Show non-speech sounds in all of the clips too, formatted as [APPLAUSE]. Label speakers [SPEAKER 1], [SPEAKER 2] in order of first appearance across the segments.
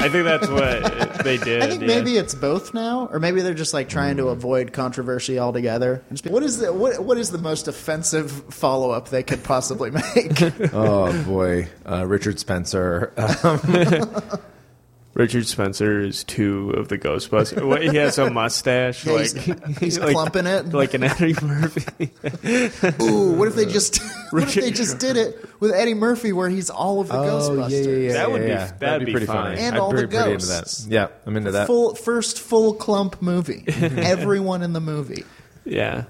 [SPEAKER 1] I think that's what they did.
[SPEAKER 2] I think
[SPEAKER 1] yeah.
[SPEAKER 2] maybe it's both now, or maybe they're just like trying to avoid controversy altogether. And just be- what is the what, what is the most offensive follow up they could
[SPEAKER 1] [LAUGHS]
[SPEAKER 2] possibly [LAUGHS] make?
[SPEAKER 3] Oh boy, uh, Richard Spencer.
[SPEAKER 1] Richard Spencer is two of the Ghostbusters. What, he has a mustache,
[SPEAKER 2] Yeah,
[SPEAKER 1] [LAUGHS] like
[SPEAKER 2] he's- he's [LAUGHS] clumping it.
[SPEAKER 1] like uh, an Eddie Murphy.
[SPEAKER 2] Ooh, what if they just [LAUGHS] what if they
[SPEAKER 1] Richard-
[SPEAKER 2] just did it with Eddie Murphy, where he's
[SPEAKER 1] Oh,
[SPEAKER 2] all
[SPEAKER 3] Oh,
[SPEAKER 2] of the Ghostbusters?
[SPEAKER 1] That would be- that'd be
[SPEAKER 3] pretty
[SPEAKER 1] fine.
[SPEAKER 3] funny.
[SPEAKER 2] And
[SPEAKER 3] I'd
[SPEAKER 2] all the
[SPEAKER 3] be pretty
[SPEAKER 2] ghosts.
[SPEAKER 3] into that. Yeah, I'm into that.
[SPEAKER 2] Full first full
[SPEAKER 1] [LAUGHS]
[SPEAKER 2] clump movie. Everyone in the movie
[SPEAKER 1] yeah,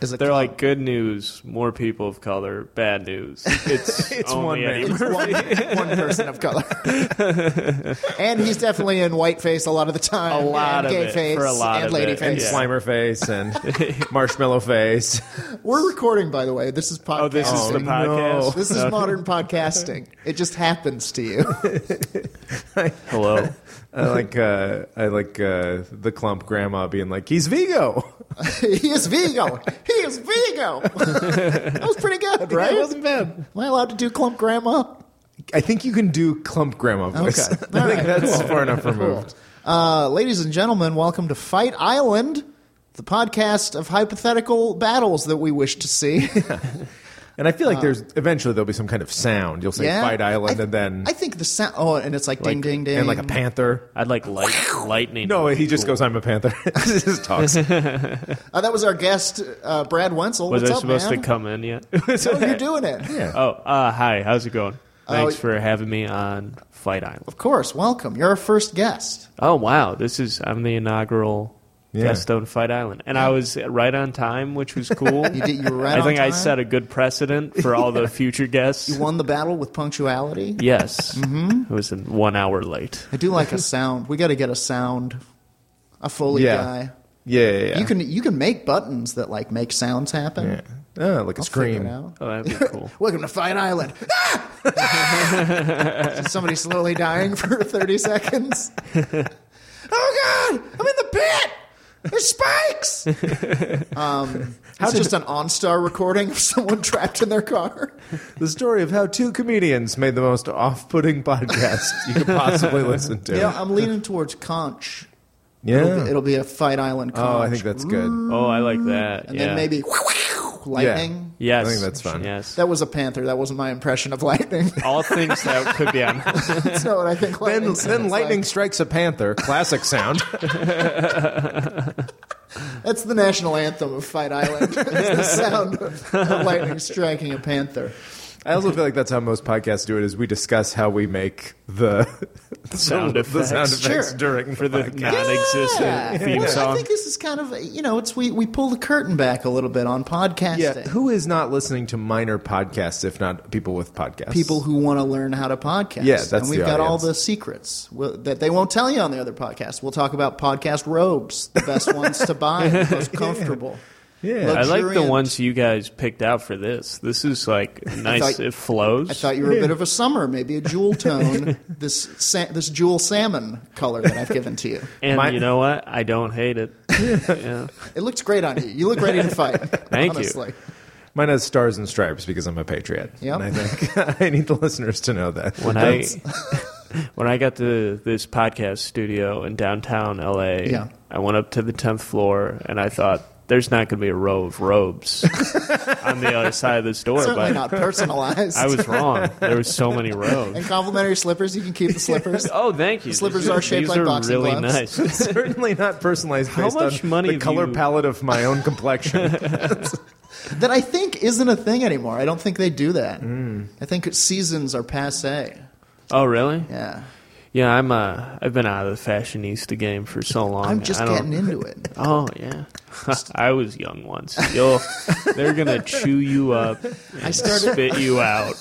[SPEAKER 2] is a
[SPEAKER 1] they're like [LAUGHS] good news, more people of color. Bad news, it's
[SPEAKER 3] It's
[SPEAKER 1] only
[SPEAKER 3] one man.
[SPEAKER 1] Eddie
[SPEAKER 2] [LAUGHS] It's one, one person
[SPEAKER 1] [LAUGHS]
[SPEAKER 2] of color, and he's definitely in white face a lot of the time.
[SPEAKER 1] A lot
[SPEAKER 2] and
[SPEAKER 1] of
[SPEAKER 2] gay
[SPEAKER 1] it,
[SPEAKER 2] face
[SPEAKER 1] for a lot
[SPEAKER 2] and
[SPEAKER 1] of
[SPEAKER 2] lady
[SPEAKER 1] it,
[SPEAKER 3] and
[SPEAKER 2] face.
[SPEAKER 1] yeah.
[SPEAKER 3] Slimer
[SPEAKER 1] [LAUGHS]
[SPEAKER 3] face and marshmallow face.
[SPEAKER 2] We're recording, by the way. This is podcast.
[SPEAKER 1] Oh, this is the
[SPEAKER 3] [LAUGHS] no.
[SPEAKER 1] podcast.
[SPEAKER 2] This is modern podcasting. It just happens to you. [LAUGHS]
[SPEAKER 1] Hello.
[SPEAKER 3] I like uh, I like uh, the clump grandma being like, "He's Vigo."
[SPEAKER 2] he is Vigo. He is Vigo. [LAUGHS] that was pretty good, right?
[SPEAKER 3] It wasn't bad.
[SPEAKER 2] Am I allowed to do clump grandma?
[SPEAKER 3] I think you can do clump grandma voice. [LAUGHS]
[SPEAKER 2] Okay.
[SPEAKER 3] I
[SPEAKER 2] All
[SPEAKER 3] think
[SPEAKER 2] right,
[SPEAKER 3] that's
[SPEAKER 2] cool.
[SPEAKER 3] far enough removed.
[SPEAKER 2] Uh, ladies and gentlemen, welcome to Fight Island, the podcast of hypothetical battles that we wish to see.
[SPEAKER 3] And I feel like there's eventually there'll be some kind of sound. You'll say
[SPEAKER 2] [LAUGHS] Uh, Yeah.
[SPEAKER 3] Fight Island,
[SPEAKER 2] I-
[SPEAKER 3] and then
[SPEAKER 2] I think the sound. Oh, and it's like,
[SPEAKER 3] like-
[SPEAKER 2] ding, ding, ding,
[SPEAKER 3] and like a panther.
[SPEAKER 1] I'd like light, lightning.
[SPEAKER 3] No,
[SPEAKER 1] would
[SPEAKER 3] he
[SPEAKER 1] be
[SPEAKER 3] just
[SPEAKER 1] cool.
[SPEAKER 3] goes, "I'm a panther." [LAUGHS] He just talks.
[SPEAKER 2] Uh, that was our guest, uh, Brad Wenzel.
[SPEAKER 1] Was
[SPEAKER 2] What's
[SPEAKER 1] I
[SPEAKER 2] up,
[SPEAKER 1] supposed
[SPEAKER 2] man?
[SPEAKER 1] to come in yet? [LAUGHS]
[SPEAKER 2] Oh, you're doing it.
[SPEAKER 3] [LAUGHS] Yeah.
[SPEAKER 1] oh, uh, hi. How's it going? Thanks
[SPEAKER 2] Oh,
[SPEAKER 1] for having me on Fight Island.
[SPEAKER 2] Of course. Welcome. You're our first guest.
[SPEAKER 1] Oh wow, this is I'm the inaugural
[SPEAKER 3] Yeah.
[SPEAKER 1] guest on Fight Island, and I was right on time, which was cool.
[SPEAKER 2] [LAUGHS] You did. You were right.
[SPEAKER 1] I think
[SPEAKER 2] on
[SPEAKER 1] I
[SPEAKER 2] time.
[SPEAKER 1] set a good precedent for
[SPEAKER 2] [LAUGHS]
[SPEAKER 1] all the future guests.
[SPEAKER 2] You won the battle with punctuality.
[SPEAKER 1] Yes, mm-hmm. it was in one hour late.
[SPEAKER 2] I do like a sound. We got to get a sound. A foley
[SPEAKER 3] Yeah.
[SPEAKER 2] guy.
[SPEAKER 3] Yeah, yeah, yeah.
[SPEAKER 2] You can you can make buttons that like make sounds happen.
[SPEAKER 3] Yeah. Oh, like a
[SPEAKER 2] I'll figure
[SPEAKER 3] scream.
[SPEAKER 2] it out.
[SPEAKER 1] Oh, that'd be cool.
[SPEAKER 2] Welcome to Fight Island.
[SPEAKER 3] [LAUGHS]
[SPEAKER 2] Is somebody slowly dying for 30 seconds. oh God! I'm in the pit. There's spikes. um,
[SPEAKER 3] [LAUGHS]
[SPEAKER 2] it's just an OnStar recording of someone trapped in their car.
[SPEAKER 3] The story of how two comedians made the most off-putting [LAUGHS] podcast you
[SPEAKER 2] [LAUGHS]
[SPEAKER 3] could possibly listen to.
[SPEAKER 2] You know, I'm leaning towards conch.
[SPEAKER 3] Yeah.
[SPEAKER 2] It'll, be, it'll be a Mm, Fight Island conch.
[SPEAKER 3] oh, I think that's good.
[SPEAKER 1] Oh, I like that.
[SPEAKER 2] And
[SPEAKER 1] yeah.
[SPEAKER 2] then maybe lightning.
[SPEAKER 1] Yes,
[SPEAKER 3] I think that's fun.
[SPEAKER 1] Yes,
[SPEAKER 2] That was a panther. That wasn't my impression of lightning. [LAUGHS]
[SPEAKER 1] all things that could be on. [LAUGHS]
[SPEAKER 2] That's not what I think.
[SPEAKER 3] Then,
[SPEAKER 2] Lightning
[SPEAKER 3] then lightning strikes a panther.
[SPEAKER 2] [LAUGHS]
[SPEAKER 3] Classic sound.
[SPEAKER 2] That's the national anthem of Fight Island. [LAUGHS] It's the sound of lightning striking a panther.
[SPEAKER 3] I also feel like that's how most podcasts do it: is we discuss how we make the
[SPEAKER 1] Sound
[SPEAKER 3] [LAUGHS] the
[SPEAKER 1] effects.
[SPEAKER 3] sound effects
[SPEAKER 2] Sure.
[SPEAKER 3] during
[SPEAKER 1] For the [LAUGHS]
[SPEAKER 3] podcast.
[SPEAKER 1] non-existent theme
[SPEAKER 2] Well, I
[SPEAKER 1] song.
[SPEAKER 2] think this is kind of you know it's we we pull the curtain back a little bit on podcasting.
[SPEAKER 3] Yeah, who is not listening to minor podcasts if not people with podcasts?
[SPEAKER 2] People who want to learn how to podcast.
[SPEAKER 3] Yeah, that's
[SPEAKER 2] and we've
[SPEAKER 3] the
[SPEAKER 2] got all
[SPEAKER 3] audience.
[SPEAKER 2] the secrets we'll- that they won't tell you on the other podcast. We'll talk about podcast robes, the best ones to buy, the
[SPEAKER 3] [LAUGHS]
[SPEAKER 2] most comfortable.
[SPEAKER 3] Yeah.
[SPEAKER 1] I like the
[SPEAKER 2] luxuriant.
[SPEAKER 1] ones you guys picked out for this. This is like nice.
[SPEAKER 2] thought-
[SPEAKER 1] it flows.
[SPEAKER 2] I thought you were a bit of a summer, maybe a jewel tone. this sa- this jewel salmon color that I've given to you.
[SPEAKER 1] and
[SPEAKER 3] my-
[SPEAKER 1] you know what? I don't hate [LAUGHS] it. yeah.
[SPEAKER 2] It looks great on you. You look ready to fight.
[SPEAKER 1] Thank you.
[SPEAKER 2] honestly.
[SPEAKER 3] Mine has stars and stripes because I'm a patriot.
[SPEAKER 2] Yep.
[SPEAKER 3] And I think [LAUGHS] I need the listeners to know that.
[SPEAKER 1] when I [LAUGHS] when I got to this podcast studio in downtown LA,
[SPEAKER 2] Yeah.
[SPEAKER 1] I went up to the tenth floor and I thought there's not going to be a row of robes
[SPEAKER 2] [LAUGHS]
[SPEAKER 1] on the other side of this door, but
[SPEAKER 2] Certainly not personalized.
[SPEAKER 1] I was wrong. There was so many
[SPEAKER 2] and [LAUGHS]
[SPEAKER 1] rows.
[SPEAKER 2] complimentary slippers. You can keep the slippers.
[SPEAKER 1] Oh, thank you.
[SPEAKER 2] slippers
[SPEAKER 1] These
[SPEAKER 2] are shaped
[SPEAKER 1] these
[SPEAKER 2] like
[SPEAKER 1] are
[SPEAKER 2] boxing
[SPEAKER 1] really
[SPEAKER 2] gloves. [LAUGHS]
[SPEAKER 1] nice.
[SPEAKER 3] Certainly not personalized
[SPEAKER 1] How
[SPEAKER 3] based
[SPEAKER 1] much
[SPEAKER 3] on
[SPEAKER 1] money
[SPEAKER 3] the
[SPEAKER 1] have
[SPEAKER 3] color
[SPEAKER 1] you-
[SPEAKER 3] palette of my
[SPEAKER 2] [LAUGHS]
[SPEAKER 3] own complexion.
[SPEAKER 2] That I think isn't a thing anymore. I don't think they do that.
[SPEAKER 1] Hmm.
[SPEAKER 2] I think seasons are passe.
[SPEAKER 1] Oh, really?
[SPEAKER 2] Yeah,
[SPEAKER 1] Yeah, I'm. Uh, I've been out of the fashionista game for so long.
[SPEAKER 2] I'm just
[SPEAKER 1] I don't-
[SPEAKER 2] getting into it.
[SPEAKER 1] Oh yeah, [LAUGHS] I was
[SPEAKER 2] [LAUGHS]
[SPEAKER 1] young once. You'll, they're gonna chew you up. I
[SPEAKER 2] started-
[SPEAKER 1] spit you out.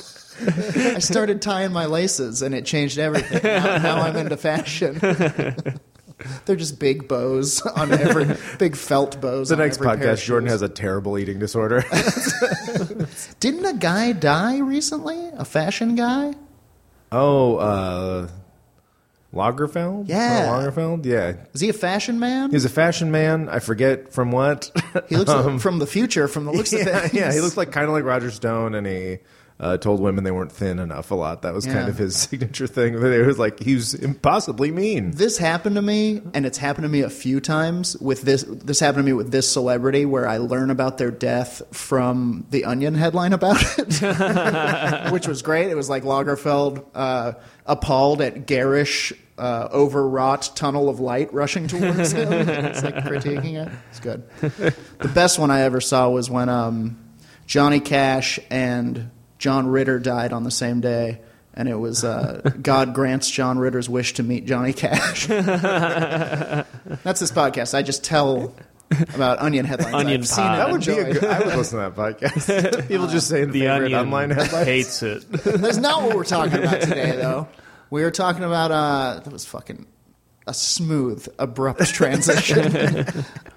[SPEAKER 2] I started tying my laces, and it changed everything. Now, now I'm into
[SPEAKER 3] [LAUGHS]
[SPEAKER 2] fashion. They're just big bows on every big felt bows.
[SPEAKER 3] The
[SPEAKER 2] on
[SPEAKER 3] next
[SPEAKER 2] every pair of
[SPEAKER 3] podcast, Jordan
[SPEAKER 2] shoes.
[SPEAKER 3] has a terrible eating disorder. [LAUGHS]
[SPEAKER 2] Didn't a guy die recently? A fashion guy?
[SPEAKER 3] oh, uh, Lagerfeld?
[SPEAKER 2] Yeah.
[SPEAKER 3] Karl Lagerfeld? Yeah.
[SPEAKER 2] Is he a fashion man?
[SPEAKER 3] He's a fashion man. I forget from what.
[SPEAKER 2] He looks like- from the future. From the [LAUGHS] looks of
[SPEAKER 3] [LAUGHS] yeah,
[SPEAKER 2] things.
[SPEAKER 3] yeah, he looks like kind of like Roger Stone, and he uh, told women they weren't thin enough a lot. That was
[SPEAKER 2] Yeah.
[SPEAKER 3] kind of his [LAUGHS] signature thing. That it was like he was impossibly mean.
[SPEAKER 2] this happened to me and it's happened to me a few times with this this happened to me with this celebrity where i learn about their death from the onion headline about it which was great it was like lagerfeld uh, appalled at garish uh, overwrought tunnel of light rushing towards him it's like critiquing it it's good the best one i ever saw was when um, johnny cash and john ritter died on the same day and it was uh, God grants John Ritter's wish to meet Johnny Cash. That's this podcast. I just tell about onion headlines.
[SPEAKER 1] Onion
[SPEAKER 2] I've
[SPEAKER 1] pod.
[SPEAKER 3] That
[SPEAKER 2] Seen
[SPEAKER 3] would
[SPEAKER 2] and
[SPEAKER 3] be a
[SPEAKER 2] enjoyed.
[SPEAKER 3] good, I would listen
[SPEAKER 2] [LAUGHS]
[SPEAKER 3] to that podcast. [LAUGHS] People just saying
[SPEAKER 1] The
[SPEAKER 3] favorite
[SPEAKER 1] Onion
[SPEAKER 3] online headlines.
[SPEAKER 1] hates [LAUGHS] it.
[SPEAKER 2] That's not what we're talking about today, though. We were talking about uh, that was fucking a smooth,
[SPEAKER 1] [LAUGHS]
[SPEAKER 2] abrupt transition.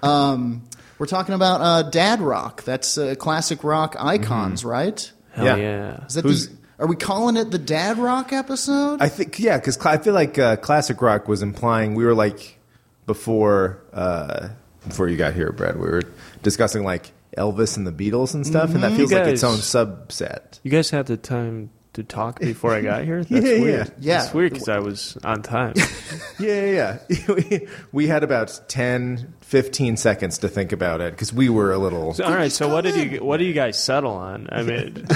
[SPEAKER 2] um, we're talking about uh, dad rock. That's uh, classic rock icons,
[SPEAKER 1] Mm-hmm.
[SPEAKER 2] right?
[SPEAKER 1] Hell
[SPEAKER 3] Yeah.
[SPEAKER 1] yeah.
[SPEAKER 2] Is that
[SPEAKER 3] Who's-
[SPEAKER 2] the, are we calling it the dad rock episode?
[SPEAKER 3] I think yeah, because I feel like uh, classic rock was implying we were like before uh, before you got here, Brad. We were discussing like Elvis and the Beatles and stuff, and that
[SPEAKER 2] Mm-hmm.
[SPEAKER 3] feels like its
[SPEAKER 1] guys-
[SPEAKER 3] own subset.
[SPEAKER 1] You guys had the time to talk before I got here? That's
[SPEAKER 3] Yeah, yeah.
[SPEAKER 1] weird.
[SPEAKER 2] Yeah.
[SPEAKER 1] It's weird because I was on time.
[SPEAKER 3] Yeah, yeah. yeah. [LAUGHS] We- we had about 10, 15 seconds to think about it because we were a little.
[SPEAKER 1] So, all right, so what did you what do you guys settle on? I mean,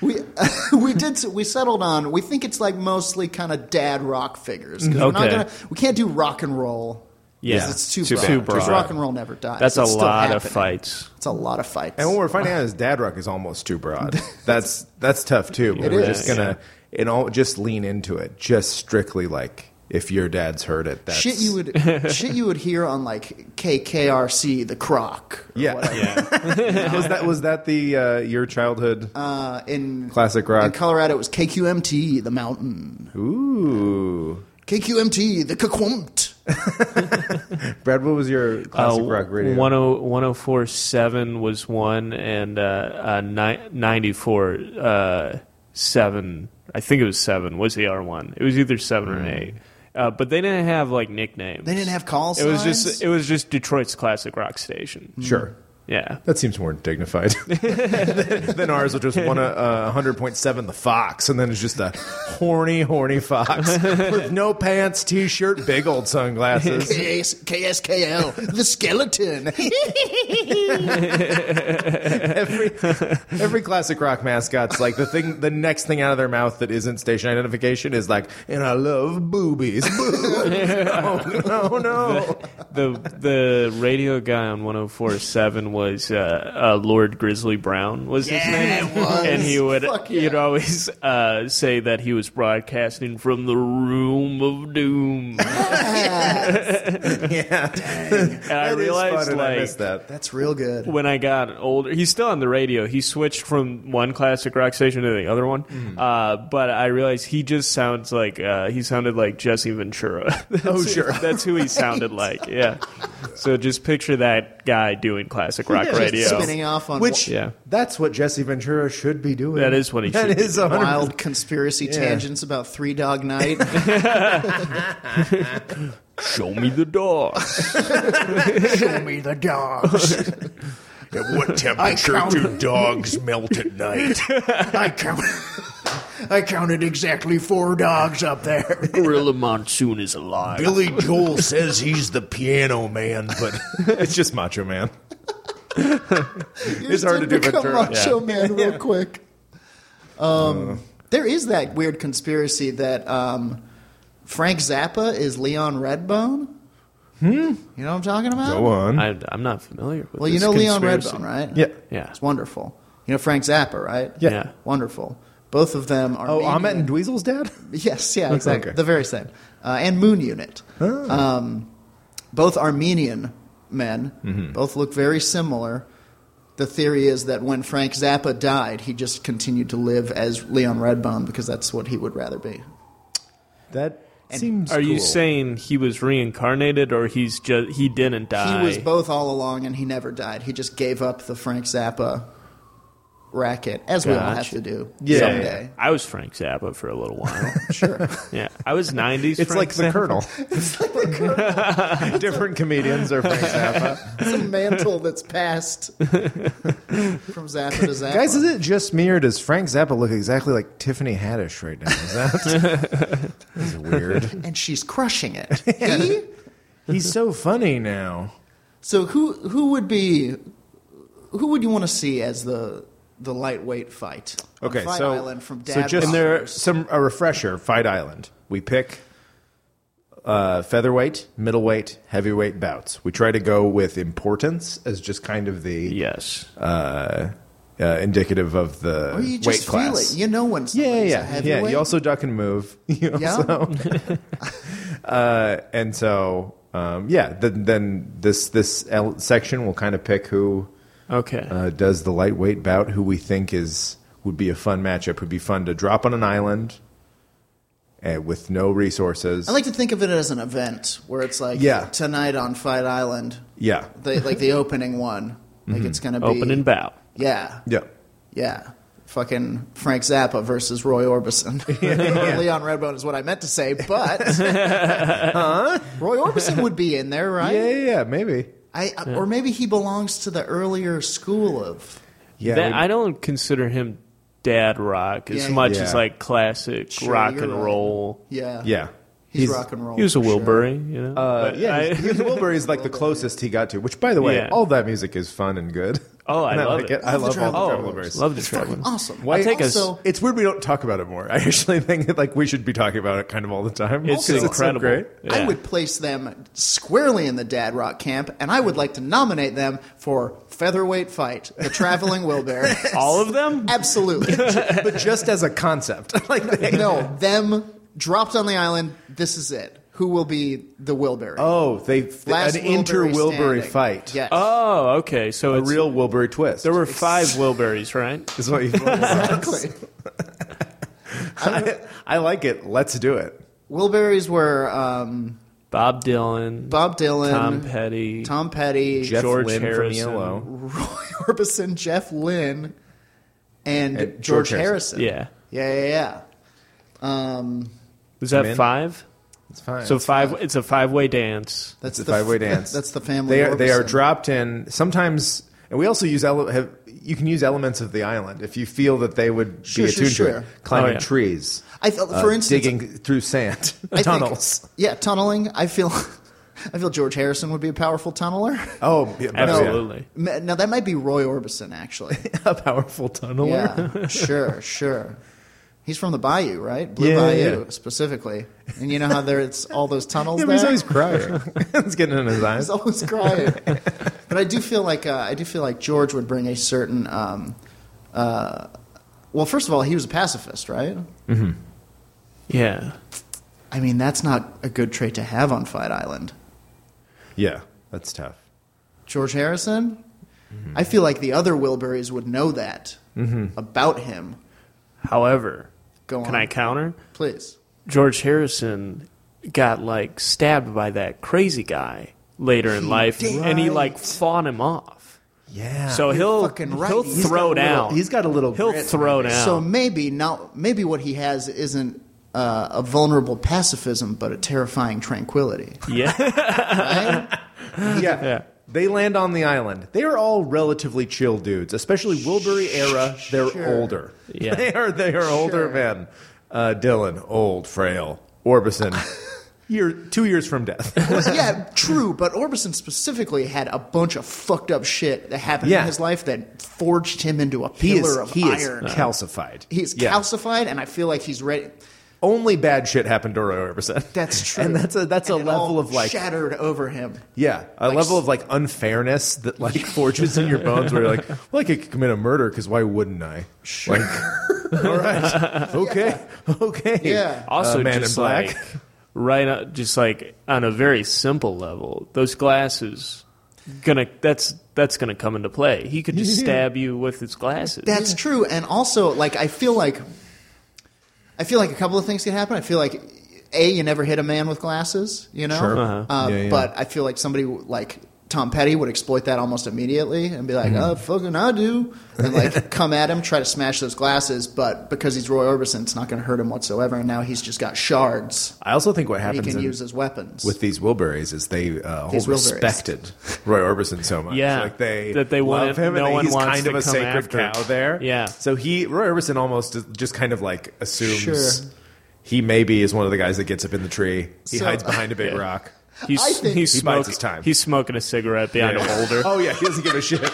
[SPEAKER 2] we [LAUGHS] we did we settled on we think it's like mostly kind of dad rock figures. 'cause we're not
[SPEAKER 1] Mm-hmm. Okay.
[SPEAKER 2] gonna, we can't do rock and roll. 'cause
[SPEAKER 1] Yeah,
[SPEAKER 2] it's too,
[SPEAKER 1] too
[SPEAKER 2] broad.
[SPEAKER 1] broad.
[SPEAKER 2] 'cause rock and roll never dies.
[SPEAKER 1] that's a
[SPEAKER 2] It's still
[SPEAKER 1] lot of
[SPEAKER 2] happening.
[SPEAKER 1] fights.
[SPEAKER 2] It's a lot of fights.
[SPEAKER 3] And what
[SPEAKER 2] [LAUGHS]
[SPEAKER 3] we're finding out is Dad Rock is almost too broad. That's that's tough too. But
[SPEAKER 2] It
[SPEAKER 3] we're
[SPEAKER 2] is.
[SPEAKER 3] just gonna and all just lean into it. Just strictly like if your dad's heard it, that's
[SPEAKER 2] shit you would shit you would hear on like KKRC the Croc. or
[SPEAKER 3] Yeah.
[SPEAKER 2] whatever.
[SPEAKER 3] [LAUGHS] was that was that the uh, your childhood
[SPEAKER 2] Uh, in
[SPEAKER 3] classic
[SPEAKER 2] in
[SPEAKER 3] rock?
[SPEAKER 2] Colorado, it was KQMT the Mountain,
[SPEAKER 3] Ooh,
[SPEAKER 2] KQMT the Kaquumt.
[SPEAKER 3] Brad, what was your classic rock radio?
[SPEAKER 1] 10- 1047 was one, and uh, uh, ni- 94 uh, 7, I think it was 7, was the R1. It was either 7 or 8. Uh, but they didn't have like nicknames.
[SPEAKER 2] They didn't have call
[SPEAKER 1] It was
[SPEAKER 2] signs?
[SPEAKER 1] just it was just Detroit's classic rock station.
[SPEAKER 3] sure.
[SPEAKER 1] Yeah.
[SPEAKER 3] That seems more dignified [LAUGHS] than ours, which was one uh, hundred point seven, the Fox, and then it's just a horny, horny Fox with no pants, T-shirt, big
[SPEAKER 2] [LAUGHS]
[SPEAKER 3] old sunglasses.
[SPEAKER 2] KS, KSKL the Skeleton.
[SPEAKER 3] every every classic rock mascot's like the thing the next thing out of their mouth that isn't station identification is like and i love boobies [LAUGHS] Boo. no no
[SPEAKER 1] [LAUGHS]
[SPEAKER 3] no
[SPEAKER 1] The the radio guy on 1047 was uh, uh, Lord Grizzly Brown was his
[SPEAKER 2] Yeah,
[SPEAKER 1] name.
[SPEAKER 2] it was.
[SPEAKER 1] And he would
[SPEAKER 2] Fuck
[SPEAKER 1] you'd
[SPEAKER 2] yeah.
[SPEAKER 1] always uh, say that he was broadcasting from the room of
[SPEAKER 3] [LAUGHS]
[SPEAKER 1] doom. and
[SPEAKER 3] yeah
[SPEAKER 1] I
[SPEAKER 3] That is
[SPEAKER 1] realized
[SPEAKER 3] fun, and I
[SPEAKER 1] like
[SPEAKER 3] missed that
[SPEAKER 2] That's real good.
[SPEAKER 1] when I got older, he's still on the radio. He switched from one classic rock station to the other one.
[SPEAKER 2] Mm-hmm.
[SPEAKER 1] Uh, but I realized he just sounds like uh, he sounded like Jesse Ventura. [LAUGHS] That's
[SPEAKER 3] Oh,
[SPEAKER 1] who-
[SPEAKER 3] sure.
[SPEAKER 1] that's who he
[SPEAKER 2] [LAUGHS]
[SPEAKER 1] sounded like. Yeah. So just picture that guy doing classic rock
[SPEAKER 2] Just
[SPEAKER 1] radio.
[SPEAKER 2] spinning off on
[SPEAKER 3] which
[SPEAKER 1] Yeah.
[SPEAKER 3] that's what jesse ventura should be doing
[SPEAKER 1] That is what he
[SPEAKER 3] [LAUGHS] That
[SPEAKER 1] should be
[SPEAKER 3] is 100%
[SPEAKER 2] wild conspiracy tangents about Three Dog Night.
[SPEAKER 1] Show me the
[SPEAKER 2] [LAUGHS]
[SPEAKER 1] door.
[SPEAKER 2] Show me the dogs.
[SPEAKER 4] [LAUGHS] At what temperature
[SPEAKER 2] count-
[SPEAKER 4] do dogs melt at night?
[SPEAKER 2] [LAUGHS] I count. I counted exactly four dogs up there.
[SPEAKER 1] Gorilla Monsoon is alive.
[SPEAKER 4] Billy Joel says he's the piano man, but
[SPEAKER 3] it's just macho [LAUGHS] man it's hard to do
[SPEAKER 2] Become
[SPEAKER 3] ventura
[SPEAKER 2] Macho Man real quick. Um, there is that weird conspiracy that um, Frank Zappa is Leon Redbone. Hmm. You know what I'm talking about?
[SPEAKER 3] go on
[SPEAKER 1] I, I'm not familiar with
[SPEAKER 2] well, you
[SPEAKER 1] this
[SPEAKER 2] know Leon
[SPEAKER 1] conspiracy.
[SPEAKER 2] Redbone, right?
[SPEAKER 3] yeah
[SPEAKER 1] Yeah.
[SPEAKER 2] It's wonderful. You know Frank Zappa, right?
[SPEAKER 3] Yeah.
[SPEAKER 1] Yeah.
[SPEAKER 2] Wonderful. Both of them are.
[SPEAKER 3] oh
[SPEAKER 2] maybe-
[SPEAKER 3] ahmet and dweezel's dad
[SPEAKER 2] Yes, yeah, exactly.
[SPEAKER 3] okay. Oh.
[SPEAKER 2] The very same. Uh, and Moon Unit.
[SPEAKER 3] Mm-hmm.
[SPEAKER 2] Um, both Armenian men, both look very similar. the theory is that when Frank Zappa died, he just continued to live as Leon Redbone because that's what he would rather be.
[SPEAKER 3] That seems.
[SPEAKER 1] Are you
[SPEAKER 3] cool.
[SPEAKER 1] saying he was reincarnated or he's just he didn't die?
[SPEAKER 2] He was both all along, and he never died. He just gave up the Frank Zappa racket, as we all have
[SPEAKER 1] Gotcha.
[SPEAKER 2] to do
[SPEAKER 3] Yeah.
[SPEAKER 2] someday.
[SPEAKER 1] I was Frank Zappa for a little
[SPEAKER 3] [LAUGHS]
[SPEAKER 1] while.
[SPEAKER 2] Sure.
[SPEAKER 1] [LAUGHS] yeah, I was '90s.
[SPEAKER 3] It's
[SPEAKER 1] Frank
[SPEAKER 3] like the
[SPEAKER 1] Zappa.
[SPEAKER 3] Colonel.
[SPEAKER 1] [LAUGHS]
[SPEAKER 3] [LAUGHS] Different comedians are Frank Zappa.
[SPEAKER 2] It's a mantle that's passed [LAUGHS] from Zappa
[SPEAKER 3] [LAUGHS]
[SPEAKER 2] to Zappa.
[SPEAKER 3] [LAUGHS] Guys, is it just me or does Frank Zappa look exactly like Tiffany Haddish right now? Is that
[SPEAKER 1] [LAUGHS]
[SPEAKER 3] [LAUGHS] is weird?
[SPEAKER 2] and she's crushing
[SPEAKER 3] [LAUGHS]
[SPEAKER 2] it. He?
[SPEAKER 3] He's so funny now.
[SPEAKER 2] So who who would be who would you want to see as the the lightweight fight? on
[SPEAKER 3] Okay,
[SPEAKER 2] Fight
[SPEAKER 3] so
[SPEAKER 2] Island from Dad
[SPEAKER 3] so just
[SPEAKER 2] Rockers?
[SPEAKER 3] and there are some a refresher. Fight Island. We pick uh, featherweight, middleweight, heavyweight bouts. We try to go with importance as just kind of the
[SPEAKER 1] Yes.
[SPEAKER 3] uh, uh, indicative of the
[SPEAKER 2] Or you
[SPEAKER 3] weight
[SPEAKER 2] just feel
[SPEAKER 3] class.
[SPEAKER 2] it. You know when
[SPEAKER 3] yeah,
[SPEAKER 2] somebody's a
[SPEAKER 3] yeah, yeah.
[SPEAKER 2] heavyweight.
[SPEAKER 3] yeah. You also duck and move. [LAUGHS] You
[SPEAKER 2] Yeah.
[SPEAKER 3] also- uh, and so um, yeah. Then, then this this L section will kind of pick who
[SPEAKER 1] Okay.
[SPEAKER 3] uh, does the lightweight bout, who we think is would be a fun matchup, would be fun to drop on an island uh, with no resources.
[SPEAKER 2] I like to think of it as an event where it's like
[SPEAKER 3] Yeah.
[SPEAKER 2] tonight on Fight Island,
[SPEAKER 3] yeah,
[SPEAKER 2] the, like the opening one. Like
[SPEAKER 3] Mm-hmm.
[SPEAKER 2] it's gonna be
[SPEAKER 1] Open and bow.
[SPEAKER 2] Yeah,
[SPEAKER 3] yeah.
[SPEAKER 2] yeah. Fucking Frank Zappa versus Roy
[SPEAKER 3] [LAUGHS]
[SPEAKER 2] Orbison. Or Leon Redbone is what I meant to say, but [LAUGHS] Roy Orbison would be in there, right?
[SPEAKER 3] yeah, yeah, yeah, maybe.
[SPEAKER 2] I, Or maybe he belongs to the earlier school of
[SPEAKER 3] Yeah,
[SPEAKER 1] That-
[SPEAKER 3] we-
[SPEAKER 1] I don't consider him dad rock as
[SPEAKER 2] Yeah,
[SPEAKER 1] much
[SPEAKER 3] yeah.
[SPEAKER 1] as like classic
[SPEAKER 2] Sure,
[SPEAKER 1] rock
[SPEAKER 2] you're
[SPEAKER 1] and
[SPEAKER 2] right.
[SPEAKER 1] roll.
[SPEAKER 2] yeah,
[SPEAKER 1] Uh,
[SPEAKER 3] yeah.
[SPEAKER 2] He's, rock and roll.
[SPEAKER 1] He was a
[SPEAKER 2] for sure.
[SPEAKER 1] Wilbury, you know.
[SPEAKER 3] Uh,
[SPEAKER 1] But
[SPEAKER 3] yeah,
[SPEAKER 1] I- [LAUGHS]
[SPEAKER 3] he's- he's Wilbury is like the closest he got to. Which, by the way,
[SPEAKER 1] Yeah.
[SPEAKER 3] all that music is fun and good.
[SPEAKER 1] Oh, I
[SPEAKER 3] And
[SPEAKER 1] love
[SPEAKER 3] like
[SPEAKER 1] it.
[SPEAKER 3] I
[SPEAKER 2] Love the
[SPEAKER 3] love all the
[SPEAKER 1] oh,
[SPEAKER 3] Traveling Wilburys.
[SPEAKER 1] love the traveling.
[SPEAKER 2] Awesome.
[SPEAKER 3] Why- I'll take
[SPEAKER 1] us-
[SPEAKER 2] also,
[SPEAKER 3] It's weird we don't talk about it more. [LAUGHS] I actually think that, like we should be talking about it kind of all the time.
[SPEAKER 1] It's
[SPEAKER 3] 'cause so
[SPEAKER 1] incredible.
[SPEAKER 3] great.
[SPEAKER 2] I
[SPEAKER 1] Yeah.
[SPEAKER 2] would place them squarely in the dad rock camp, and I would like to nominate them for featherweight fight, the traveling Wilbury.
[SPEAKER 1] All of them?
[SPEAKER 2] Absolutely.
[SPEAKER 3] but just as a concept, [LAUGHS] like they-
[SPEAKER 2] no, them dropped on the island. This is it. Who will be the Wilbury?
[SPEAKER 3] oh, they
[SPEAKER 2] Last
[SPEAKER 3] an inter Wilbury
[SPEAKER 2] standing.
[SPEAKER 3] fight,
[SPEAKER 2] Yes.
[SPEAKER 1] Oh, okay. So
[SPEAKER 3] a
[SPEAKER 1] it's,
[SPEAKER 3] real Wilbury twist.
[SPEAKER 1] there were five Wilburys, right?
[SPEAKER 3] is [LAUGHS] what you.
[SPEAKER 2] exactly.
[SPEAKER 3] I, I like it. Let's do it.
[SPEAKER 2] Wilburys were um,
[SPEAKER 1] Bob Dylan,
[SPEAKER 2] Bob Dylan,
[SPEAKER 1] Tom Petty,
[SPEAKER 2] Tom Petty,
[SPEAKER 3] Jeff
[SPEAKER 1] George
[SPEAKER 3] Lynn
[SPEAKER 1] Harrison.
[SPEAKER 3] from Yellow.
[SPEAKER 2] Roy [LAUGHS] Orbison, Jeff Lynn, and,
[SPEAKER 3] And
[SPEAKER 2] George,
[SPEAKER 3] George
[SPEAKER 2] Harrison.
[SPEAKER 3] Harrison.
[SPEAKER 1] Yeah.
[SPEAKER 2] Yeah, yeah, yeah. Um,
[SPEAKER 1] Was that
[SPEAKER 3] Man.
[SPEAKER 1] five?
[SPEAKER 3] It's fine.
[SPEAKER 1] So five. It's a five-way dance.
[SPEAKER 2] that's
[SPEAKER 3] It's a
[SPEAKER 2] the [LAUGHS]
[SPEAKER 3] five-way
[SPEAKER 2] f-
[SPEAKER 3] dance.
[SPEAKER 2] That's the family.
[SPEAKER 3] they are they are
[SPEAKER 2] Orbison.
[SPEAKER 3] dropped in sometimes, and we also use ele- have, you can use elements of the island if you feel that they would
[SPEAKER 2] Sure, sure,
[SPEAKER 3] be attuned to
[SPEAKER 2] sure.
[SPEAKER 3] it. Climbing
[SPEAKER 1] Oh, yeah.
[SPEAKER 3] trees,
[SPEAKER 2] I felt,
[SPEAKER 3] uh,
[SPEAKER 2] for instance,
[SPEAKER 3] digging through sand
[SPEAKER 2] [LAUGHS] I think-
[SPEAKER 3] tunnels.
[SPEAKER 2] yeah, tunneling. I feel, [LAUGHS] I feel George Harrison would be a powerful tunneler. [LAUGHS]
[SPEAKER 3] oh, yeah, but-
[SPEAKER 1] Absolutely.
[SPEAKER 2] Ma- Now that might be Roy Orbison,
[SPEAKER 3] [LAUGHS]
[SPEAKER 2] actually.
[SPEAKER 3] yeah. [LAUGHS] a powerful tunneler.
[SPEAKER 2] Yeah, sure, sure. He's from the Bayou, right? Blue
[SPEAKER 3] Yeah, yeah,
[SPEAKER 2] Bayou
[SPEAKER 3] yeah.
[SPEAKER 2] specifically. And you know how there's all those tunnels
[SPEAKER 3] [LAUGHS] [LAUGHS] Yeah, but
[SPEAKER 2] there. [LAUGHS]
[SPEAKER 3] he's always crying. [LAUGHS] it's getting in his eyes.
[SPEAKER 2] He's always crying. but I do feel like uh, I do feel like George would bring a certain. Um, uh, well, first of all, he was a pacifist, right?
[SPEAKER 1] Yeah.
[SPEAKER 2] I mean, that's not a good trait to have on Fight Island.
[SPEAKER 3] Yeah, that's tough.
[SPEAKER 2] George Harrison.
[SPEAKER 1] Mm-hmm.
[SPEAKER 2] I feel like the other Wilburys would know that about him.
[SPEAKER 1] However,
[SPEAKER 2] Go
[SPEAKER 1] Mm-hmm. can
[SPEAKER 2] on.
[SPEAKER 1] I counter?
[SPEAKER 2] Please.
[SPEAKER 1] George Harrison got like stabbed by that crazy guy later in life, and he like fought him off.
[SPEAKER 3] Yeah.
[SPEAKER 1] So he'll
[SPEAKER 2] fucking right.
[SPEAKER 1] he'll
[SPEAKER 2] He's
[SPEAKER 1] throw
[SPEAKER 3] got a little-
[SPEAKER 1] down.
[SPEAKER 3] he's got a little
[SPEAKER 1] He'll
[SPEAKER 3] grit,
[SPEAKER 1] throw down.
[SPEAKER 2] So maybe not. Maybe what he has isn't uh, a vulnerable pacifism, but a terrifying tranquility.
[SPEAKER 1] [LAUGHS]
[SPEAKER 3] [LAUGHS]
[SPEAKER 1] yeah. [LAUGHS]
[SPEAKER 2] Right?
[SPEAKER 3] yeah. They land on the island. They are all relatively chill dudes, especially Wilbury era. They're
[SPEAKER 2] Sure.
[SPEAKER 3] older.
[SPEAKER 1] Yeah.
[SPEAKER 3] [LAUGHS] They are they are older
[SPEAKER 2] Sure.
[SPEAKER 3] men. Uh, Dylan, old, frail. Orbison,
[SPEAKER 1] [LAUGHS]
[SPEAKER 3] year two years from death.
[SPEAKER 2] Well, [LAUGHS] yeah, true. But Orbison specifically had a bunch of fucked up shit that happened
[SPEAKER 3] Yeah.
[SPEAKER 2] in his life that forged him into a
[SPEAKER 3] He is
[SPEAKER 2] pillar of
[SPEAKER 3] he
[SPEAKER 2] iron.
[SPEAKER 3] is calcified.
[SPEAKER 2] He's
[SPEAKER 3] Yeah.
[SPEAKER 2] calcified, and I feel like he's ready.
[SPEAKER 3] Only bad shit happened to Roy Orbison.
[SPEAKER 2] That's true.
[SPEAKER 3] And that's a that's
[SPEAKER 2] And
[SPEAKER 3] a
[SPEAKER 2] it
[SPEAKER 3] level
[SPEAKER 2] all
[SPEAKER 3] of like
[SPEAKER 2] shattered over him.
[SPEAKER 3] Yeah, a
[SPEAKER 2] Like
[SPEAKER 3] level
[SPEAKER 2] s-
[SPEAKER 3] of like unfairness
[SPEAKER 2] [LAUGHS]
[SPEAKER 3] that like forges in your bones, where you're like, well, I could commit a murder because why wouldn't I? Sure. Like, [LAUGHS] all
[SPEAKER 2] [LAUGHS]
[SPEAKER 3] right, okay, okay.
[SPEAKER 2] Yeah.
[SPEAKER 1] Also,
[SPEAKER 3] Uh, man
[SPEAKER 1] just
[SPEAKER 3] in black.
[SPEAKER 1] like right, on, just like on a very simple level, those glasses gonna that's that's gonna come into play. He could just stab you with his glasses.
[SPEAKER 2] That's true. And also, like, I feel like I feel like a couple of things could happen. I feel like a you never hit a man with glasses, you know.
[SPEAKER 3] Sure.
[SPEAKER 2] uh
[SPEAKER 3] Uh-huh. Yeah, yeah.
[SPEAKER 2] But I feel like somebody like Tom Petty would exploit that almost immediately and be like,
[SPEAKER 3] Mm-hmm.
[SPEAKER 2] "Oh, fucking I do," and
[SPEAKER 3] [LAUGHS]
[SPEAKER 2] like come at him, try to smash those glasses. But because he's Roy Orbison, it's not going to hurt him whatsoever. And now he's just got shards
[SPEAKER 3] I also think what
[SPEAKER 2] that he
[SPEAKER 3] happens
[SPEAKER 2] can
[SPEAKER 3] in-
[SPEAKER 2] use as weapons.
[SPEAKER 3] with these Wilburys is they uh,
[SPEAKER 2] These
[SPEAKER 3] hold
[SPEAKER 2] Wilburys.
[SPEAKER 3] respected Roy Orbison so much.
[SPEAKER 1] Yeah.
[SPEAKER 3] like they
[SPEAKER 1] That they want
[SPEAKER 3] love
[SPEAKER 1] it-
[SPEAKER 3] him,
[SPEAKER 1] no
[SPEAKER 3] and
[SPEAKER 1] one
[SPEAKER 3] he's
[SPEAKER 1] wants
[SPEAKER 3] kind
[SPEAKER 1] to
[SPEAKER 3] of a
[SPEAKER 1] come
[SPEAKER 3] sacred
[SPEAKER 1] after.
[SPEAKER 3] cow there.
[SPEAKER 1] Yeah.
[SPEAKER 3] So he Roy Orbison almost is- just kind of like assumes
[SPEAKER 2] Sure.
[SPEAKER 3] he maybe is one of the guys that gets up in the tree. He
[SPEAKER 2] So-
[SPEAKER 3] hides behind a
[SPEAKER 1] [LAUGHS]
[SPEAKER 3] big
[SPEAKER 1] Yeah.
[SPEAKER 3] rock.
[SPEAKER 1] He's,
[SPEAKER 2] I think-
[SPEAKER 1] he's
[SPEAKER 3] He bides
[SPEAKER 1] smoking-
[SPEAKER 3] his time.
[SPEAKER 1] He's smoking a cigarette behind a boulder.
[SPEAKER 3] Oh yeah, he doesn't give a shit.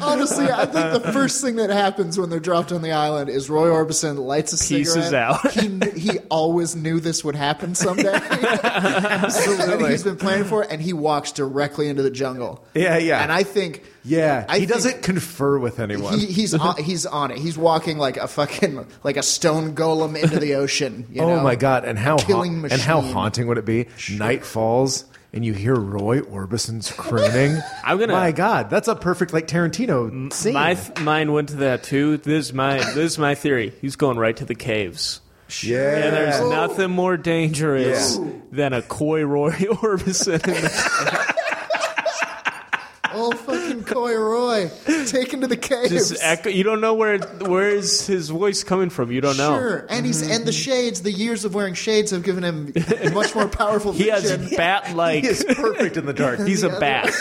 [SPEAKER 2] Honestly, I think the first thing that happens when they're dropped on the island is Roy Orbison lights a
[SPEAKER 1] Pieces
[SPEAKER 2] cigarette.
[SPEAKER 1] out.
[SPEAKER 2] He, kn- he always knew this would happen someday. Absolutely. he's been planning for it, and he walks directly into the jungle.
[SPEAKER 3] Yeah, yeah.
[SPEAKER 2] And I think.
[SPEAKER 3] Yeah,
[SPEAKER 2] I
[SPEAKER 3] he
[SPEAKER 2] think
[SPEAKER 3] doesn't confer with anyone.
[SPEAKER 2] He, he's on, he's on it. He's walking like a fucking like a stone golem into the ocean. you
[SPEAKER 3] oh
[SPEAKER 2] know?
[SPEAKER 3] my god, and how ha-
[SPEAKER 2] Killing
[SPEAKER 3] and how
[SPEAKER 2] machine.
[SPEAKER 3] haunting would it be? Night falls. And you hear Roy Orbison's crooning.
[SPEAKER 1] [LAUGHS] I'm gonna-
[SPEAKER 3] My God, that's a perfect like Tarantino scene.
[SPEAKER 1] My th- mine went to that too. This is my this is my theory. He's going right to the caves.
[SPEAKER 3] yeah,
[SPEAKER 1] And there's nothing more dangerous
[SPEAKER 3] Yeah.
[SPEAKER 1] than a coy Roy [LAUGHS] Orbison. in the-
[SPEAKER 2] Old Oh, fucking Coy Roy taken to the caves.
[SPEAKER 1] Just echo. You don't know where where is his voice coming from. You don't know.
[SPEAKER 2] Sure, and he's and the shades. The years of wearing shades have given him much more powerful
[SPEAKER 1] He
[SPEAKER 2] vision.
[SPEAKER 1] has bat like.
[SPEAKER 3] [LAUGHS] He is perfect in
[SPEAKER 1] [LAUGHS]
[SPEAKER 3] the dark.
[SPEAKER 1] He's a bat.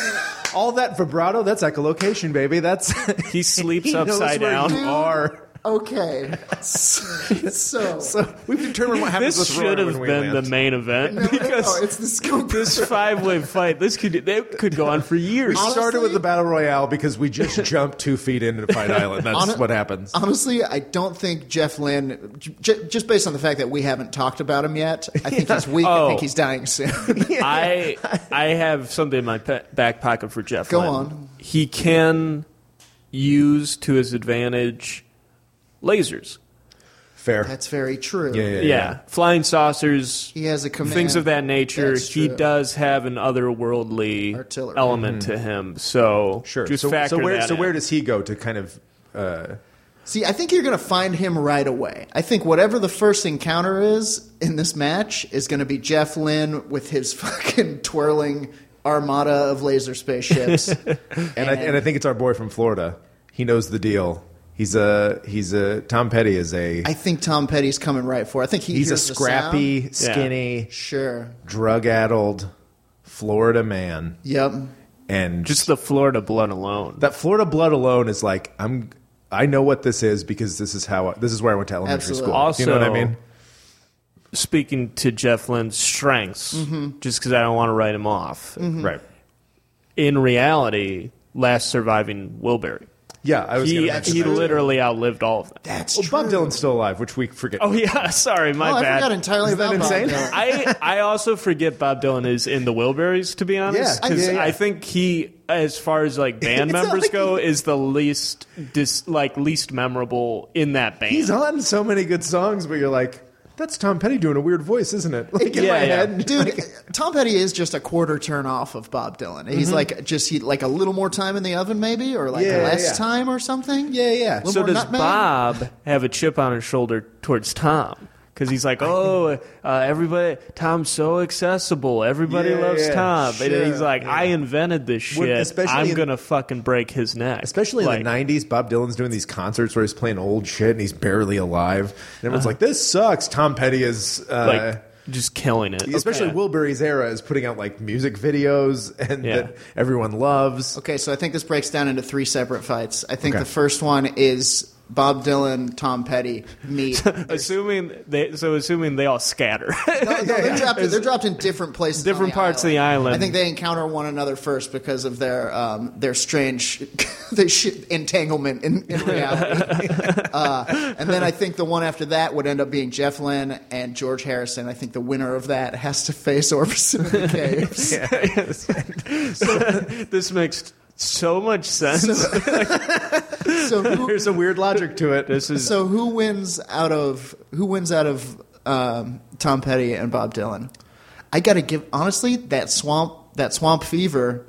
[SPEAKER 3] all that vibrato. That's echolocation, baby. That's [LAUGHS]
[SPEAKER 1] He sleeps
[SPEAKER 3] knows
[SPEAKER 1] upside
[SPEAKER 3] where
[SPEAKER 1] down.
[SPEAKER 2] [LAUGHS]
[SPEAKER 3] you are.
[SPEAKER 2] Okay, so,
[SPEAKER 3] So we've determined what happens
[SPEAKER 1] This
[SPEAKER 3] with Roy
[SPEAKER 1] should have
[SPEAKER 3] when we
[SPEAKER 1] been
[SPEAKER 3] land.
[SPEAKER 1] the main event because
[SPEAKER 3] [LAUGHS]
[SPEAKER 2] oh, it's the scoop.
[SPEAKER 1] this five way fight. This could they could go on for years.
[SPEAKER 3] We started
[SPEAKER 2] Honestly-
[SPEAKER 3] with the battle royale because
[SPEAKER 2] [LAUGHS]
[SPEAKER 3] we just jumped two feet into Fight Island. That's
[SPEAKER 2] Hon-
[SPEAKER 3] what
[SPEAKER 2] uh,
[SPEAKER 3] happens.
[SPEAKER 2] Honestly, I don't think Jeff Lynn, j- just based on the fact that we haven't talked about him yet, I think he's weak. I
[SPEAKER 1] Oh.
[SPEAKER 2] think he's dying
[SPEAKER 3] [LAUGHS]
[SPEAKER 2] soon.
[SPEAKER 1] I I have something in my pe- back pocket for Jeff.
[SPEAKER 2] Go
[SPEAKER 1] Lynne.
[SPEAKER 2] on.
[SPEAKER 1] He can use to his advantage lasers.
[SPEAKER 3] Fair.
[SPEAKER 2] That's very true.
[SPEAKER 3] yeah, yeah,
[SPEAKER 1] Yeah,
[SPEAKER 3] yeah.
[SPEAKER 1] flying saucers.
[SPEAKER 2] He has a command.
[SPEAKER 1] Things of that nature.
[SPEAKER 2] That's
[SPEAKER 1] He
[SPEAKER 2] true.
[SPEAKER 1] does have an otherworldly
[SPEAKER 2] Artillery.
[SPEAKER 1] element to him. So
[SPEAKER 3] Hmm. Sure.
[SPEAKER 1] just
[SPEAKER 3] so,
[SPEAKER 1] factor
[SPEAKER 3] so where
[SPEAKER 1] that
[SPEAKER 3] so
[SPEAKER 1] in.
[SPEAKER 3] where does he go to kind of?
[SPEAKER 2] See, I think you're going to find him right away. I think whatever the first encounter is in this match is going to be Jeff Lynn with his [LAUGHS] fucking twirling armada of laser spaceships.
[SPEAKER 3] [LAUGHS] And, I, and I think it's our boy from Florida. He knows the deal. He's a he's a Tom Petty is a
[SPEAKER 2] I think Tom Petty's coming right for. It. I think he
[SPEAKER 3] he's a
[SPEAKER 2] hears the sound.
[SPEAKER 3] scrappy, skinny,
[SPEAKER 2] Sure.
[SPEAKER 3] drug-addled Florida man,
[SPEAKER 2] Yep.
[SPEAKER 3] and
[SPEAKER 1] just the Florida blood alone?
[SPEAKER 3] that Florida blood alone is like I'm. I know what this is because this is how this is where I went to elementary
[SPEAKER 2] Absolutely.
[SPEAKER 3] school.
[SPEAKER 1] Also,
[SPEAKER 3] you know what I mean?
[SPEAKER 1] Speaking to Jeff Lynn's strengths,
[SPEAKER 2] Mm-hmm.
[SPEAKER 1] just because I don't want to write him off.
[SPEAKER 3] Right.
[SPEAKER 1] In reality, last surviving Wilbury.
[SPEAKER 3] Yeah, I was.
[SPEAKER 1] He
[SPEAKER 3] gonna mention
[SPEAKER 1] he
[SPEAKER 3] that too.
[SPEAKER 1] literally outlived all of them.
[SPEAKER 2] That's
[SPEAKER 3] Well,
[SPEAKER 2] true.
[SPEAKER 3] Bob Dylan's still alive, which we forget.
[SPEAKER 1] Oh yeah, [LAUGHS] sorry, my
[SPEAKER 2] Oh, I
[SPEAKER 1] bad.
[SPEAKER 2] forgot entirely about
[SPEAKER 3] that
[SPEAKER 2] Bob
[SPEAKER 3] insane?
[SPEAKER 2] Dylan.
[SPEAKER 1] I I also forget Bob Dylan is in the Wilburys to be honest
[SPEAKER 3] Yeah,
[SPEAKER 1] because
[SPEAKER 3] yeah, yeah.
[SPEAKER 1] I think he as far as
[SPEAKER 3] [LAUGHS]
[SPEAKER 1] like band
[SPEAKER 3] It's not
[SPEAKER 1] members
[SPEAKER 3] like
[SPEAKER 1] go is the least dis, like least memorable in that band.
[SPEAKER 3] he's on so many good songs, but you're like, that's Tom Petty doing a weird voice, isn't it? [LAUGHS] Like in
[SPEAKER 1] Yeah,
[SPEAKER 3] my
[SPEAKER 1] yeah.
[SPEAKER 3] head,
[SPEAKER 2] Dude, Tom Petty is just a quarter turn off of Bob Dylan. He's like just he like a little more time in the oven, maybe, or like
[SPEAKER 3] Yeah, yeah,
[SPEAKER 2] less
[SPEAKER 3] yeah.
[SPEAKER 2] time or something.
[SPEAKER 3] Yeah, yeah.
[SPEAKER 2] Little
[SPEAKER 1] so
[SPEAKER 2] more
[SPEAKER 1] does
[SPEAKER 2] nutmeg?
[SPEAKER 1] Bob have a chip on his shoulder towards Tom? Because he's like, oh, uh, everybody, Tom's so accessible. Everybody
[SPEAKER 3] Yeah,
[SPEAKER 1] loves
[SPEAKER 3] yeah,
[SPEAKER 1] Tom.
[SPEAKER 3] sure,
[SPEAKER 1] and he's like, I invented this
[SPEAKER 3] Would-
[SPEAKER 1] shit.
[SPEAKER 3] especially
[SPEAKER 1] I'm
[SPEAKER 3] in-
[SPEAKER 1] gonna fucking break his neck.
[SPEAKER 3] Especially in
[SPEAKER 1] like,
[SPEAKER 3] the '90s, Bob Dylan's doing these concerts where he's playing old shit and he's barely alive, and
[SPEAKER 1] Uh-huh.
[SPEAKER 3] everyone's like, "This sucks." Tom Petty is
[SPEAKER 1] like
[SPEAKER 3] uh,
[SPEAKER 1] just killing it.
[SPEAKER 3] especially
[SPEAKER 1] Okay.
[SPEAKER 3] Wilbury's era is putting out like music videos and
[SPEAKER 1] Yeah.
[SPEAKER 3] that everyone loves.
[SPEAKER 2] Okay, so I think this breaks down into three separate fights. I think
[SPEAKER 3] Okay.
[SPEAKER 2] the first one is Bob Dylan, Tom Petty meet. no,
[SPEAKER 1] assuming they so assuming they all scatter.
[SPEAKER 2] no, they're, dropped, they're dropped in different places, on
[SPEAKER 1] Different
[SPEAKER 2] the
[SPEAKER 1] parts of the island.
[SPEAKER 2] I think they encounter one another first because of their um, their strange [LAUGHS] their shit entanglement in,
[SPEAKER 1] [LAUGHS]
[SPEAKER 2] in reality. [LAUGHS] uh, and then I think the one after that would end up being Jeff Lynne and George Harrison. I think the winner of that has to face Orbison
[SPEAKER 1] [LAUGHS]
[SPEAKER 2] in the caves.
[SPEAKER 1] [LAUGHS] this makes so much sense.
[SPEAKER 2] So who,
[SPEAKER 3] There's a weird logic to it.
[SPEAKER 1] this is
[SPEAKER 2] so who wins out of who wins out of um, Tom Petty and
[SPEAKER 3] Uh-huh.
[SPEAKER 2] Bob Dylan? I got to give honestly that swamp that swamp fever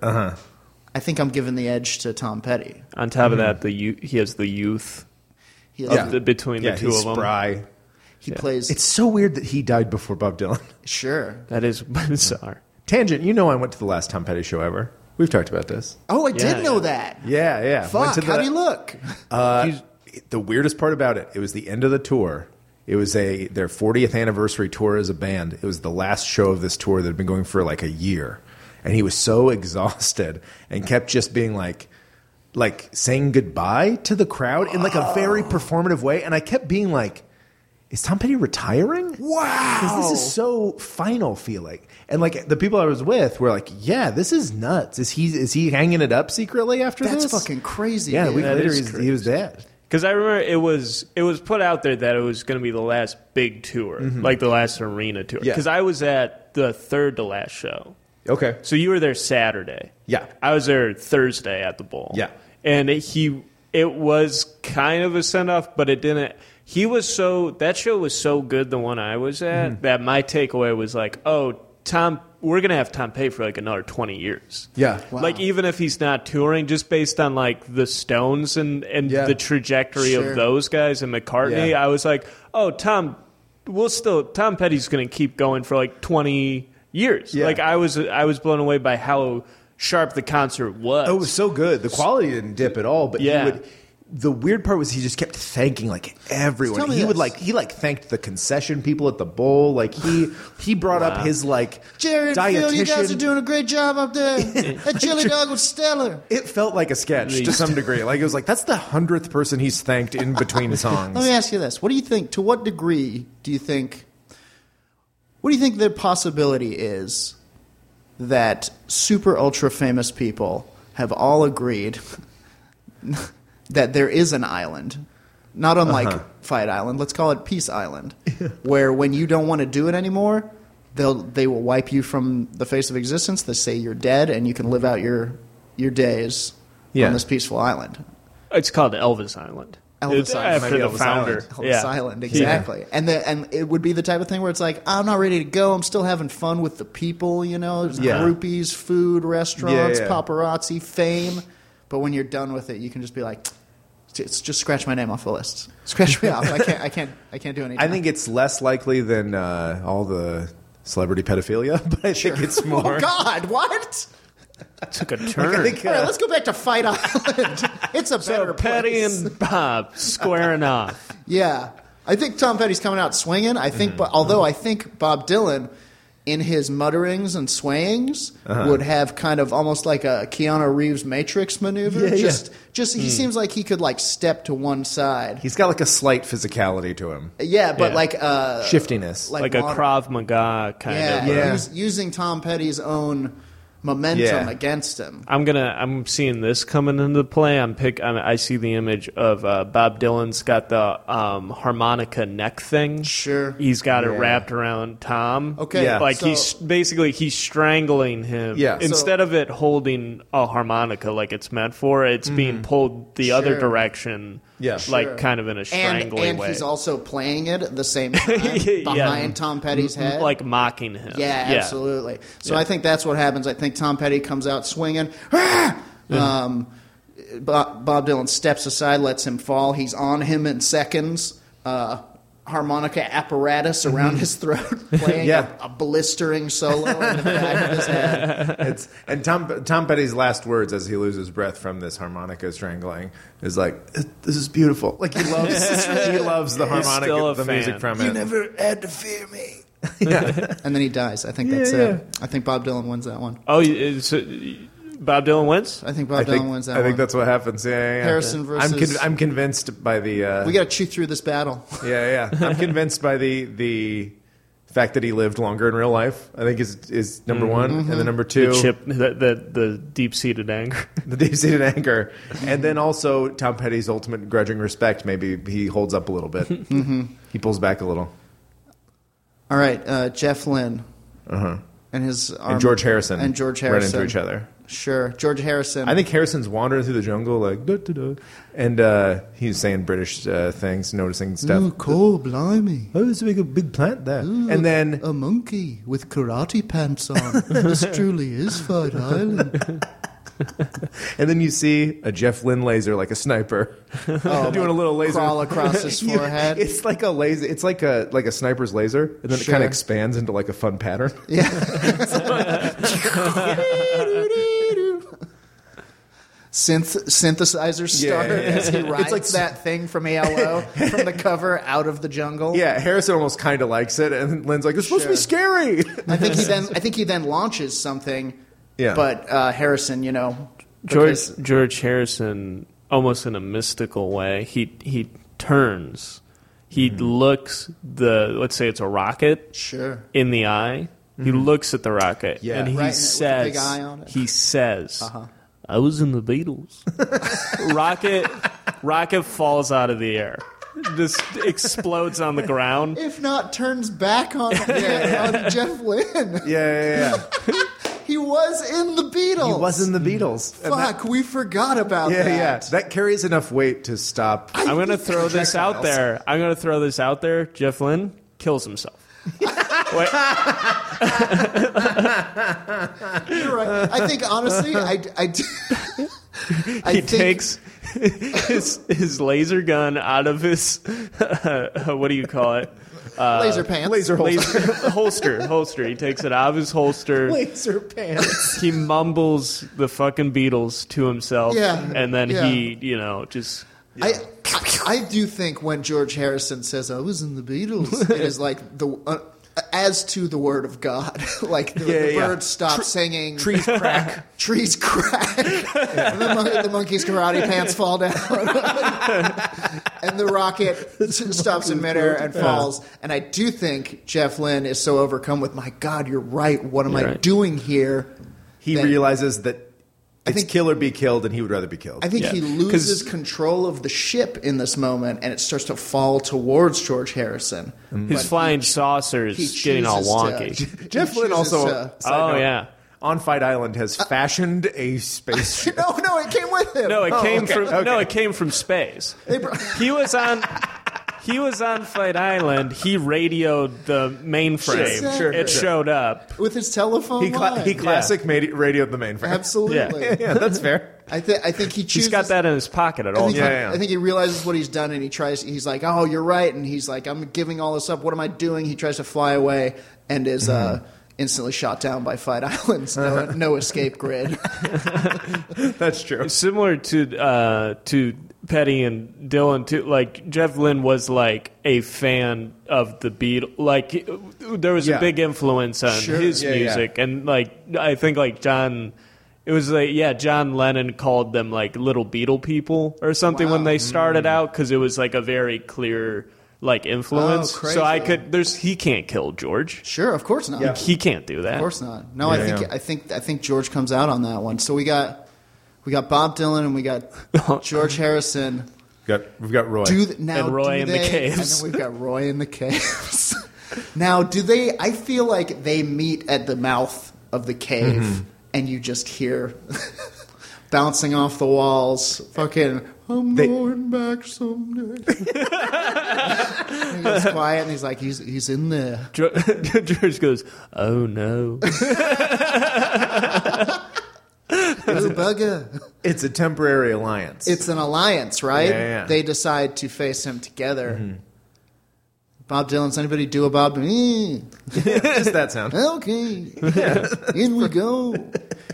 [SPEAKER 2] I think I'm giving the edge to Tom Petty.
[SPEAKER 1] On top of that, the you- he has the youth
[SPEAKER 2] He,
[SPEAKER 1] of the, between
[SPEAKER 3] yeah,
[SPEAKER 1] the two
[SPEAKER 3] he's
[SPEAKER 1] of them.
[SPEAKER 3] spry.
[SPEAKER 2] he plays
[SPEAKER 3] It's so weird that he died before Bob Dylan. [LAUGHS]
[SPEAKER 2] sure.
[SPEAKER 1] That is [LAUGHS] bizarre.
[SPEAKER 3] Tangent, you know I went to the last Tom Petty show ever. We've talked about this.
[SPEAKER 2] Oh, I
[SPEAKER 1] Yeah,
[SPEAKER 2] did know
[SPEAKER 1] yeah.
[SPEAKER 2] that.
[SPEAKER 3] Yeah, yeah.
[SPEAKER 2] Fuck,
[SPEAKER 3] Went to
[SPEAKER 2] how
[SPEAKER 3] the-
[SPEAKER 2] do you
[SPEAKER 3] [LAUGHS]
[SPEAKER 2] look?
[SPEAKER 3] Uh, the weirdest part about it, it was the end of the tour. It was a their 40th anniversary tour as a band. It was the last show of this tour that had been going for like a year, and he was so [LAUGHS] exhausted and kept just being like, like saying goodbye to the crowd in like a very performative way. And I kept being like, "Is Tom Petty retiring? Wow, this is so final feeling." And like the people I was with were like, "Yeah, this is nuts. Is he is he hanging it up secretly after
[SPEAKER 2] That's
[SPEAKER 3] this?
[SPEAKER 2] fucking crazy.
[SPEAKER 3] Yeah,
[SPEAKER 2] dude.
[SPEAKER 3] a week
[SPEAKER 1] That
[SPEAKER 3] later
[SPEAKER 1] is
[SPEAKER 3] he's, he
[SPEAKER 1] crazy.
[SPEAKER 3] was dead.
[SPEAKER 1] Because I remember it was it was put out there that it was going to be the last big tour, like the last arena tour.
[SPEAKER 3] Yeah.
[SPEAKER 1] Because I was at the third to last show.
[SPEAKER 3] Okay.
[SPEAKER 1] So you were there Saturday.
[SPEAKER 3] Yeah.
[SPEAKER 1] I was there Thursday at the bowl.
[SPEAKER 3] Yeah.
[SPEAKER 1] And it- he it was kind of a send off, but it didn't he was so that show was so good the one I was at
[SPEAKER 3] Mm-hmm.
[SPEAKER 1] that my takeaway was like, "Oh, Tom we're going to have Tom Pay for like another 20 years."
[SPEAKER 3] Yeah.
[SPEAKER 2] Wow.
[SPEAKER 1] Like even if he's not touring just based on like the Stones and and
[SPEAKER 3] Yeah.
[SPEAKER 1] the trajectory
[SPEAKER 2] Sure.
[SPEAKER 1] of those guys and McCartney,
[SPEAKER 3] Yeah.
[SPEAKER 1] I was like, "Oh, Tom we'll still Tom Petty's going to keep going for like 20 years."
[SPEAKER 3] Yeah.
[SPEAKER 1] Like I was I was blown away by how sharp the concert was.
[SPEAKER 3] Oh, It was so good. The quality didn't dip at all, but
[SPEAKER 1] Yeah.
[SPEAKER 3] he would the weird part was he just kept thanking like everyone.
[SPEAKER 2] Tell me
[SPEAKER 3] he
[SPEAKER 2] this.
[SPEAKER 3] would like he like thanked the concession people at the bowl. Like he he brought up his like
[SPEAKER 2] Jerry and Phil, you guys
[SPEAKER 3] dietitian.
[SPEAKER 2] are doing a great job up there.
[SPEAKER 3] [LAUGHS]
[SPEAKER 2] that chili dog was stellar.
[SPEAKER 3] it felt like a sketch to
[SPEAKER 1] Least.
[SPEAKER 3] some degree. Like it was like that's the hundredth person he's thanked
[SPEAKER 2] [LAUGHS]
[SPEAKER 3] in between songs.
[SPEAKER 2] Let me ask you this: What do you think? To what degree do you think? What do you think the possibility is that super ultra famous people have all agreed [LAUGHS] that there is an island, not unlike Fight Island. Let's call it Peace Island, where when you don't want to do it anymore, they'll they will wipe you from the face of existence. They say you're dead, and you can live out your your days
[SPEAKER 3] Yeah.
[SPEAKER 2] on this peaceful island.
[SPEAKER 1] It's called Elvis Island.
[SPEAKER 2] Elvis
[SPEAKER 1] It's
[SPEAKER 2] Island.
[SPEAKER 1] after
[SPEAKER 3] Maybe
[SPEAKER 1] the
[SPEAKER 3] Elvis
[SPEAKER 1] founder.
[SPEAKER 3] Island.
[SPEAKER 2] [LAUGHS] Ellis
[SPEAKER 1] yeah.
[SPEAKER 2] Island, exactly. And the and it would be the type of thing where it's like, I'm not ready to go. I'm still having fun with the people, you know, There's
[SPEAKER 3] Yeah.
[SPEAKER 2] groupies, food, restaurants,
[SPEAKER 3] Yeah, yeah.
[SPEAKER 2] paparazzi, fame. But when you're done with it, you can just be like, just, just scratch my name off the list. Scratch me off. I can't. I can't. I can't do anything.
[SPEAKER 3] I think it's less likely than uh, all the celebrity pedophilia, [LAUGHS] but I think it's
[SPEAKER 2] [LAUGHS]
[SPEAKER 3] more.
[SPEAKER 2] Oh God! What?
[SPEAKER 1] Took a turn.
[SPEAKER 3] I think,
[SPEAKER 2] All right,
[SPEAKER 3] uh,
[SPEAKER 2] let's go back to Fight Island. [LAUGHS] it's a better
[SPEAKER 1] so Petty
[SPEAKER 2] place.
[SPEAKER 1] and Bob squaring off.
[SPEAKER 2] Yeah, I think Tom Petty's coming out swinging. I
[SPEAKER 3] Mm-hmm.
[SPEAKER 2] think, but although I think Bob Dylan, in his mutterings and swayings,
[SPEAKER 3] Uh-huh.
[SPEAKER 2] would have kind of almost like a Keanu Reeves Matrix maneuver.
[SPEAKER 3] Yeah, Hmm. yeah.
[SPEAKER 2] just, just he seems like he could like step to one side.
[SPEAKER 3] he's got like a slight physicality to him,
[SPEAKER 2] Yeah, but
[SPEAKER 1] Yeah.
[SPEAKER 2] like uh,
[SPEAKER 3] shiftiness.
[SPEAKER 1] Like, a
[SPEAKER 2] moder-
[SPEAKER 1] Krav Maga kind
[SPEAKER 2] Yeah,
[SPEAKER 1] of.
[SPEAKER 3] Yeah.
[SPEAKER 2] us- using Tom Petty's own momentum
[SPEAKER 3] Yeah.
[SPEAKER 2] against him.
[SPEAKER 1] I'm gonna. I'm seeing this coming into play. I'm pick. I'm, I see the image of uh, Bob Dylan's got the um, harmonica neck thing.
[SPEAKER 2] Sure.
[SPEAKER 1] he's got
[SPEAKER 3] Yeah.
[SPEAKER 1] it wrapped around Tom.
[SPEAKER 2] Okay,
[SPEAKER 3] Yeah.
[SPEAKER 1] like
[SPEAKER 2] so-
[SPEAKER 1] he's basically he's strangling him.
[SPEAKER 3] Yeah. So-
[SPEAKER 1] instead of it holding a harmonica like it's meant for, it's being pulled the other
[SPEAKER 2] Sure.
[SPEAKER 1] direction.
[SPEAKER 3] Mm-hmm. Yeah.
[SPEAKER 1] like
[SPEAKER 2] Sure.
[SPEAKER 1] kind of in a
[SPEAKER 2] And,
[SPEAKER 1] strangling
[SPEAKER 2] and
[SPEAKER 1] way,
[SPEAKER 2] he's also playing it at the
[SPEAKER 3] [LAUGHS]
[SPEAKER 2] same time
[SPEAKER 1] Yeah.
[SPEAKER 2] behind Tom Petty's
[SPEAKER 3] Mm-hmm.
[SPEAKER 2] head.
[SPEAKER 1] like mocking him.
[SPEAKER 2] Yeah, absolutely. So
[SPEAKER 1] Yeah.
[SPEAKER 2] I think that's what happens. I think Tom Petty comes out swinging. Ah! um, Bob, Bob Dylan steps aside, lets him fall. He's on him in seconds. Uh, harmonica apparatus around his
[SPEAKER 3] [LAUGHS]
[SPEAKER 2] throat, playing
[SPEAKER 3] Mm-hmm. Yeah.
[SPEAKER 2] a, a blistering solo in the back of his
[SPEAKER 3] [LAUGHS]
[SPEAKER 2] head.
[SPEAKER 3] It's and Tom Tom Petty's last words as he loses breath from this harmonica strangling is like, [LAUGHS] "This is beautiful." Like he
[SPEAKER 1] [LAUGHS]
[SPEAKER 3] loves he loves the harmonica,
[SPEAKER 1] still a
[SPEAKER 3] the
[SPEAKER 1] fan.
[SPEAKER 3] music from it.
[SPEAKER 4] You never had to fear me.
[SPEAKER 2] And then he dies. I think that's it. I think Bob Dylan wins that one.
[SPEAKER 1] Oh, y- so y- Bob Dylan wins.
[SPEAKER 2] I think Bob
[SPEAKER 3] I
[SPEAKER 2] Dylan
[SPEAKER 3] think,
[SPEAKER 2] wins that
[SPEAKER 3] I think
[SPEAKER 2] one.
[SPEAKER 3] that's what happens. Yeah, yeah, yeah.
[SPEAKER 2] Harrison
[SPEAKER 3] I'm,
[SPEAKER 2] versus-
[SPEAKER 3] I'm convinced by the. Uh,
[SPEAKER 2] we got to chew through this battle.
[SPEAKER 3] yeah, yeah. I'm convinced by the the fact that he lived longer in real life. I think is is number one, and
[SPEAKER 2] Mm-hmm.
[SPEAKER 3] then number two,
[SPEAKER 1] Mm-hmm. The chip, the the, the deep seated anger.
[SPEAKER 3] the deep seated anger, and then also Tom Petty's ultimate grudging respect. Maybe he holds up a little bit.
[SPEAKER 2] Mm-hmm.
[SPEAKER 3] He pulls back a little.
[SPEAKER 2] All right, uh, Jeff Lynne and his arm-
[SPEAKER 3] Uh-huh. and George Harrison
[SPEAKER 2] and George
[SPEAKER 3] run
[SPEAKER 2] Harrison
[SPEAKER 3] into each other.
[SPEAKER 2] Sure, George Harrison.
[SPEAKER 3] I think Harrison's wandering through the jungle like duh, duh, duh, and uh, he's saying British uh, things, noticing stuff.
[SPEAKER 2] Ooh, cool, blimey.
[SPEAKER 3] Oh, there's a big, big plant there, and then
[SPEAKER 2] a monkey with karate pants on. this truly is Fight Island.
[SPEAKER 3] and then you see a Jeff Lynne laser, like a sniper, [LAUGHS] doing a little laser
[SPEAKER 2] Oh, Crawl across his
[SPEAKER 3] You-
[SPEAKER 2] forehead.
[SPEAKER 3] It's like a laser. It's like a like a sniper's laser, and then it
[SPEAKER 2] Sure.
[SPEAKER 3] kind of expands into like a fun pattern. [LAUGHS]
[SPEAKER 2] synth synthesizer star
[SPEAKER 3] Yeah, yeah, yeah.
[SPEAKER 2] as
[SPEAKER 3] [LAUGHS]
[SPEAKER 2] he rides
[SPEAKER 3] like-
[SPEAKER 2] that thing from ALO from the cover out of the jungle.
[SPEAKER 3] Yeah, Harrison almost kind of likes it, and Lynn's like, "It's supposed to be scary." [LAUGHS]
[SPEAKER 2] I think he then I think he then launches something.
[SPEAKER 3] Yeah.
[SPEAKER 2] But uh, Harrison, you know,
[SPEAKER 1] George
[SPEAKER 2] because-
[SPEAKER 1] George Harrison, almost in a mystical way, he he turns. He
[SPEAKER 2] Mm-hmm.
[SPEAKER 1] looks the let's say it's a rocket
[SPEAKER 2] sure.
[SPEAKER 1] in the eye. He looks at the rocket
[SPEAKER 3] Yeah.
[SPEAKER 1] and he
[SPEAKER 2] Mm-hmm. Right, and it- with the
[SPEAKER 1] says,
[SPEAKER 2] big eye on it. Uh-huh.
[SPEAKER 1] "He says, I was in the
[SPEAKER 2] [LAUGHS]
[SPEAKER 1] Beatles." rocket, rocket falls out of the air, just explodes on the
[SPEAKER 2] [LAUGHS]
[SPEAKER 1] ground.
[SPEAKER 2] If not, turns back [LAUGHS] on, on Jeff Lynne.
[SPEAKER 3] yeah, yeah, yeah.
[SPEAKER 2] He was in the Beatles.
[SPEAKER 3] It wasn't the Beatles. And that-
[SPEAKER 2] Fuck, we forgot about
[SPEAKER 3] yeah,
[SPEAKER 2] that.
[SPEAKER 3] yeah. That carries enough weight to stop.
[SPEAKER 1] I'm going to throw this out there. I'm going to throw this out there. Jeff Lynne kills himself. Wait,
[SPEAKER 2] You're right. I think honestly, I, I, [LAUGHS] I
[SPEAKER 1] he
[SPEAKER 2] think-
[SPEAKER 1] takes his his laser gun out of his [LAUGHS] what do you call it?
[SPEAKER 3] Uh,
[SPEAKER 2] laser pants.
[SPEAKER 3] Laser hole.
[SPEAKER 1] Laser [LAUGHS] holster, holster. He takes it out of his holster.
[SPEAKER 3] [LAUGHS]
[SPEAKER 2] laser pants.
[SPEAKER 1] He mumbles the fucking Beatles to himself,
[SPEAKER 2] Yeah.
[SPEAKER 1] and then
[SPEAKER 2] Yeah.
[SPEAKER 1] he, you know, just
[SPEAKER 2] I, I do think when George Harrison says I was in the Beatles, it is like the uh, as to the word of God. [LAUGHS] like the,
[SPEAKER 3] Yeah,
[SPEAKER 2] the
[SPEAKER 3] yeah, yeah.
[SPEAKER 2] birds stop singing,
[SPEAKER 3] Trees
[SPEAKER 2] [LAUGHS]
[SPEAKER 3] crack.
[SPEAKER 2] trees crack, and the, mon- the monkey's karate pants fall down, [LAUGHS] and the rocket s- stops in midair and falls. And I do think Jeff Lynne is so overcome with my God, you're right. What am
[SPEAKER 1] You're
[SPEAKER 2] I
[SPEAKER 1] right.
[SPEAKER 2] doing here?
[SPEAKER 3] He
[SPEAKER 2] Then-
[SPEAKER 3] realizes that it's
[SPEAKER 2] think-
[SPEAKER 3] kill or be killed, and he would rather be killed.
[SPEAKER 2] I think
[SPEAKER 1] Yeah.
[SPEAKER 2] he
[SPEAKER 1] 'Cause-
[SPEAKER 2] loses control of the ship in this moment, and it starts to fall towards George Harrison.
[SPEAKER 1] Mm-hmm. his flying saucer
[SPEAKER 2] He
[SPEAKER 1] is getting all
[SPEAKER 2] chooses
[SPEAKER 1] wonky.
[SPEAKER 2] [LAUGHS] to-
[SPEAKER 3] Jeff
[SPEAKER 2] he
[SPEAKER 3] Lynne
[SPEAKER 2] chooses
[SPEAKER 3] also.
[SPEAKER 2] to-
[SPEAKER 3] side
[SPEAKER 1] Oh,
[SPEAKER 3] note,
[SPEAKER 1] yeah.
[SPEAKER 3] On Fight Island has fashioned a [LAUGHS] spaceship.
[SPEAKER 2] Uh, [LAUGHS] no, no, it came with him.
[SPEAKER 1] No, it
[SPEAKER 3] Oh,
[SPEAKER 1] came
[SPEAKER 3] okay,
[SPEAKER 1] from no,
[SPEAKER 3] okay.
[SPEAKER 1] it came from space.
[SPEAKER 2] They br-
[SPEAKER 1] He was on. He was on Fight Island. He radioed the mainframe.
[SPEAKER 2] Sure, sure,
[SPEAKER 1] it
[SPEAKER 2] sure.
[SPEAKER 1] showed up.
[SPEAKER 2] with his telephone.
[SPEAKER 3] he, cla-
[SPEAKER 2] line.
[SPEAKER 3] he classic made, radioed the mainframe.
[SPEAKER 2] Absolutely.
[SPEAKER 1] Yeah.
[SPEAKER 3] [LAUGHS] yeah, that's fair.
[SPEAKER 2] I, th- I think he chooses.
[SPEAKER 1] He's got that in his pocket at
[SPEAKER 2] I
[SPEAKER 1] all
[SPEAKER 2] think,
[SPEAKER 1] times.
[SPEAKER 3] Yeah,
[SPEAKER 2] he,
[SPEAKER 3] yeah.
[SPEAKER 2] I think he realizes what he's done, and he tries. He's like, "Oh, you're right," and he's like, "I'm giving all this up. What am I doing?" He tries to fly away and is
[SPEAKER 1] Mm-hmm.
[SPEAKER 2] uh, instantly shot down by Fight Islands. No,
[SPEAKER 1] Uh-huh.
[SPEAKER 2] no escape
[SPEAKER 1] [LAUGHS]
[SPEAKER 2] grid.
[SPEAKER 3] That's true.
[SPEAKER 1] Similar to uh, to Petty and Dylan too. Like Jeff Lynne was like a fan of the Beatles. Like he- there was
[SPEAKER 3] Yeah.
[SPEAKER 1] a big influence on
[SPEAKER 2] Sure.
[SPEAKER 1] his
[SPEAKER 3] Yeah, yeah.
[SPEAKER 1] music, and like I think like John. It was like yeah, John Lennon called them like little Beatle people or something when
[SPEAKER 2] Wow. Mm.
[SPEAKER 1] they started out because it was like a very clear like influence.
[SPEAKER 2] Oh, crazy.
[SPEAKER 1] so I could there's he can't kill George.
[SPEAKER 2] sure, of course not.
[SPEAKER 1] He can't do that.
[SPEAKER 2] Of course not. No, I
[SPEAKER 3] Yeah,
[SPEAKER 2] think
[SPEAKER 3] yeah.
[SPEAKER 2] I think I think George comes out on that one. So we got we got Bob Dylan and we
[SPEAKER 3] [LAUGHS]
[SPEAKER 2] got George Harrison.
[SPEAKER 3] Got, we've got Roy.
[SPEAKER 2] Do th- now
[SPEAKER 1] And Roy
[SPEAKER 2] do
[SPEAKER 1] in the
[SPEAKER 2] they,
[SPEAKER 1] Caves.
[SPEAKER 2] And then we've got Roy in the caves. [LAUGHS] now, do they? I feel like they meet at the mouth of the cave,
[SPEAKER 3] Mm-hmm.
[SPEAKER 2] and you just hear [LAUGHS] bouncing off the walls. Fucking, I'm
[SPEAKER 3] They-
[SPEAKER 2] going back someday. [LAUGHS] and he gets quiet, and he's like, he's he's in there.
[SPEAKER 1] George, [LAUGHS] George goes, "Oh no."
[SPEAKER 2] Oh, bugger.
[SPEAKER 3] it's a temporary alliance. [LAUGHS]
[SPEAKER 2] It's an alliance, right?
[SPEAKER 3] Yeah, yeah. Mm-hmm.
[SPEAKER 2] They decide to face him together. Bob Dylan's anybody do a Bob? Mm,
[SPEAKER 3] just that sound. [LAUGHS]
[SPEAKER 2] okay, [LAUGHS] in we go.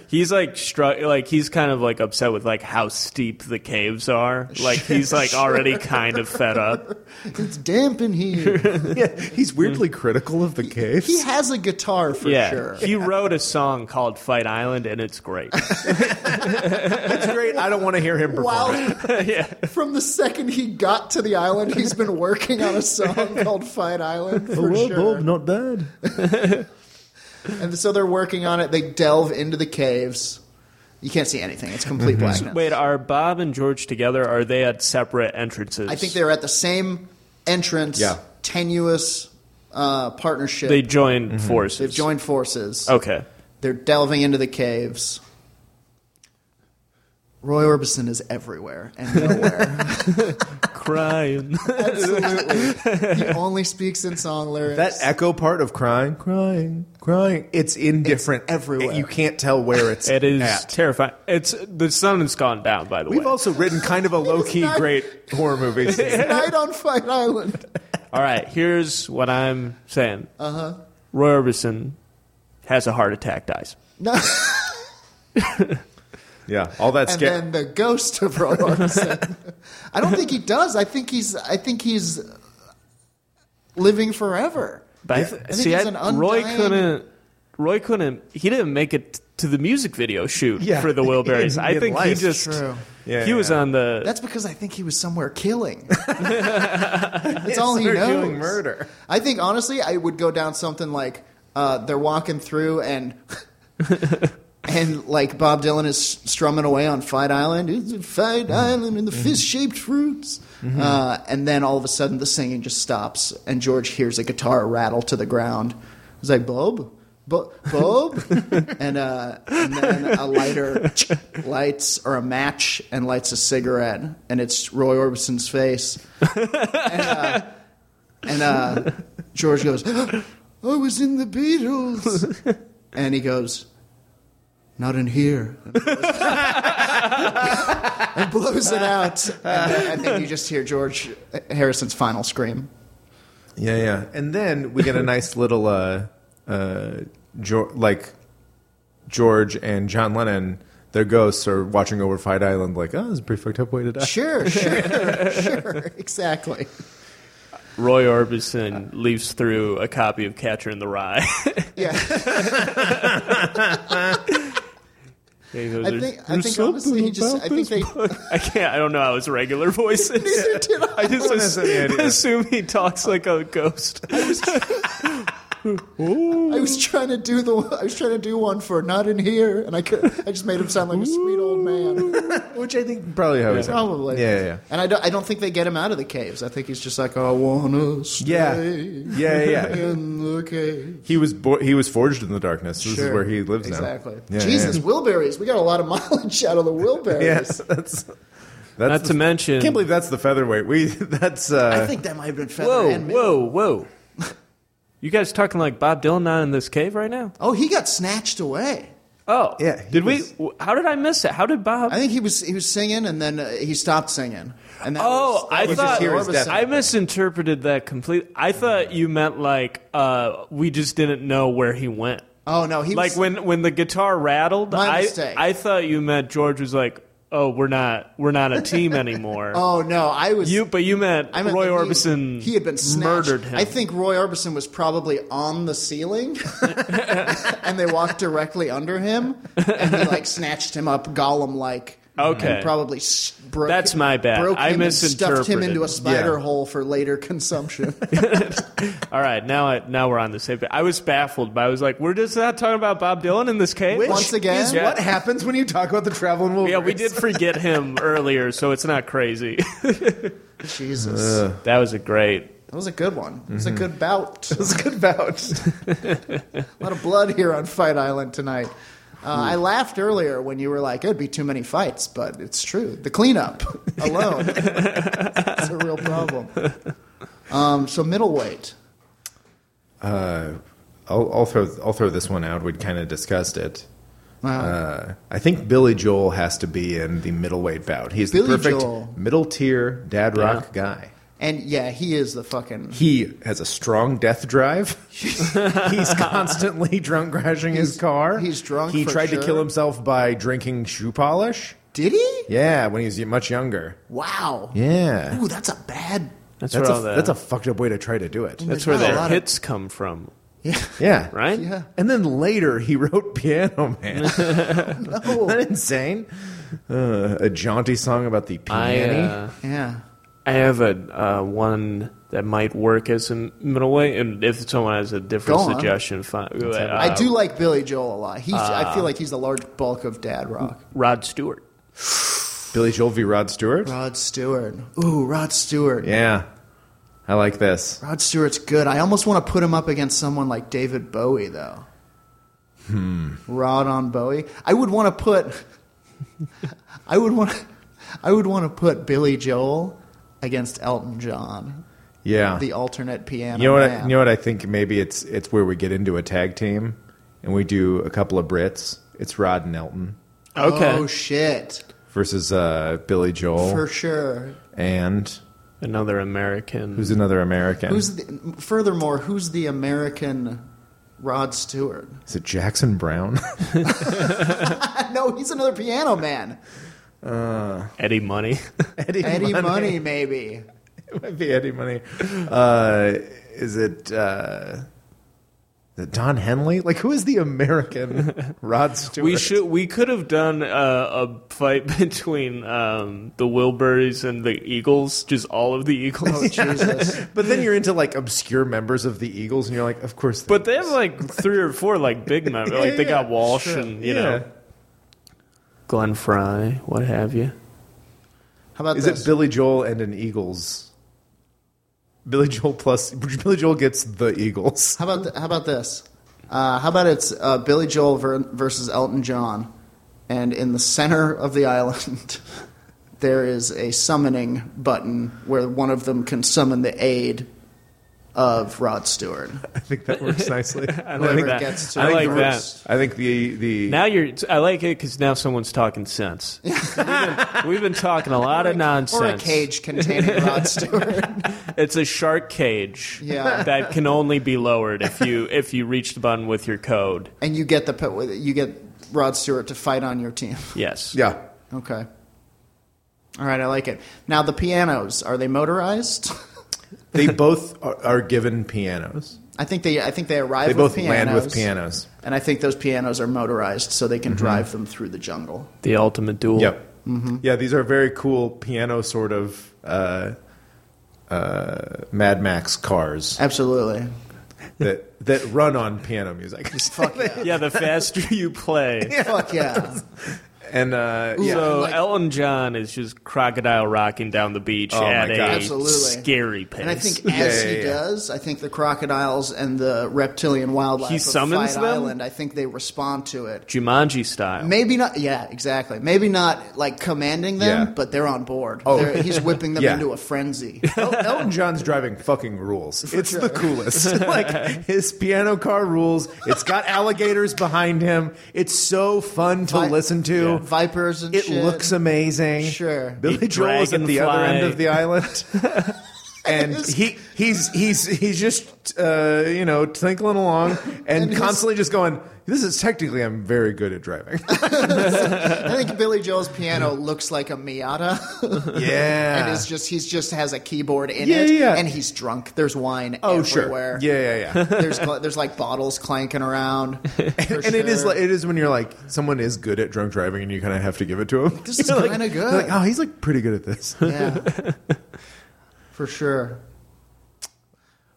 [SPEAKER 1] He's like struck, like he's kind of like upset with like how steep the caves are. Like he's like already kind of fed up.
[SPEAKER 2] It's damp in here.
[SPEAKER 3] Yeah, he's weirdly critical of the caves.
[SPEAKER 2] He has a guitar for
[SPEAKER 1] yeah,
[SPEAKER 2] sure.
[SPEAKER 1] he wrote a song called "Fight Island" and it's
[SPEAKER 2] [LAUGHS]
[SPEAKER 1] great.
[SPEAKER 3] [LAUGHS] That's great. I don't want to hear him perform.
[SPEAKER 2] While
[SPEAKER 1] yeah,
[SPEAKER 2] from the second he got to the island, he's been working on a song
[SPEAKER 3] [LAUGHS]
[SPEAKER 2] called "Fight Island" for sure.
[SPEAKER 3] not bad.
[SPEAKER 2] And so they're working on it. They delve into the caves. You can't see anything. It's complete
[SPEAKER 3] Mm-hmm.
[SPEAKER 2] blackness.
[SPEAKER 1] wait, are Bob and George together? Are they at separate entrances?
[SPEAKER 2] I think they're at the same entrance,
[SPEAKER 3] Yeah.
[SPEAKER 2] tenuous uh, partnership.
[SPEAKER 1] they joined forces.
[SPEAKER 2] They've joined
[SPEAKER 3] Oh.
[SPEAKER 2] forces.
[SPEAKER 1] Okay,
[SPEAKER 2] They're delving into the caves. Roy Orbison is everywhere and nowhere.
[SPEAKER 1] Crying.
[SPEAKER 2] [LAUGHS]
[SPEAKER 1] [LAUGHS]
[SPEAKER 2] Absolutely.
[SPEAKER 3] [LAUGHS]
[SPEAKER 2] He only speaks in song lyrics.
[SPEAKER 3] That echo part of crying, crying, crying, it's indifferent
[SPEAKER 2] everywhere.
[SPEAKER 3] You can't tell where it's
[SPEAKER 1] it is
[SPEAKER 3] at.
[SPEAKER 1] terrifying. It's the sun has gone down. By the
[SPEAKER 3] We've
[SPEAKER 1] way,
[SPEAKER 3] also written kind of a low key
[SPEAKER 2] not-
[SPEAKER 3] great
[SPEAKER 2] [LAUGHS]
[SPEAKER 3] horror movie. scene.
[SPEAKER 2] Night on Fight Island. [LAUGHS]
[SPEAKER 1] all right. Here's what I'm saying. Uh
[SPEAKER 2] Uh-huh.
[SPEAKER 1] huh. Roy Orbison has a heart attack, dies.
[SPEAKER 2] No.
[SPEAKER 3] yeah, all that
[SPEAKER 2] and
[SPEAKER 3] scare.
[SPEAKER 2] then the ghost of Roy Orbison. I don't think he does. I think he's. I think he's living forever.
[SPEAKER 1] But I th-
[SPEAKER 2] think
[SPEAKER 1] see,
[SPEAKER 2] he's
[SPEAKER 1] I-
[SPEAKER 2] an
[SPEAKER 1] Roy
[SPEAKER 2] undying-
[SPEAKER 1] couldn't. Roy couldn't. He didn't make it to the music video shoot
[SPEAKER 2] [LAUGHS]
[SPEAKER 3] Yeah.
[SPEAKER 1] for the Wilburys.
[SPEAKER 3] In
[SPEAKER 1] I think he
[SPEAKER 3] mid-life.
[SPEAKER 1] just.
[SPEAKER 2] True.
[SPEAKER 3] Yeah,
[SPEAKER 1] he
[SPEAKER 3] yeah,
[SPEAKER 1] was
[SPEAKER 3] yeah.
[SPEAKER 1] on the.
[SPEAKER 2] That's because I think he was somewhere killing. That's all he
[SPEAKER 3] They're
[SPEAKER 2] knows.
[SPEAKER 3] doing murder.
[SPEAKER 2] I think honestly, I would go down something like uh, they're walking through and. And like Bob Dylan is strumming away on Fight Island, it's a Fight Island and the fist-shaped fruits, uh, and then all of a sudden the singing just stops, and George hears a guitar rattle to the ground. He's like, "Bob, Bo- Bob," and, uh, and then a lighter [LAUGHS] lights or a match and lights a cigarette, and it's Roy Orbison's face. uh, And uh, George goes, [GASPS] I was in the Beatles.
[SPEAKER 1] [LAUGHS]
[SPEAKER 2] And he goes, Not in here. And blows- and blows it out. And, then- and then you just hear George Harrison's final scream.
[SPEAKER 3] Yeah, yeah. And then we get a nice little uh uh Geor like George and John Lennon, their ghosts are watching over Fight Island like, oh, it's a pretty fucked up way to die.
[SPEAKER 2] Sure, [LAUGHS] sure, sure. Exactly.
[SPEAKER 1] Roy Orbison leaves through a copy of Catcher in the Rye. [LAUGHS]
[SPEAKER 2] Yeah.
[SPEAKER 1] He goes,
[SPEAKER 2] I
[SPEAKER 1] "There's-
[SPEAKER 2] think- I
[SPEAKER 1] there's
[SPEAKER 2] think honestly
[SPEAKER 1] something
[SPEAKER 2] he just-
[SPEAKER 1] about
[SPEAKER 2] I
[SPEAKER 1] this
[SPEAKER 2] think they-
[SPEAKER 1] book." [LAUGHS] I can't. I don't know how his regular voice is.
[SPEAKER 2] [LAUGHS] Neither did
[SPEAKER 1] [LAUGHS]
[SPEAKER 2] I.
[SPEAKER 1] I just
[SPEAKER 3] has
[SPEAKER 1] assume, [LAUGHS]
[SPEAKER 3] any idea.
[SPEAKER 1] assume he talks like a ghost.
[SPEAKER 2] I was trying to do the I was trying to do one for not in here, and I could I just made him sound like a sweet old man.
[SPEAKER 3] Which I think probably how yeah.
[SPEAKER 2] Probably.
[SPEAKER 3] Yeah, yeah, yeah.
[SPEAKER 2] And I don't I don't think they get him out of the caves. I think he's just like I wanna
[SPEAKER 3] Yeah.
[SPEAKER 2] stay.
[SPEAKER 3] Yeah, yeah, yeah.
[SPEAKER 2] in the cave.
[SPEAKER 3] He was bo- he was forged in the darkness. This is
[SPEAKER 2] Sure.
[SPEAKER 3] where he lives
[SPEAKER 2] exactly.
[SPEAKER 3] now. Yeah,
[SPEAKER 2] Jesus,
[SPEAKER 3] yeah.
[SPEAKER 2] Wilburys. We got a lot of [LAUGHS] mileage out of the Wilburys.
[SPEAKER 3] Yes, [LAUGHS] that's that's
[SPEAKER 1] Not to
[SPEAKER 3] the-
[SPEAKER 1] mention.
[SPEAKER 3] I can't believe that's the featherweight. We [LAUGHS] that's uh
[SPEAKER 2] I think that might have been Feather
[SPEAKER 1] Whoa,
[SPEAKER 2] and Mitt.
[SPEAKER 1] whoa, whoa! you guys talking like Bob Dylan out in this cave right now?
[SPEAKER 2] Oh, he got snatched away.
[SPEAKER 1] Oh,
[SPEAKER 3] Yeah, he
[SPEAKER 1] Did
[SPEAKER 3] was-
[SPEAKER 1] we? w- How did I miss it? How did Bob?
[SPEAKER 2] I think he was he was singing and then uh, he stopped singing. And that
[SPEAKER 1] Oh,
[SPEAKER 2] was, that
[SPEAKER 1] I
[SPEAKER 2] was
[SPEAKER 1] thought
[SPEAKER 3] hear his
[SPEAKER 2] Orbison.
[SPEAKER 3] death.
[SPEAKER 1] I misinterpreted that completely. I thought you meant like uh, we just didn't know where he went.
[SPEAKER 2] Oh no, he
[SPEAKER 1] like
[SPEAKER 2] was,
[SPEAKER 1] when when the guitar rattled.
[SPEAKER 2] My
[SPEAKER 1] I
[SPEAKER 2] mistake.
[SPEAKER 1] I thought you meant George was like, oh, we're not we're not a team anymore.
[SPEAKER 2] [LAUGHS] Oh no, I was
[SPEAKER 1] You, but you meant
[SPEAKER 2] I meant
[SPEAKER 1] Roy
[SPEAKER 2] that he-
[SPEAKER 1] Orbison.
[SPEAKER 2] He had been snatched.
[SPEAKER 1] murdered him.
[SPEAKER 2] I think Roy Orbison was probably on the ceiling, [LAUGHS] and they walked directly under him, and he like snatched him up, Gollum like.
[SPEAKER 1] Okay.
[SPEAKER 2] and probably s- broke.
[SPEAKER 1] That's my bad.
[SPEAKER 2] Broke
[SPEAKER 1] I
[SPEAKER 2] him and stuffed him
[SPEAKER 1] misinterpreted.
[SPEAKER 2] into a spider
[SPEAKER 3] Yeah.
[SPEAKER 2] hole for later consumption.
[SPEAKER 1] All right, now I, now we're on the same. pa- I was baffled, but I was like, we're just not talking about Bob Dylan in this case.
[SPEAKER 2] Which Once again?
[SPEAKER 3] is
[SPEAKER 1] Yeah.
[SPEAKER 3] what happens when you talk about the traveling Wilburys.
[SPEAKER 1] yeah, we did forget
[SPEAKER 2] [LAUGHS]
[SPEAKER 1] him earlier, so it's not crazy.
[SPEAKER 2] Jesus,
[SPEAKER 1] that was a great.
[SPEAKER 2] that was a good one. It was a good
[SPEAKER 3] [LAUGHS]
[SPEAKER 2] bout.
[SPEAKER 3] It's Mm-hmm. a good bout.
[SPEAKER 2] [LAUGHS] A lot of blood here on Fight Island tonight. Uh, I
[SPEAKER 3] Hmm.
[SPEAKER 2] laughed earlier when you were like, "It'd be too many fights," but it's true. The
[SPEAKER 3] [LAUGHS]
[SPEAKER 2] cleanup alone is a real problem. Um, so middleweight.
[SPEAKER 3] I'll, I'll throw I'll throw this one out. We'd kind of discussed it.
[SPEAKER 2] Wow.
[SPEAKER 3] Uh, I think Billy Joel has to be in the middleweight bout. He's
[SPEAKER 2] Billy
[SPEAKER 3] the perfect
[SPEAKER 2] Joel.
[SPEAKER 3] middle tier dad rock guy.
[SPEAKER 2] and yeah, he is the fucking.
[SPEAKER 3] He has a strong death
[SPEAKER 2] [LAUGHS]
[SPEAKER 3] drive. he's constantly drunk crashing his
[SPEAKER 2] He's-
[SPEAKER 3] car.
[SPEAKER 2] he's drunk
[SPEAKER 3] He
[SPEAKER 2] for
[SPEAKER 3] tried
[SPEAKER 2] sure.
[SPEAKER 3] to kill himself by drinking shoe polish.
[SPEAKER 2] Did he?
[SPEAKER 3] Yeah, when he was much younger.
[SPEAKER 2] Wow.
[SPEAKER 3] Yeah,
[SPEAKER 2] Ooh, that's a bad.
[SPEAKER 1] That's,
[SPEAKER 3] that's
[SPEAKER 1] where
[SPEAKER 3] a
[SPEAKER 1] all the,
[SPEAKER 3] that's a fucked up way to try to do it.
[SPEAKER 1] that's
[SPEAKER 2] there's
[SPEAKER 1] where
[SPEAKER 2] not a
[SPEAKER 1] the
[SPEAKER 2] lot of-
[SPEAKER 1] hits come from,
[SPEAKER 3] [LAUGHS]
[SPEAKER 2] Yeah.
[SPEAKER 3] Yeah,
[SPEAKER 1] right?
[SPEAKER 2] Yeah.
[SPEAKER 3] And then later he wrote Piano
[SPEAKER 1] [LAUGHS]
[SPEAKER 3] Man. Isn't
[SPEAKER 2] No.
[SPEAKER 3] that insane? Uh, a jaunty song about the
[SPEAKER 1] I
[SPEAKER 3] piano.
[SPEAKER 1] uh,
[SPEAKER 2] yeah.
[SPEAKER 1] I have a uh, one that might work as a middleweight, and if someone has a different
[SPEAKER 2] Go on.
[SPEAKER 1] suggestion, fine. Uh,
[SPEAKER 2] I do like Billy Joel a lot. He's, I
[SPEAKER 3] uh,
[SPEAKER 2] feel like he's the large bulk of dad rock.
[SPEAKER 1] Rod Stewart.
[SPEAKER 3] Billy Joel v. Rod Stewart.
[SPEAKER 2] Rod Stewart. Ooh, Rod Stewart.
[SPEAKER 3] Yeah, I like this.
[SPEAKER 2] Rod Stewart's good. I almost want to put him up against someone like David Bowie, though. Hmm. Rod on Bowie. I would want to put. I would want to, I would want to put Billy Joel against Elton John,
[SPEAKER 3] Yeah.
[SPEAKER 2] the alternate piano.
[SPEAKER 3] You know what? I,
[SPEAKER 2] man.
[SPEAKER 3] you know what I think. Maybe it's it's where we get into a tag team, and we do a couple of Brits. It's Rod and Elton
[SPEAKER 1] Okay.
[SPEAKER 2] Oh shit!
[SPEAKER 3] versus uh, Billy Joel
[SPEAKER 2] For sure.
[SPEAKER 3] and
[SPEAKER 1] Another American.
[SPEAKER 3] who's another American?
[SPEAKER 2] Who's the, furthermore? Who's the American Rod Stewart? [LAUGHS]
[SPEAKER 3] Is it Jackson Brown? [LAUGHS]
[SPEAKER 2] no, he's another piano
[SPEAKER 3] [LAUGHS]
[SPEAKER 2] man.
[SPEAKER 1] Eddie Money.
[SPEAKER 2] [LAUGHS] Eddie Money,
[SPEAKER 3] [LAUGHS]
[SPEAKER 2] maybe.
[SPEAKER 3] it might be Eddie Money. Uh, is it? Uh, is it Don Henley? Like who is
[SPEAKER 1] [LAUGHS]
[SPEAKER 3] the American Rod Stewart?
[SPEAKER 1] we should. We could have done uh, a fight [LAUGHS] between um, the Wilburys and the Eagles. Just all of the
[SPEAKER 2] [LAUGHS]
[SPEAKER 1] Eagles.
[SPEAKER 2] Oh Jesus!
[SPEAKER 3] But then you're into like obscure members of the Eagles, and you're like, of course.
[SPEAKER 1] But they have like three or four like big members. like
[SPEAKER 2] [LAUGHS]
[SPEAKER 1] they got
[SPEAKER 3] yeah,
[SPEAKER 1] Walsh and you know Glenn Fry, what have you.
[SPEAKER 2] How about
[SPEAKER 3] Is
[SPEAKER 2] this?
[SPEAKER 3] it Billy Joel and an Eagles? Billy Joel plus Billy Joel gets the Eagles. [LAUGHS]
[SPEAKER 2] How about th- how about this? Uh, how about it's uh, Billy Joel ver- versus Elton John, and in the center of the [LAUGHS] island, there is a summoning button where one of them can summon the aid of Rod Stewart.
[SPEAKER 3] I think that works nicely.
[SPEAKER 1] [LAUGHS] I
[SPEAKER 2] Whoever
[SPEAKER 1] like that.
[SPEAKER 2] gets to
[SPEAKER 1] I
[SPEAKER 2] it
[SPEAKER 1] like
[SPEAKER 2] first.
[SPEAKER 1] that.
[SPEAKER 3] I think the the
[SPEAKER 1] Now you're. I like it because now someone's talking sense. [LAUGHS] we've, been, we've been talking a lot of nonsense.
[SPEAKER 2] or a
[SPEAKER 1] [LAUGHS]
[SPEAKER 2] cage containing Rod Stewart.
[SPEAKER 1] It's a shark cage.
[SPEAKER 2] Yeah.
[SPEAKER 1] that can only be lowered if you if you reach the button with your code.
[SPEAKER 2] and you get the pe- you get Rod Stewart to fight on your team. [LAUGHS]
[SPEAKER 1] Yes.
[SPEAKER 3] yeah.
[SPEAKER 2] Okay. All right, I like it. Now the pianos are they motorized? [LAUGHS]
[SPEAKER 3] They both are, are given pianos.
[SPEAKER 2] I think they I think they arrive.
[SPEAKER 3] They
[SPEAKER 2] with
[SPEAKER 3] both
[SPEAKER 2] pianos,
[SPEAKER 3] land with Mm-hmm. pianos.
[SPEAKER 2] And I think those pianos are motorized so they can drive them through the jungle.
[SPEAKER 1] The ultimate duel.
[SPEAKER 3] Yep.
[SPEAKER 2] Mm-hmm.
[SPEAKER 3] Yeah, these are very cool piano sort of uh, uh, Mad Max cars
[SPEAKER 2] Absolutely.
[SPEAKER 3] that that run on piano music.
[SPEAKER 2] [LAUGHS] Fuck yeah.
[SPEAKER 1] Yeah. The faster [LAUGHS] you play.
[SPEAKER 2] Fuck
[SPEAKER 3] [LAUGHS]
[SPEAKER 2] yeah.
[SPEAKER 3] and uh, yeah,
[SPEAKER 1] So
[SPEAKER 2] like-
[SPEAKER 1] Elton John is just crocodile rocking down the beach
[SPEAKER 3] Oh, my
[SPEAKER 1] at a
[SPEAKER 3] God.
[SPEAKER 2] Absolutely.
[SPEAKER 1] scary pace.
[SPEAKER 2] And I think as
[SPEAKER 3] Yeah, yeah,
[SPEAKER 2] he
[SPEAKER 3] yeah.
[SPEAKER 2] does, I think the crocodiles and the reptilian wildlife
[SPEAKER 1] He
[SPEAKER 2] of
[SPEAKER 1] summons
[SPEAKER 2] Fight
[SPEAKER 1] them?
[SPEAKER 2] Island, I think they respond to it.
[SPEAKER 1] Jumanji style.
[SPEAKER 2] Maybe not. Yeah, exactly. Maybe not like commanding them,
[SPEAKER 3] Yeah.
[SPEAKER 2] but they're on board. Oh, he's whipping them
[SPEAKER 3] [LAUGHS] Yeah.
[SPEAKER 2] into a frenzy.
[SPEAKER 3] El- Elton John's driving fucking rules. it's
[SPEAKER 2] [LAUGHS]
[SPEAKER 3] the coolest. like his piano car rules. It's got alligators behind him. It's so fun to
[SPEAKER 2] Vi-
[SPEAKER 3] listen to.
[SPEAKER 2] Vipers and
[SPEAKER 3] It
[SPEAKER 2] shit.
[SPEAKER 3] looks uh, amazing.
[SPEAKER 2] Sure.
[SPEAKER 3] Billy
[SPEAKER 1] Eat
[SPEAKER 3] Joel is at the other
[SPEAKER 1] dragonfly.
[SPEAKER 3] end of the island. And he he's he's he's just uh, you know
[SPEAKER 2] [LAUGHS]
[SPEAKER 3] tinkling along and,
[SPEAKER 2] his-
[SPEAKER 3] constantly just going. This is technically I'm very good at driving.
[SPEAKER 2] I think Billy Joel's
[SPEAKER 3] [LAUGHS]
[SPEAKER 2] piano looks like a Miata. [LAUGHS]
[SPEAKER 3] yeah.
[SPEAKER 2] [LAUGHS] and it's just he's just has a keyboard in
[SPEAKER 3] Yeah,
[SPEAKER 2] it,
[SPEAKER 3] yeah, yeah.
[SPEAKER 2] and he's drunk. There's wine
[SPEAKER 3] oh
[SPEAKER 2] everywhere.
[SPEAKER 3] sure. Yeah [LAUGHS] yeah yeah.
[SPEAKER 2] there's gla- there's like bottles clanking around,
[SPEAKER 3] [LAUGHS] and it is like it is when you're like someone is good at drunk driving and you kind of have to give it to him. [LAUGHS]
[SPEAKER 2] This is
[SPEAKER 3] You're like-
[SPEAKER 2] kinda good.
[SPEAKER 3] you're [LAUGHS] Like, oh, he's like pretty good at
[SPEAKER 2] [LAUGHS]
[SPEAKER 3] this.
[SPEAKER 2] yeah, for sure.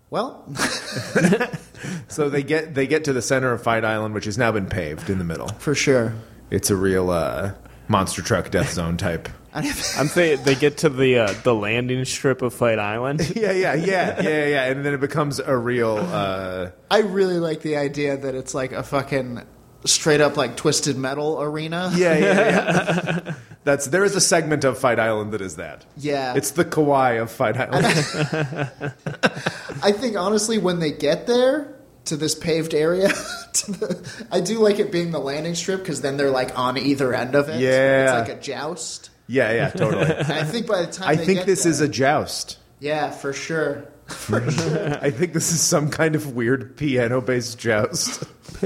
[SPEAKER 2] Well, [LAUGHS]
[SPEAKER 3] so they get they get to the center of Fight Island, which has now been paved in the middle.
[SPEAKER 2] for sure.
[SPEAKER 3] It's a real uh, monster truck death zone type.
[SPEAKER 1] I'm thinking they get to the uh, the landing strip of Fight [LAUGHS] Island.
[SPEAKER 3] yeah,
[SPEAKER 2] [LAUGHS]
[SPEAKER 3] yeah, yeah, yeah, yeah. And then it becomes a real. Uh,
[SPEAKER 2] [LAUGHS] I really like the idea that it's like a fucking straight up like twisted metal arena.
[SPEAKER 3] yeah, yeah, yeah. [LAUGHS] That's there is a segment of Fight Island that is that.
[SPEAKER 2] Yeah.
[SPEAKER 3] it's the kawaii of Fight Island.
[SPEAKER 2] [LAUGHS] I think honestly, when they get there to this paved area, [LAUGHS] to the, I do like it being the landing strip because then they're like on either end of it.
[SPEAKER 3] Yeah.
[SPEAKER 2] it's like a joust.
[SPEAKER 3] yeah, yeah, totally.
[SPEAKER 2] And I think by the time
[SPEAKER 3] [LAUGHS] I
[SPEAKER 2] they
[SPEAKER 3] think
[SPEAKER 2] get
[SPEAKER 3] this
[SPEAKER 2] there-
[SPEAKER 3] is a joust.
[SPEAKER 2] yeah for sure.
[SPEAKER 3] I think this is some kind of weird piano-based joust. [LAUGHS]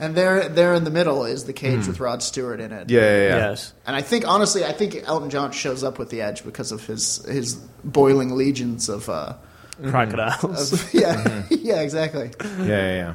[SPEAKER 2] And there, there in the middle is the cage with Rod Stewart in it.
[SPEAKER 3] Hmm. Yeah, yeah, yeah.
[SPEAKER 1] Yes.
[SPEAKER 2] And I think honestly, I think Elton John shows up with the edge because of his his boiling legions of uh, [LAUGHS]
[SPEAKER 1] Crocodiles.
[SPEAKER 2] of- yeah,
[SPEAKER 3] Mm-hmm.
[SPEAKER 2] [LAUGHS] yeah, exactly.
[SPEAKER 3] yeah, yeah, yeah.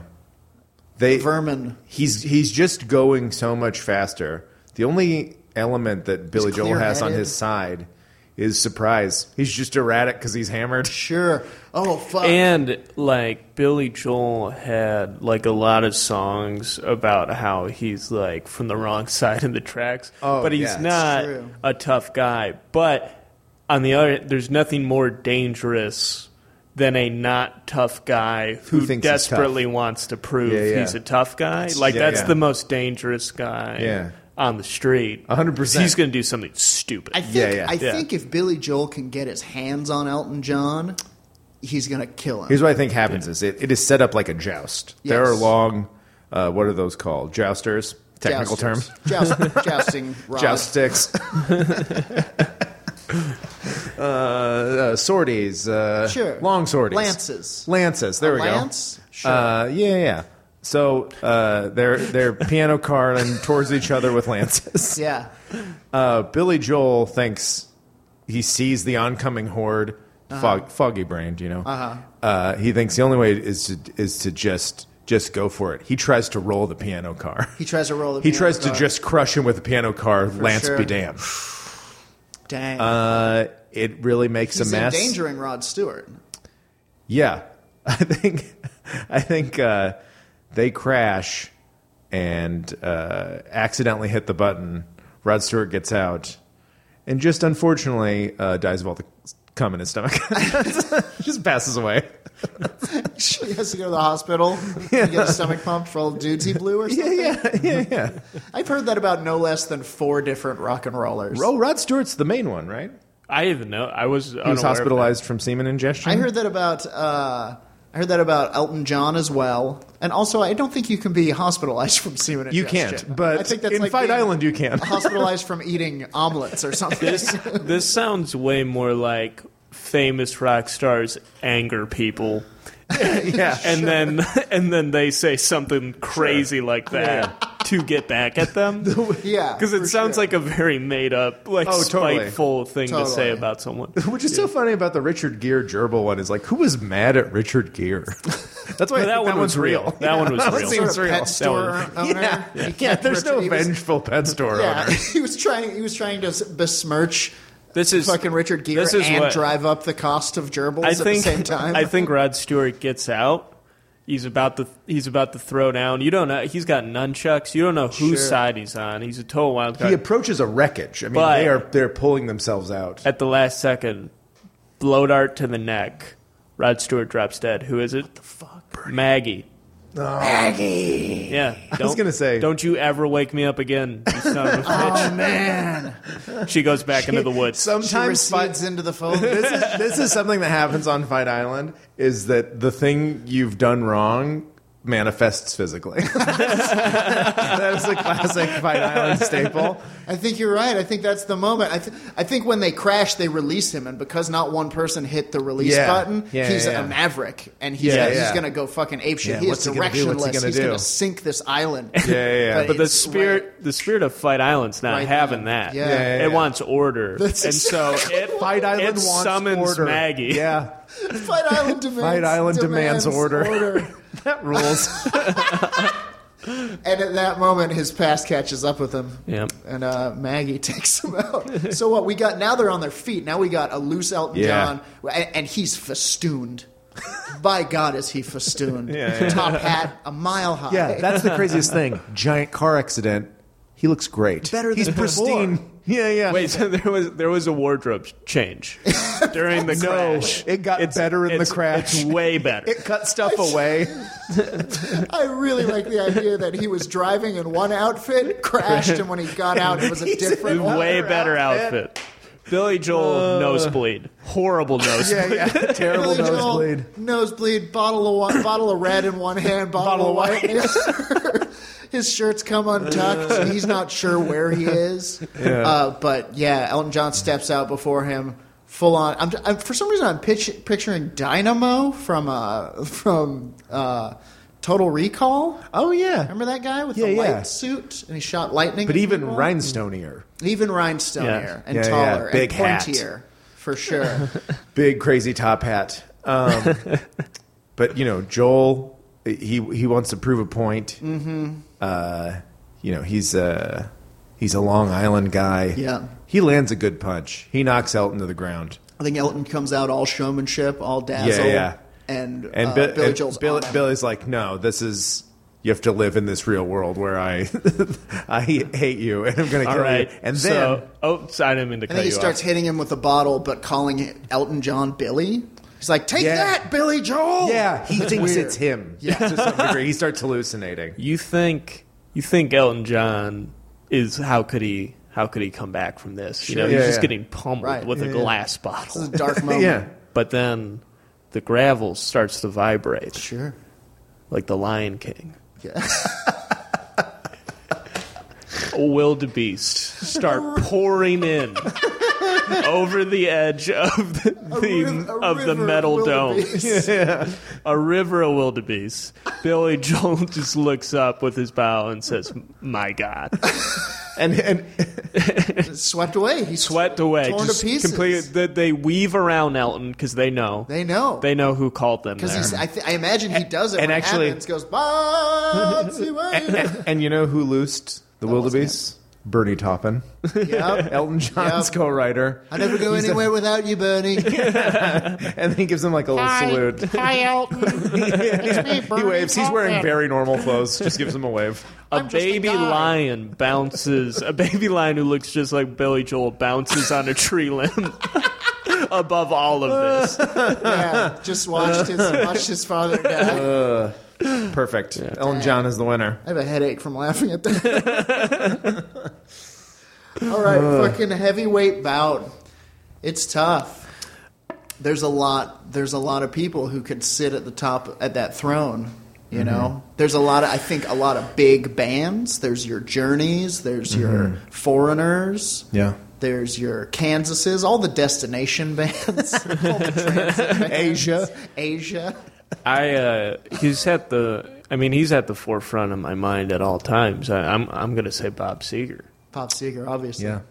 [SPEAKER 3] They
[SPEAKER 2] Vermin.
[SPEAKER 3] he's he's just going so much faster. The only element that Billy Joel has on
[SPEAKER 2] clear-headed.
[SPEAKER 3] his side is surprise. He's just erratic because he's hammered.
[SPEAKER 2] Sure. Oh fuck.
[SPEAKER 1] And like Billy Joel had like a lot of songs about how he's like from the wrong [LAUGHS] side of the tracks,
[SPEAKER 3] Oh,
[SPEAKER 1] but he's
[SPEAKER 3] yeah, it's
[SPEAKER 1] not
[SPEAKER 2] true.
[SPEAKER 1] a tough guy. But on the other, there's nothing more dangerous than a not tough guy who,
[SPEAKER 3] thinks he's tough.
[SPEAKER 1] desperately wants to prove
[SPEAKER 3] Yeah, yeah.
[SPEAKER 1] he's a tough guy. Like
[SPEAKER 3] Yeah,
[SPEAKER 1] that's
[SPEAKER 3] yeah.
[SPEAKER 1] the most dangerous guy
[SPEAKER 3] Yeah.
[SPEAKER 1] on the street.
[SPEAKER 3] 100%.
[SPEAKER 1] He's going to do something stupid.
[SPEAKER 2] I think
[SPEAKER 3] Yeah, yeah.
[SPEAKER 2] I
[SPEAKER 1] Yeah.
[SPEAKER 2] think if Billy Joel can get his hands on Elton John, he's gonna kill him.
[SPEAKER 3] Here's what I think happens: is it, it is set up like a joust. There are
[SPEAKER 2] Yes.
[SPEAKER 3] long, uh, what are those called? Jousters. Technical
[SPEAKER 2] Jousters.
[SPEAKER 3] term. [LAUGHS]
[SPEAKER 2] Joust, jousting rod. [LAUGHS]
[SPEAKER 3] Joust sticks. [LAUGHS] uh, uh, sorties. Uh,
[SPEAKER 2] Sure.
[SPEAKER 3] Long sorties.
[SPEAKER 2] Lances.
[SPEAKER 3] Lances. There
[SPEAKER 2] A
[SPEAKER 3] we
[SPEAKER 2] lance?
[SPEAKER 3] go.
[SPEAKER 2] Sure.
[SPEAKER 3] Uh, yeah, yeah. So uh, they're they're piano carling towards each other
[SPEAKER 2] [LAUGHS]
[SPEAKER 3] with lances.
[SPEAKER 2] Yeah.
[SPEAKER 3] Uh, Billy Joel thinks he sees the oncoming horde,
[SPEAKER 2] Uh-huh.
[SPEAKER 3] fog, foggy brained, you know. Uh-huh. He thinks the only way is to is to just just go for it. He tries to roll the piano car. [LAUGHS]
[SPEAKER 2] He tries to roll the
[SPEAKER 3] He
[SPEAKER 2] piano
[SPEAKER 3] tries
[SPEAKER 2] car.
[SPEAKER 3] to just crush him with a piano car. Lance
[SPEAKER 2] sure.
[SPEAKER 3] be damned.
[SPEAKER 2] Dang.
[SPEAKER 3] Uh, it really makes
[SPEAKER 2] he's
[SPEAKER 3] a mess.
[SPEAKER 2] endangering Rod Stewart. [LAUGHS]
[SPEAKER 3] Yeah, [LAUGHS] I think I think uh, they crash and uh, accidentally hit the button. Rod Stewart gets out, and just unfortunately uh, dies of all the cum in his stomach. [LAUGHS] just passes away. [LAUGHS]
[SPEAKER 2] he has to go to the hospital and
[SPEAKER 3] [LAUGHS]
[SPEAKER 2] get his stomach pumped for all the dudes he blew or something.
[SPEAKER 3] yeah, yeah, yeah.
[SPEAKER 2] I've heard that about no less than four different rock and rollers.
[SPEAKER 3] Oh, Rod Stewart's the main one, right?
[SPEAKER 1] I even know. I was.
[SPEAKER 3] He was hospitalized from semen ingestion.
[SPEAKER 2] I heard that about. Uh, I heard that about Elton John as well, and also I don't think you can be hospitalized [LAUGHS] from semen
[SPEAKER 3] you
[SPEAKER 2] ingestion.
[SPEAKER 3] can't, but
[SPEAKER 2] I think that's
[SPEAKER 3] in
[SPEAKER 2] like
[SPEAKER 3] Fight
[SPEAKER 2] being
[SPEAKER 3] Island you can.
[SPEAKER 2] hospitalized from eating omelets or something.
[SPEAKER 1] This this sounds way more like famous rock stars anger people,
[SPEAKER 3] [LAUGHS] [LAUGHS] yeah,
[SPEAKER 1] and then [LAUGHS] and then they say something crazy like that to get back at
[SPEAKER 2] [LAUGHS]
[SPEAKER 1] them.
[SPEAKER 2] [LAUGHS]
[SPEAKER 1] [LAUGHS]
[SPEAKER 2] yeah,
[SPEAKER 1] Because it
[SPEAKER 2] for
[SPEAKER 1] sounds
[SPEAKER 2] sure.
[SPEAKER 1] like a very made up, like
[SPEAKER 3] Oh, totally.
[SPEAKER 1] spiteful thing to
[SPEAKER 2] Totally.
[SPEAKER 1] say about
[SPEAKER 2] [LAUGHS]
[SPEAKER 1] someone.
[SPEAKER 3] [LAUGHS] Which is so funny about the Richard Gere gerbil one is like, who was mad at Richard Gere? [LAUGHS] That's why I
[SPEAKER 1] But
[SPEAKER 3] think
[SPEAKER 1] that
[SPEAKER 3] that,
[SPEAKER 1] one was
[SPEAKER 3] one's real.
[SPEAKER 1] real. That one was
[SPEAKER 3] [LAUGHS] that
[SPEAKER 1] real.
[SPEAKER 3] seems
[SPEAKER 2] Sort of
[SPEAKER 3] real.
[SPEAKER 2] pet store
[SPEAKER 1] That
[SPEAKER 2] owner.
[SPEAKER 3] Yeah,
[SPEAKER 2] He
[SPEAKER 3] yeah.
[SPEAKER 2] can't-
[SPEAKER 3] There's no
[SPEAKER 2] he was-
[SPEAKER 3] vengeful pet store
[SPEAKER 2] Yeah,
[SPEAKER 1] [LAUGHS]
[SPEAKER 3] owner.
[SPEAKER 2] [LAUGHS] he was trying. He was trying to s- besmirch
[SPEAKER 1] This is
[SPEAKER 2] fucking Richard Gere
[SPEAKER 1] This is
[SPEAKER 2] and
[SPEAKER 1] what-
[SPEAKER 2] drive up the cost of gerbils
[SPEAKER 1] I
[SPEAKER 2] at
[SPEAKER 1] think
[SPEAKER 2] the same
[SPEAKER 1] [LAUGHS]
[SPEAKER 2] time.
[SPEAKER 1] I think Rod Stewart gets out. He's about to he's about to throw down. You don't know. He's got nunchucks. You don't know whose
[SPEAKER 2] Sure.
[SPEAKER 1] side he's on. He's a total wild
[SPEAKER 3] He
[SPEAKER 1] card.
[SPEAKER 3] approaches a wreckage. I mean,
[SPEAKER 1] But-
[SPEAKER 3] they are they're pulling themselves out.
[SPEAKER 1] At the last second, blow dart to the neck. Rod Stewart drops dead. Who is it? the fuck? Maggie. Maggie. Yeah. Don't,
[SPEAKER 3] Oh. was gonna say-
[SPEAKER 1] Don't you ever wake me up again, you son
[SPEAKER 3] [LAUGHS]
[SPEAKER 1] of a bitch. Oh man. She goes back into the woods.
[SPEAKER 2] she
[SPEAKER 3] Sometimes
[SPEAKER 2] recedes into the phone.
[SPEAKER 3] this is this is something that happens on Fight Island is that the thing you've done wrong manifests physically. [LAUGHS] That's a classic Fight Island staple.
[SPEAKER 2] I think you're right. I think that's the moment. I, th- I think when they crash, they release him, and because not one person hit the release
[SPEAKER 3] Yeah.
[SPEAKER 2] button,
[SPEAKER 3] Yeah,
[SPEAKER 2] he's
[SPEAKER 3] yeah, yeah.
[SPEAKER 2] a maverick, and he's,
[SPEAKER 3] Yeah,
[SPEAKER 2] he's
[SPEAKER 3] yeah.
[SPEAKER 2] going to go fucking apeshit.
[SPEAKER 3] Yeah,
[SPEAKER 2] he is
[SPEAKER 3] what's he gonna do?
[SPEAKER 2] directionless.
[SPEAKER 3] What's he gonna
[SPEAKER 2] he's
[SPEAKER 3] do?
[SPEAKER 2] going to sink this island.
[SPEAKER 3] Yeah, yeah, yeah.
[SPEAKER 1] But the
[SPEAKER 2] it's
[SPEAKER 1] spirit,
[SPEAKER 2] right-
[SPEAKER 1] the spirit of Fight Island's not
[SPEAKER 2] Right
[SPEAKER 1] having
[SPEAKER 2] now.
[SPEAKER 1] that.
[SPEAKER 2] Yeah. Yeah,
[SPEAKER 3] yeah, yeah.
[SPEAKER 1] it wants order,
[SPEAKER 2] That's
[SPEAKER 1] and so it
[SPEAKER 3] [LAUGHS] Fight Island
[SPEAKER 1] it
[SPEAKER 3] wants
[SPEAKER 1] summons
[SPEAKER 3] order.
[SPEAKER 1] Maggie. [LAUGHS]
[SPEAKER 3] Yeah,
[SPEAKER 2] Fight Island demands,
[SPEAKER 3] [LAUGHS] Fight Island demands order.
[SPEAKER 2] order.
[SPEAKER 3] that rules.
[SPEAKER 2] And at that moment, his past catches up with him.
[SPEAKER 1] Yep.
[SPEAKER 2] And uh, Maggie [LAUGHS] takes him out. so what we got now? They're on their feet. Now we got a loose Elton
[SPEAKER 3] Yeah.
[SPEAKER 2] John, and, and he's festooned. By God, is he festooned?
[SPEAKER 3] [LAUGHS] Yeah, yeah.
[SPEAKER 2] Top hat, a mile high.
[SPEAKER 3] Yeah, that's the [LAUGHS] craziest thing. Giant car accident. He looks great.
[SPEAKER 2] Better than
[SPEAKER 3] He's
[SPEAKER 2] before.
[SPEAKER 3] pristine. Yeah, yeah.
[SPEAKER 1] Wait, so there was there was a wardrobe change during the
[SPEAKER 3] [LAUGHS] No,
[SPEAKER 1] crash.
[SPEAKER 3] it got better in the
[SPEAKER 1] it's-
[SPEAKER 3] crash.
[SPEAKER 1] It's way better.
[SPEAKER 3] it cut stuff away.
[SPEAKER 2] I really like the idea that he was driving in one
[SPEAKER 3] [LAUGHS]
[SPEAKER 2] outfit, crashed, and when he got out, it [LAUGHS] was a different one.
[SPEAKER 1] way better outfit. Billy Joel nosebleed, horrible nosebleed.
[SPEAKER 3] [LAUGHS] Uh. yeah. [LAUGHS] Terrible
[SPEAKER 2] Billy Joel,
[SPEAKER 3] nosebleed.
[SPEAKER 2] nosebleed, bottle of wa- bottle of red in one hand, bottle, of white. in the other. [LAUGHS] His shirt's come untucked. He's not sure where he
[SPEAKER 3] [LAUGHS]
[SPEAKER 2] is. Uh, but yeah, Elton John steps out before him, full on. I'm, I'm, for some reason, I'm pitch, picturing Dynamo from uh, from uh, Total Recall.
[SPEAKER 3] Oh yeah.
[SPEAKER 2] Remember that guy with
[SPEAKER 3] Yeah,
[SPEAKER 2] the light
[SPEAKER 3] yeah.
[SPEAKER 2] suit and he shot lightning?
[SPEAKER 3] But
[SPEAKER 2] at
[SPEAKER 3] even
[SPEAKER 2] people?
[SPEAKER 3] rhinestonier,
[SPEAKER 2] even rhinestone
[SPEAKER 1] Yeah.
[SPEAKER 2] here and
[SPEAKER 3] Yeah, yeah,
[SPEAKER 2] taller and
[SPEAKER 3] big hat.
[SPEAKER 2] pointier for sure.
[SPEAKER 3] big crazy top hat. [LAUGHS] Um, but you know, Joel, he he wants to prove a point. Mm-hmm. Uh, you know, he's a he's a Long Island guy.
[SPEAKER 2] Yeah.
[SPEAKER 3] He lands a good punch. He knocks Elton to the ground.
[SPEAKER 2] I think Elton comes out all showmanship, all dazzle,
[SPEAKER 3] Yeah, yeah.
[SPEAKER 2] and,
[SPEAKER 3] And
[SPEAKER 2] uh,
[SPEAKER 3] Bi-
[SPEAKER 2] Billy
[SPEAKER 3] and
[SPEAKER 2] Joel's
[SPEAKER 3] Bill-
[SPEAKER 2] on him.
[SPEAKER 3] Billy's like, no, this is you have to live in this real world where I [LAUGHS] I hate you and I'm going to
[SPEAKER 1] All
[SPEAKER 3] kill
[SPEAKER 1] right,
[SPEAKER 3] you. And then
[SPEAKER 1] so, oh, sorry, I didn't mean to
[SPEAKER 2] And
[SPEAKER 1] cut
[SPEAKER 2] then he
[SPEAKER 1] you off.
[SPEAKER 2] starts hitting him with a bottle, but calling Elton John Billy. He's like, "Take
[SPEAKER 3] Yeah.
[SPEAKER 2] that, Billy Joel!"
[SPEAKER 3] yeah, he thinks
[SPEAKER 2] Weird.
[SPEAKER 3] it's him. [LAUGHS]
[SPEAKER 2] Yeah.
[SPEAKER 3] to some degree, he starts hallucinating.
[SPEAKER 1] You think you think Elton John is how could he how could he come back from this? You know,
[SPEAKER 3] Sure.
[SPEAKER 1] he's
[SPEAKER 3] Yeah,
[SPEAKER 1] just
[SPEAKER 3] yeah.
[SPEAKER 1] getting pummeled
[SPEAKER 2] Right.
[SPEAKER 1] with a
[SPEAKER 2] Yeah, yeah.
[SPEAKER 1] glass
[SPEAKER 2] This is a
[SPEAKER 1] bottle.
[SPEAKER 3] [LAUGHS]
[SPEAKER 2] dark moment.
[SPEAKER 3] yeah.
[SPEAKER 1] But then the gravel starts to vibrate
[SPEAKER 2] Sure.
[SPEAKER 1] like the Lion King. [LAUGHS]
[SPEAKER 2] Yeah.
[SPEAKER 1] Wildebeest start pouring in over the edge of the, the-
[SPEAKER 2] riv- a
[SPEAKER 1] of the
[SPEAKER 2] river
[SPEAKER 1] metal
[SPEAKER 2] of
[SPEAKER 1] dome. [LAUGHS]
[SPEAKER 2] wildebeest.
[SPEAKER 1] A river of wildebeest. Billy Joel [LAUGHS] just looks up with his bow and says, "My God." And, and
[SPEAKER 2] Swept away. He's
[SPEAKER 1] swept away.
[SPEAKER 2] Torn to
[SPEAKER 1] just
[SPEAKER 2] pieces.
[SPEAKER 1] completely- that they weave around Elton because they know.
[SPEAKER 2] They know.
[SPEAKER 1] They know who called them there.
[SPEAKER 2] Because I, th- I imagine he does it
[SPEAKER 3] and
[SPEAKER 2] when it
[SPEAKER 3] actually-
[SPEAKER 2] happens, goes
[SPEAKER 3] [LAUGHS]
[SPEAKER 2] Botsy
[SPEAKER 3] and,
[SPEAKER 2] way."
[SPEAKER 3] and- and you know who loosed the wildebeest?
[SPEAKER 2] [LAUGHS]
[SPEAKER 3] Bernie Taupin,
[SPEAKER 2] Yep.
[SPEAKER 3] Elton John's
[SPEAKER 2] Yep.
[SPEAKER 3] co-writer,
[SPEAKER 2] I never go
[SPEAKER 3] He's a-
[SPEAKER 2] anywhere without you, Bernie.
[SPEAKER 3] [LAUGHS] and then he gives him like a little salute.
[SPEAKER 5] Hi, Elton.
[SPEAKER 3] [LAUGHS]
[SPEAKER 5] It's me,
[SPEAKER 3] He
[SPEAKER 5] Bernie
[SPEAKER 3] waves. He's wearing
[SPEAKER 5] Taupin.
[SPEAKER 3] very normal clothes. Just gives him
[SPEAKER 2] [LAUGHS]
[SPEAKER 3] a wave.
[SPEAKER 1] a
[SPEAKER 5] I'm just a
[SPEAKER 1] baby
[SPEAKER 5] guy.
[SPEAKER 1] lion bounces. A baby lion who looks just like Billy Joel bounces on a tree limb. [LAUGHS] Above all of this,
[SPEAKER 2] Yeah, just watched his watched his father
[SPEAKER 3] Uh,
[SPEAKER 2] die.
[SPEAKER 3] Perfect. Elton John is the winner.
[SPEAKER 2] I have a headache from laughing at that.
[SPEAKER 3] [LAUGHS]
[SPEAKER 2] All right,
[SPEAKER 3] Uh.
[SPEAKER 2] fucking heavyweight bout. It's tough. There's a lot. There's a lot of people who could sit at the top at that throne. You
[SPEAKER 3] Mm-hmm.
[SPEAKER 2] know, there's a lot of. I think a lot of big bands. There's your journeys. There's your
[SPEAKER 3] Mm-hmm.
[SPEAKER 2] foreigners.
[SPEAKER 3] Yeah.
[SPEAKER 2] There's your Kansases. All the destination bands. [LAUGHS] all the transit bands,
[SPEAKER 3] [LAUGHS] Asia.
[SPEAKER 2] Asia.
[SPEAKER 1] [LAUGHS] I uh, he's at the. I mean, he's at the forefront of my mind at all times. I, I'm I'm gonna say Bob Seger.
[SPEAKER 2] Pop Seeger, obviously.
[SPEAKER 3] Yeah.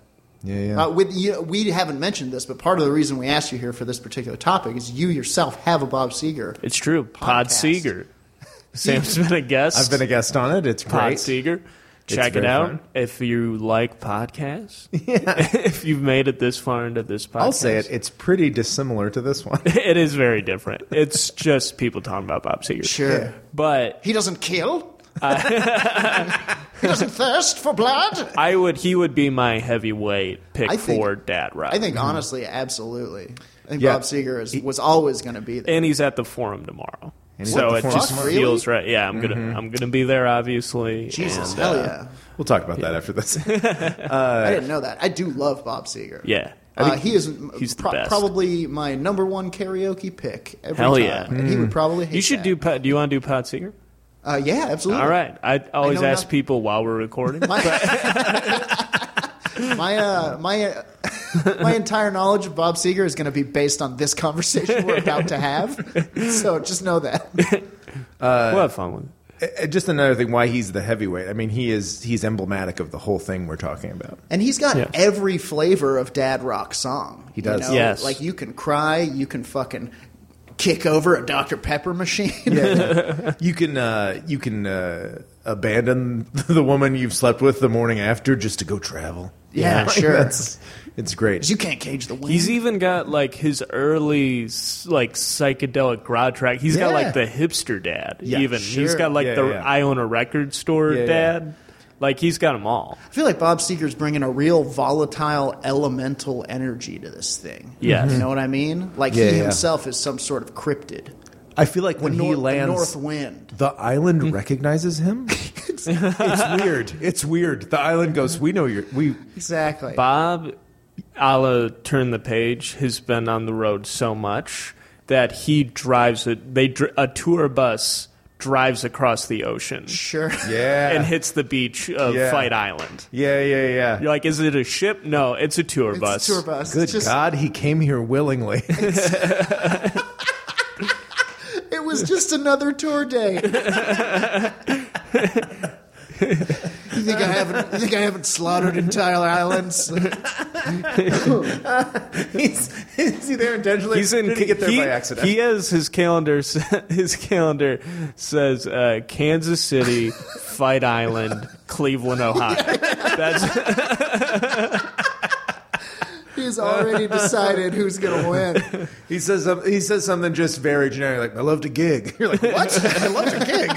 [SPEAKER 3] Yeah. Yeah.
[SPEAKER 2] Uh, with you we haven't mentioned this, but part of the reason we asked you here for this particular topic is you yourself have a Bob Seger.
[SPEAKER 1] It's true. Pod
[SPEAKER 2] Podcast.
[SPEAKER 1] Seeger. [LAUGHS] Sam's been a guest.
[SPEAKER 3] I've been a guest on it. It's
[SPEAKER 1] Pod
[SPEAKER 3] great.
[SPEAKER 1] Seeger. Check it
[SPEAKER 3] very
[SPEAKER 1] out
[SPEAKER 3] fun.
[SPEAKER 1] if you like
[SPEAKER 3] [LAUGHS]
[SPEAKER 1] podcasts. [LAUGHS] if you've made it this far into this podcast, [LAUGHS]
[SPEAKER 3] I'll say it. It's pretty dissimilar to this one.
[SPEAKER 1] It is very different. It's just people talking about Bob Seger.
[SPEAKER 2] Sure,
[SPEAKER 1] But
[SPEAKER 2] he doesn't kill.
[SPEAKER 1] Uh,
[SPEAKER 2] [LAUGHS]
[SPEAKER 1] [LAUGHS]
[SPEAKER 2] he doesn't thirst for blood.
[SPEAKER 1] I would. He would be my heavyweight pick
[SPEAKER 2] I think-
[SPEAKER 1] for Dad Rock.
[SPEAKER 2] I think honestly, absolutely. I think
[SPEAKER 3] Mm-hmm. Yeah.
[SPEAKER 2] Bob Seger is, was always going to be there.
[SPEAKER 1] and he's at the forum tomorrow.
[SPEAKER 3] And he's at
[SPEAKER 1] So
[SPEAKER 3] the
[SPEAKER 1] it
[SPEAKER 3] forum
[SPEAKER 1] just
[SPEAKER 2] tomorrow?
[SPEAKER 1] feels right. Yeah, I'm gonna I'm gonna be there obviously.
[SPEAKER 2] Jesus,
[SPEAKER 1] and,
[SPEAKER 2] hell
[SPEAKER 1] uh,
[SPEAKER 2] yeah!
[SPEAKER 3] [LAUGHS] We'll talk about that after this. uh,
[SPEAKER 2] I didn't know that. I do love Bob Seger.
[SPEAKER 1] yeah.
[SPEAKER 2] Uh, he is
[SPEAKER 1] he's the
[SPEAKER 2] pro-
[SPEAKER 1] best.
[SPEAKER 2] probably my number one karaoke pick. Every
[SPEAKER 1] Hell
[SPEAKER 2] time.
[SPEAKER 1] yeah.
[SPEAKER 2] And He
[SPEAKER 3] Mm.
[SPEAKER 2] would probably. Hate
[SPEAKER 1] You should
[SPEAKER 2] that.
[SPEAKER 1] do. Pod, do you want to do Pod Seger?
[SPEAKER 2] Uh, yeah, absolutely.
[SPEAKER 1] All right. I always
[SPEAKER 2] know
[SPEAKER 1] ask
[SPEAKER 2] not-
[SPEAKER 1] people while we're recording.
[SPEAKER 2] My, my, [LAUGHS] uh, my, uh, my entire knowledge of Bob Seger is going to be based on this conversation we're about to have. So just know that.
[SPEAKER 1] we'll have fun with it.
[SPEAKER 3] Uh, Just another thing. Why he's the heavyweight? I mean, he is. He's emblematic of the whole thing we're talking about.
[SPEAKER 2] And he's got
[SPEAKER 1] Yeah.
[SPEAKER 2] every flavor of dad rock song. He
[SPEAKER 3] does.
[SPEAKER 1] Yes.
[SPEAKER 2] Like you can cry, you can fucking kick over a Dr. Pepper machine. [LAUGHS]
[SPEAKER 3] you can uh, you can uh, abandon [LAUGHS] the woman you've slept with the morning after just to go travel. [LAUGHS]
[SPEAKER 2] Yeah, sure.
[SPEAKER 3] That's- it's great.
[SPEAKER 2] You can't cage the wind.
[SPEAKER 3] e
[SPEAKER 1] He's even got like his early s- like psychedelic garage track. He's got
[SPEAKER 3] Yeah.
[SPEAKER 1] like the hipster dad.
[SPEAKER 3] Yeah,
[SPEAKER 1] even he's
[SPEAKER 2] sure.
[SPEAKER 1] got like
[SPEAKER 3] Yeah,
[SPEAKER 1] the
[SPEAKER 3] yeah.
[SPEAKER 1] I own a record store
[SPEAKER 3] Yeah, yeah.
[SPEAKER 1] dad. Like he's got them all.
[SPEAKER 2] I feel like Bob Seger's bringing a real volatile elemental energy to this thing.
[SPEAKER 1] Yes.
[SPEAKER 2] You know what I mean? Like
[SPEAKER 3] Yeah,
[SPEAKER 2] he
[SPEAKER 3] yeah.
[SPEAKER 2] himself is some sort of cryptid.
[SPEAKER 3] I feel like when
[SPEAKER 2] the
[SPEAKER 3] he
[SPEAKER 2] north, the
[SPEAKER 3] lands,
[SPEAKER 2] north
[SPEAKER 3] the,
[SPEAKER 2] wind.
[SPEAKER 3] island recognizes him. it's weird. It's weird. The island goes, "We know you're we."
[SPEAKER 2] Exactly.
[SPEAKER 1] Bob, a la Turn the Page, has been on the road so much that he drives a they dr- a tour bus drives across the ocean
[SPEAKER 2] Sure.
[SPEAKER 3] Yeah,
[SPEAKER 1] and hits the beach of
[SPEAKER 3] Yeah.
[SPEAKER 1] Fight Island.
[SPEAKER 3] yeah, yeah, yeah.
[SPEAKER 1] You're like, is it a ship? No, it's a tour
[SPEAKER 2] [LAUGHS] It's
[SPEAKER 1] bus.
[SPEAKER 2] a tour bus.
[SPEAKER 3] Good
[SPEAKER 2] It's just,
[SPEAKER 3] God, he came here willingly.
[SPEAKER 2] It was just another tour
[SPEAKER 3] [LAUGHS]
[SPEAKER 2] day. you think I haven't? You think I haven't slaughtered entire
[SPEAKER 3] [LAUGHS]
[SPEAKER 2] islands?
[SPEAKER 3] he's, [LAUGHS] is he there intentionally?
[SPEAKER 1] He's in.
[SPEAKER 3] Did he get there
[SPEAKER 1] he,
[SPEAKER 3] by accident?
[SPEAKER 1] He has his calendar. s- [LAUGHS] His calendar says uh, Kansas City, Fight Island, Cleveland,
[SPEAKER 3] [LAUGHS]
[SPEAKER 1] Ohio. That's
[SPEAKER 2] He's already decided who's going to win.
[SPEAKER 3] He says some- he says something just very generic, like "I loved a gig." [LAUGHS] You're like, "What? I loved a gig."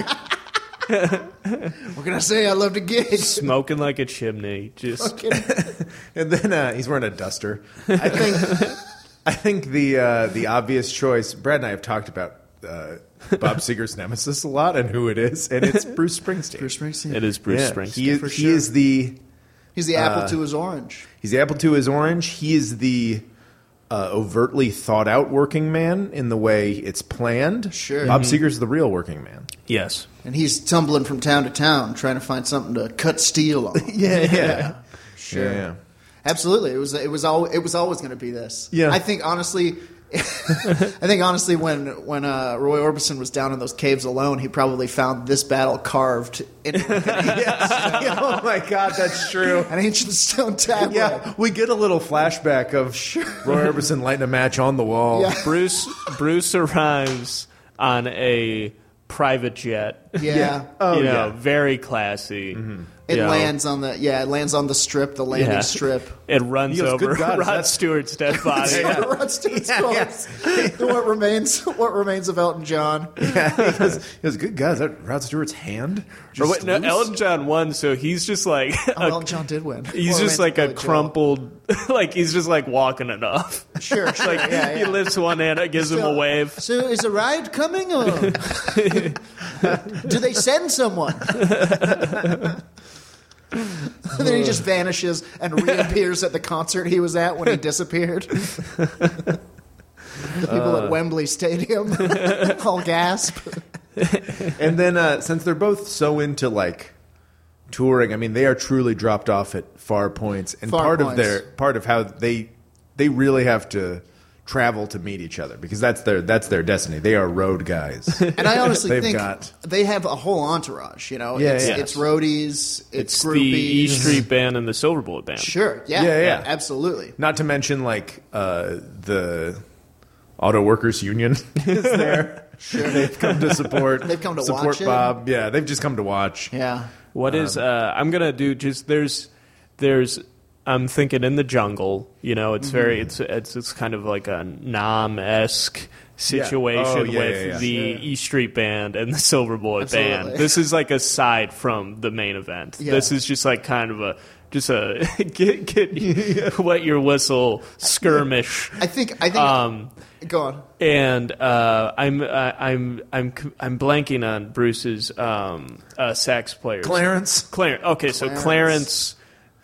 [SPEAKER 2] What can I say? I love to gig.
[SPEAKER 1] smoking like a chimney. Just
[SPEAKER 3] And then uh, he's wearing a duster. I think I think the uh, the obvious choice. Brad and I have talked about uh,
[SPEAKER 1] [LAUGHS]
[SPEAKER 3] Bob Seger's nemesis a lot and who it is, uh, and it's Bruce Springsteen.
[SPEAKER 2] Bruce Springsteen.
[SPEAKER 1] it is Bruce
[SPEAKER 3] Yeah,
[SPEAKER 1] Springsteen.
[SPEAKER 3] He, is, he is the
[SPEAKER 2] He's the apple to his orange.
[SPEAKER 3] He's the apple to his orange. He is the uh, overtly thought out working man in the way it's planned.
[SPEAKER 2] Sure.
[SPEAKER 1] Mm-hmm.
[SPEAKER 3] Bob Seger's the real working man.
[SPEAKER 1] Yes.
[SPEAKER 2] And he's tumbling from town to town trying to find something to cut steel on.
[SPEAKER 3] [LAUGHS] Yeah, yeah.
[SPEAKER 2] Sure.
[SPEAKER 3] Yeah, [LAUGHS] yeah.
[SPEAKER 2] Absolutely. It was it was all it was always going to be this.
[SPEAKER 3] Yeah.
[SPEAKER 2] I think honestly [LAUGHS] I think honestly when when uh, Roy Orbison was down in those caves alone, he probably found this battle carved in
[SPEAKER 3] oh my god, that's true. [LAUGHS]
[SPEAKER 2] an ancient stone tablet.
[SPEAKER 3] Yeah, we get a little flashback of [LAUGHS] Roy Orbison lighting a match on the wall.
[SPEAKER 2] Yeah.
[SPEAKER 1] Bruce Bruce arrives on a private jet.
[SPEAKER 2] Yeah. Mm-hmm.
[SPEAKER 1] [LAUGHS]
[SPEAKER 3] Oh,
[SPEAKER 1] you know,
[SPEAKER 3] yeah.
[SPEAKER 1] very classy.
[SPEAKER 2] It
[SPEAKER 1] You know,
[SPEAKER 2] lands on the yeah, it lands on the strip, the landing
[SPEAKER 1] Yeah. [LAUGHS]
[SPEAKER 2] strip.
[SPEAKER 1] It runs
[SPEAKER 3] He goes,
[SPEAKER 1] over
[SPEAKER 3] "Good God,
[SPEAKER 1] Rod
[SPEAKER 3] that's-
[SPEAKER 1] Stewart's
[SPEAKER 2] [LAUGHS]
[SPEAKER 1] dead body.
[SPEAKER 2] Yeah. Rod Stewart's clothes. [LAUGHS] what remains what remains of Elton John.
[SPEAKER 3] Yeah, he goes, he goes, good God, is that Rod Stewart's hand?
[SPEAKER 1] Or
[SPEAKER 3] Just
[SPEAKER 1] wait, no,
[SPEAKER 3] loose?"
[SPEAKER 1] Elton John won, so he's just like
[SPEAKER 2] [LAUGHS] Oh, Elton John did
[SPEAKER 1] [LAUGHS]
[SPEAKER 2] win.
[SPEAKER 1] he's
[SPEAKER 2] Or
[SPEAKER 1] just like
[SPEAKER 2] remains of
[SPEAKER 1] a
[SPEAKER 2] Elton John.
[SPEAKER 1] crumpled, [LAUGHS] like he's just like walking it off.
[SPEAKER 2] Sure, sure.
[SPEAKER 1] [LAUGHS] Like
[SPEAKER 2] [LAUGHS] yeah, yeah.
[SPEAKER 1] he lifts one hand, it gives him a
[SPEAKER 2] Still-
[SPEAKER 1] wave.
[SPEAKER 2] So is a ride coming or do they send someone? [LAUGHS] And then he just vanishes and reappears at the concert he was at when he disappeared. the people
[SPEAKER 3] Uh.
[SPEAKER 2] at Wembley Stadium [LAUGHS] all gasp.
[SPEAKER 3] And then uh, since they're both so into like touring, I mean, they are truly dropped off at far points, and
[SPEAKER 2] Far
[SPEAKER 3] part of
[SPEAKER 2] points.
[SPEAKER 3] their part of how they they really have to travel to meet each other because that's their that's their destiny. They are
[SPEAKER 1] [LAUGHS]
[SPEAKER 3] road guys.
[SPEAKER 2] And I honestly
[SPEAKER 3] They've
[SPEAKER 2] think
[SPEAKER 3] got-
[SPEAKER 2] they have a whole entourage. You know,
[SPEAKER 3] Yeah,
[SPEAKER 2] it's,
[SPEAKER 3] yeah.
[SPEAKER 2] it's roadies, it's,
[SPEAKER 1] It's the
[SPEAKER 2] groupies.
[SPEAKER 1] E Street Band and the Silver Bullet Band.
[SPEAKER 2] Sure, yeah,
[SPEAKER 3] Yeah, yeah.
[SPEAKER 2] absolutely.
[SPEAKER 3] Not to mention like uh, the auto workers union [LAUGHS] is there.
[SPEAKER 2] Sure.
[SPEAKER 3] They've come to support.
[SPEAKER 2] They've come to
[SPEAKER 3] support
[SPEAKER 2] watch it.
[SPEAKER 3] Bob. Yeah, they've just come to watch.
[SPEAKER 2] Yeah,
[SPEAKER 1] What is,
[SPEAKER 3] Um,
[SPEAKER 1] uh, I'm gonna do just there's there's I'm thinking in the jungle. You know, it's very
[SPEAKER 3] Mm-hmm.
[SPEAKER 1] it's it's it's kind of like a Nam esque situation
[SPEAKER 3] Oh, yeah,
[SPEAKER 1] with
[SPEAKER 3] yeah, yeah.
[SPEAKER 1] the E Street Band and the Silver Bullet Band.
[SPEAKER 2] Absolutely.
[SPEAKER 1] This is like aside from the main event.
[SPEAKER 2] Yeah.
[SPEAKER 1] This is just like kind of a just a [LAUGHS] get
[SPEAKER 3] [LAUGHS]
[SPEAKER 1] get wet your whistle skirmish.
[SPEAKER 2] I think I think.
[SPEAKER 1] Um,
[SPEAKER 2] go on.
[SPEAKER 1] and uh, I'm uh, I'm I'm c- I'm blanking on Bruce's um, uh, sax player.
[SPEAKER 3] Clarence.
[SPEAKER 1] Clarence. Okay, so
[SPEAKER 2] Clarence.
[SPEAKER 1] Clarence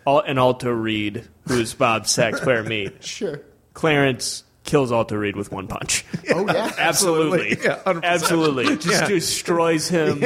[SPEAKER 1] Al- and Alto Reed, who's Bob's sax player mate.
[SPEAKER 2] Sure.
[SPEAKER 1] Clarence kills Alto Reed with one punch. [LAUGHS]
[SPEAKER 2] Oh yeah.
[SPEAKER 1] Absolutely.
[SPEAKER 3] Absolutely. Yeah, 100%.
[SPEAKER 1] Absolutely. Just destroys him.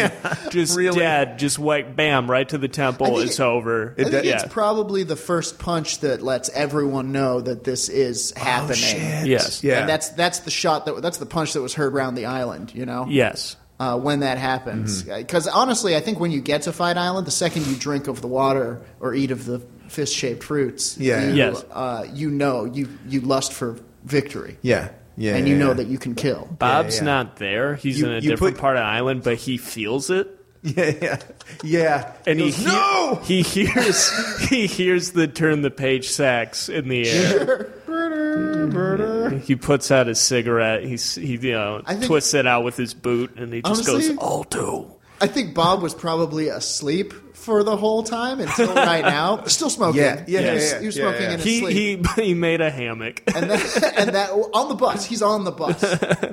[SPEAKER 1] Just dead. Just white bam right to the
[SPEAKER 2] I
[SPEAKER 1] temple.
[SPEAKER 2] think
[SPEAKER 1] It's
[SPEAKER 2] it-
[SPEAKER 1] over.
[SPEAKER 2] I think
[SPEAKER 1] yeah.
[SPEAKER 2] it's probably the first punch that lets everyone know that this is happening.
[SPEAKER 1] yes.
[SPEAKER 3] Oh, Yeah.
[SPEAKER 2] And that's that's the shot that that's the punch that was heard around the island, you know.
[SPEAKER 1] Yes.
[SPEAKER 2] Uh, when that happens,
[SPEAKER 3] Mm-hmm.
[SPEAKER 2] because honestly, I think when you get to Fight Island, the second you drink of the water or eat of the fist-shaped fruits,
[SPEAKER 3] Yeah.
[SPEAKER 2] you,
[SPEAKER 1] Yes.
[SPEAKER 2] uh, you know you you lust for victory,
[SPEAKER 3] Yeah, yeah,
[SPEAKER 2] and you
[SPEAKER 3] yeah,
[SPEAKER 2] know
[SPEAKER 3] yeah.
[SPEAKER 2] that you can kill.
[SPEAKER 1] Bob's
[SPEAKER 3] yeah.
[SPEAKER 1] not there. He's
[SPEAKER 3] You-
[SPEAKER 1] in a
[SPEAKER 3] you
[SPEAKER 1] different
[SPEAKER 3] put-
[SPEAKER 1] part of the island, but he feels it.
[SPEAKER 3] Yeah, [LAUGHS] yeah, yeah.
[SPEAKER 1] And he,
[SPEAKER 3] goes,
[SPEAKER 1] hear-
[SPEAKER 3] no.
[SPEAKER 1] he hears he hears the turn the page sax in the air. He puts out his cigarette. He s- he you know
[SPEAKER 2] I think-
[SPEAKER 1] twists it out with his boot, and he just
[SPEAKER 2] Honestly-
[SPEAKER 1] goes Alto.
[SPEAKER 2] I think Bob was probably asleep for the whole time until
[SPEAKER 3] [LAUGHS]
[SPEAKER 2] right now, still smoking.
[SPEAKER 3] Yeah, yeah,
[SPEAKER 2] he
[SPEAKER 3] yeah,
[SPEAKER 2] was,
[SPEAKER 3] yeah,
[SPEAKER 2] he was
[SPEAKER 3] yeah,
[SPEAKER 2] smoking
[SPEAKER 3] yeah.
[SPEAKER 2] in his
[SPEAKER 1] He
[SPEAKER 2] sleep.
[SPEAKER 1] he he made a hammock.
[SPEAKER 2] and that, [LAUGHS] and that on the bus, he's on the
[SPEAKER 3] [LAUGHS]
[SPEAKER 2] bus,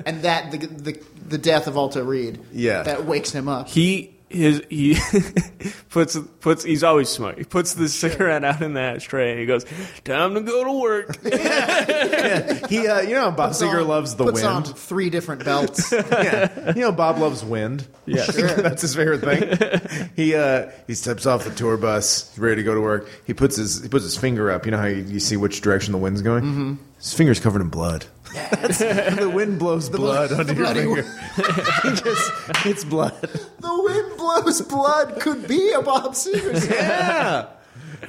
[SPEAKER 2] and that the the, the death of Alta Reed,
[SPEAKER 3] Yeah.
[SPEAKER 2] that wakes him up.
[SPEAKER 1] He his he [LAUGHS] puts puts he's always smart. He puts the cigarette out in the ashtray, and he goes, "Time to go to work."
[SPEAKER 3] He, uh, you know, Bob
[SPEAKER 2] Puts
[SPEAKER 3] Seger
[SPEAKER 2] on-
[SPEAKER 3] loves the
[SPEAKER 2] puts
[SPEAKER 3] wind.
[SPEAKER 2] on three different
[SPEAKER 3] [LAUGHS]
[SPEAKER 2] belts.
[SPEAKER 3] yeah. You know, Bob loves wind. [LAUGHS]
[SPEAKER 1] Yeah. Sure.
[SPEAKER 3] that's his
[SPEAKER 2] [LAUGHS]
[SPEAKER 3] favorite thing. He uh, he steps off the tour bus, he's ready to go to work. He puts his he puts his finger up. You know how you, you see which direction the wind's going. Mm-hmm. His finger's covered in blood. [LAUGHS] the wind blows blood
[SPEAKER 2] blood-
[SPEAKER 3] onto
[SPEAKER 2] the
[SPEAKER 3] your
[SPEAKER 2] bloody
[SPEAKER 3] finger. [LAUGHS] he just
[SPEAKER 2] [LAUGHS]
[SPEAKER 3] it's blood.
[SPEAKER 2] the wind blows blood could be a Bob Seger. song.
[SPEAKER 3] [LAUGHS] Yeah.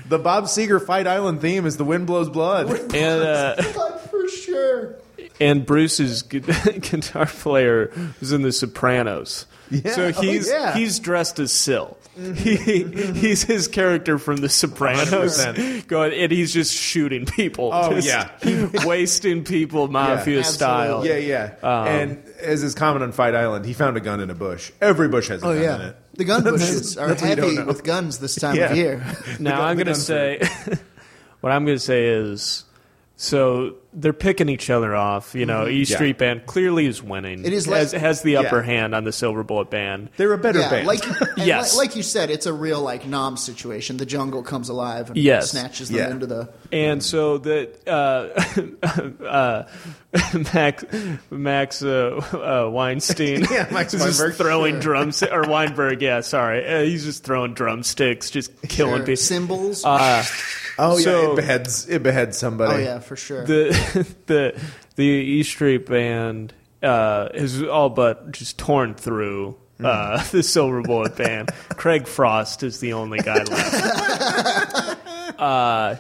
[SPEAKER 3] The Bob Seger Fight Island theme is the wind blows blood.
[SPEAKER 1] and uh,
[SPEAKER 2] Blood for sure.
[SPEAKER 1] and Bruce's gu- [LAUGHS] guitar player was in The Sopranos. So
[SPEAKER 3] oh,
[SPEAKER 1] he's
[SPEAKER 3] yeah.
[SPEAKER 1] he's dressed as Syl. He, he's his character from The Sopranos,
[SPEAKER 3] 100%.
[SPEAKER 1] going and he's just shooting people.
[SPEAKER 3] Oh,
[SPEAKER 1] Just
[SPEAKER 3] yeah.
[SPEAKER 1] [LAUGHS] wasting people mafia
[SPEAKER 3] Yeah.
[SPEAKER 1] style.
[SPEAKER 3] Yeah, yeah.
[SPEAKER 2] Um,
[SPEAKER 3] and as is common on Fight Island, he found a gun in a bush. Every bush has a gun in it.
[SPEAKER 2] Oh, the gun bushes are
[SPEAKER 3] [LAUGHS] that's what you don't
[SPEAKER 2] heavy
[SPEAKER 3] know.
[SPEAKER 2] with guns this time
[SPEAKER 3] Yeah.
[SPEAKER 2] of year.
[SPEAKER 1] Now
[SPEAKER 3] gun-
[SPEAKER 1] I'm [LAUGHS]
[SPEAKER 3] the
[SPEAKER 1] gonna
[SPEAKER 3] gun
[SPEAKER 1] say, what I'm gonna say is, So they're picking each other off. You
[SPEAKER 3] Mm-hmm.
[SPEAKER 1] know, E Street Band clearly is winning.
[SPEAKER 2] It is
[SPEAKER 1] has,
[SPEAKER 2] like-
[SPEAKER 1] has the
[SPEAKER 3] yeah.
[SPEAKER 1] upper hand on the Silver Bullet Band.
[SPEAKER 3] They're a [LAUGHS]
[SPEAKER 2] [LAUGHS]
[SPEAKER 3] better
[SPEAKER 2] Yeah,
[SPEAKER 3] band.
[SPEAKER 2] like and
[SPEAKER 1] Yes.
[SPEAKER 2] like, like you said, it's a real like nom situation. The jungle comes alive and
[SPEAKER 1] Yes.
[SPEAKER 2] snatches them
[SPEAKER 3] Yeah.
[SPEAKER 2] into the.
[SPEAKER 1] And so that uh, [LAUGHS] uh, Max Max uh, uh, Weinstein
[SPEAKER 3] [LAUGHS] Yeah,
[SPEAKER 1] [LAUGHS]
[SPEAKER 3] Max
[SPEAKER 1] is just
[SPEAKER 3] Weinberg.
[SPEAKER 1] throwing drums or Weinberg, yeah, sorry, uh, he's just throwing drumsticks, just killing
[SPEAKER 2] their
[SPEAKER 1] people. Uh,
[SPEAKER 2] Symbols.
[SPEAKER 3] oh yeah,
[SPEAKER 1] so-
[SPEAKER 3] it beheads it beheads somebody.
[SPEAKER 2] oh yeah, for sure.
[SPEAKER 1] the [LAUGHS] the the E Street Band uh, is all but just torn through.
[SPEAKER 3] Hmm.
[SPEAKER 1] Uh, [LAUGHS] the Silver Bullet Band. Craig Frost is the only guy left. uh,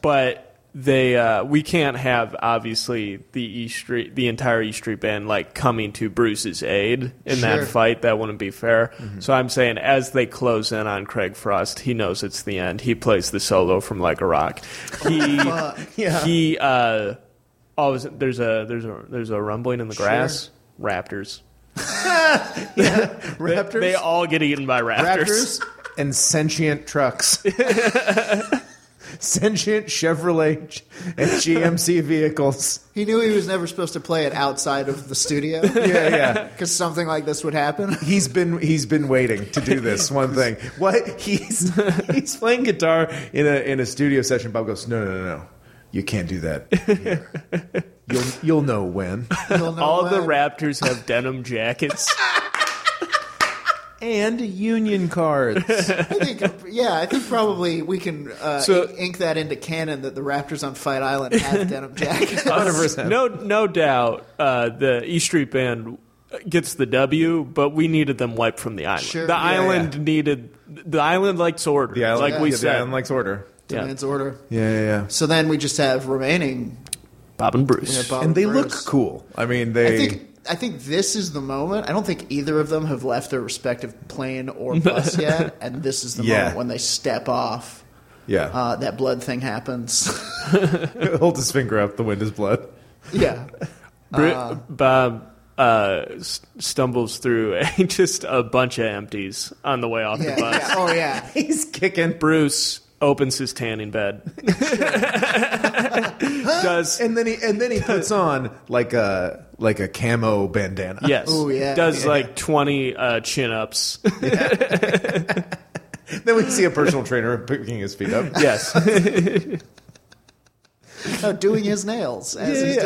[SPEAKER 1] but they, uh, we can't have obviously the E Street, the entire E Street Band, like coming to Bruce's aid in
[SPEAKER 2] Sure.
[SPEAKER 1] that fight. That wouldn't be fair. So I'm saying, as they close in on Craig Frost, he knows it's the end. He plays the solo from Like a Rock. He he uh oh is it- there's a there's a there's a rumbling in the grass raptors
[SPEAKER 3] Raptors,
[SPEAKER 1] they all get eaten by raptors,
[SPEAKER 3] Raptors, and sentient
[SPEAKER 1] [LAUGHS]
[SPEAKER 3] trucks. sentient Chevrolet and GMC vehicles.
[SPEAKER 2] he knew he was never supposed to play it outside of
[SPEAKER 1] [LAUGHS]
[SPEAKER 2] the studio because
[SPEAKER 3] Yeah, yeah.
[SPEAKER 2] something like this would happen. [LAUGHS]
[SPEAKER 3] He's been he's been waiting to do this one thing. What he's he's playing guitar in a in a studio session. Bob goes, no, no, no, no, you can't do that. here. You'll you'll know when.
[SPEAKER 2] You'll know
[SPEAKER 1] all the
[SPEAKER 2] when.
[SPEAKER 1] raptors have denim jackets
[SPEAKER 3] And union cards.
[SPEAKER 1] [LAUGHS]
[SPEAKER 2] I think, yeah, I think probably we can uh,
[SPEAKER 1] So-
[SPEAKER 2] ink, ink that into canon that the Raptors on Fight
[SPEAKER 1] [LAUGHS]
[SPEAKER 2] Island have denim jackets.
[SPEAKER 1] no no doubt uh the e street band gets the w but we needed them wiped from the island
[SPEAKER 2] Sure,
[SPEAKER 1] the
[SPEAKER 2] yeah,
[SPEAKER 1] island needed the island likes order
[SPEAKER 3] The island,
[SPEAKER 1] like we
[SPEAKER 3] yeah,
[SPEAKER 1] said
[SPEAKER 3] the island likes order.
[SPEAKER 1] yeah.
[SPEAKER 2] [LAUGHS] Demands order.
[SPEAKER 3] Yeah, yeah, yeah.
[SPEAKER 2] So then we just have remaining.
[SPEAKER 1] bob and bruce
[SPEAKER 2] You know, Bob
[SPEAKER 3] and they
[SPEAKER 2] Bruce.
[SPEAKER 3] look cool. I mean, they.
[SPEAKER 2] I think I think this is the moment. I don't think either of them have left their respective plane
[SPEAKER 1] [LAUGHS]
[SPEAKER 2] or bus yet, and this is the
[SPEAKER 3] Yeah.
[SPEAKER 2] moment when they step off.
[SPEAKER 3] yeah,
[SPEAKER 2] Uh, that blood thing happens. [LAUGHS]
[SPEAKER 3] [LAUGHS] holds his finger up. The wind is blood.
[SPEAKER 2] yeah,
[SPEAKER 1] Bru- Bob uh, s- stumbles through [LAUGHS] just a bunch of empties on the way off [LAUGHS]
[SPEAKER 2] yeah,
[SPEAKER 1] the bus.
[SPEAKER 2] yeah. Oh yeah.
[SPEAKER 3] He's kicking.
[SPEAKER 1] Bruce opens his tanning
[SPEAKER 2] [LAUGHS]
[SPEAKER 1] bed. does
[SPEAKER 3] and then he and then he puts on like a like a camo bandana.
[SPEAKER 1] yes?
[SPEAKER 2] Ooh, yeah.
[SPEAKER 1] does
[SPEAKER 2] Yeah.
[SPEAKER 1] like twenty uh, chin
[SPEAKER 2] [LAUGHS]
[SPEAKER 1] ups?
[SPEAKER 3] [LAUGHS] Then we see a personal trainer picking his feet up.
[SPEAKER 1] yes.
[SPEAKER 2] No, doing his nails as he's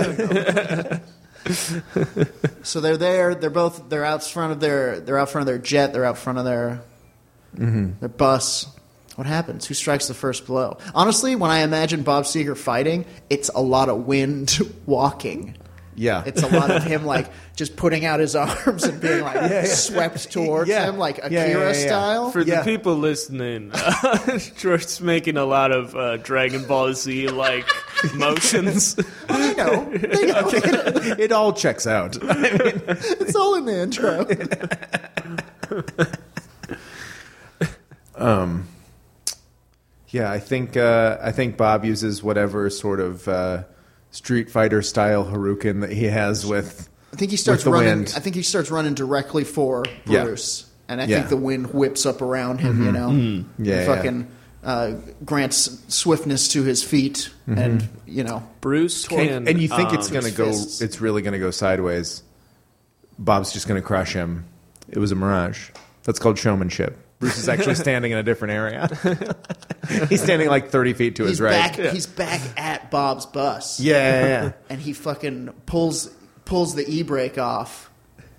[SPEAKER 2] doing
[SPEAKER 3] [LAUGHS]
[SPEAKER 2] them. so they're there. They're both. They're out front of their. They're out front of their jet. They're out front of their.
[SPEAKER 3] Mm-hmm.
[SPEAKER 2] Their bus. What happens? Who strikes the first blow? Honestly, when I imagine Bob Seger fighting, it's a lot of wind [LAUGHS] walking.
[SPEAKER 3] Yeah.
[SPEAKER 2] It's a lot of him like just putting out his [LAUGHS] arms and being like swept towards
[SPEAKER 3] Yeah.
[SPEAKER 2] him, like
[SPEAKER 3] Yeah,
[SPEAKER 2] Akira
[SPEAKER 3] yeah, yeah, yeah.
[SPEAKER 2] style.
[SPEAKER 1] For
[SPEAKER 3] Yeah.
[SPEAKER 1] the people listening, [LAUGHS] uh, George's making a lot of uh, Dragon Ball Z
[SPEAKER 3] [LAUGHS]
[SPEAKER 1] like motions.
[SPEAKER 2] I know, They know.
[SPEAKER 3] [LAUGHS] it all checks out.
[SPEAKER 2] [LAUGHS] it's all in the intro.
[SPEAKER 3] [LAUGHS] Yeah, I think uh, I think Bob uses whatever sort of uh, Street Fighter style Harukin that he has with.
[SPEAKER 2] I think he starts
[SPEAKER 3] the
[SPEAKER 2] running.
[SPEAKER 3] wind.
[SPEAKER 2] I think he starts running directly for
[SPEAKER 3] Yeah.
[SPEAKER 2] Bruce, and I
[SPEAKER 3] Yeah. Mm-hmm.
[SPEAKER 2] think the wind whips up around him. You know,
[SPEAKER 3] Yeah,
[SPEAKER 2] And
[SPEAKER 3] yeah.
[SPEAKER 2] fucking uh, grants swiftness to his feet,
[SPEAKER 3] Mm-hmm.
[SPEAKER 2] and you know,
[SPEAKER 1] Bruce can
[SPEAKER 3] And, and you think it's
[SPEAKER 1] um,
[SPEAKER 3] gonna go?
[SPEAKER 2] fists.
[SPEAKER 3] It's really gonna go sideways. Bob's just gonna crush him. It was a mirage. That's called showmanship. Bruce
[SPEAKER 1] [LAUGHS]
[SPEAKER 3] is actually standing in a different area. He's standing like thirty feet to
[SPEAKER 2] he's
[SPEAKER 3] his right.
[SPEAKER 2] back. He's back at Bob's bus,
[SPEAKER 3] Yeah, yeah, yeah.
[SPEAKER 2] and he fucking pulls pulls the e brake off,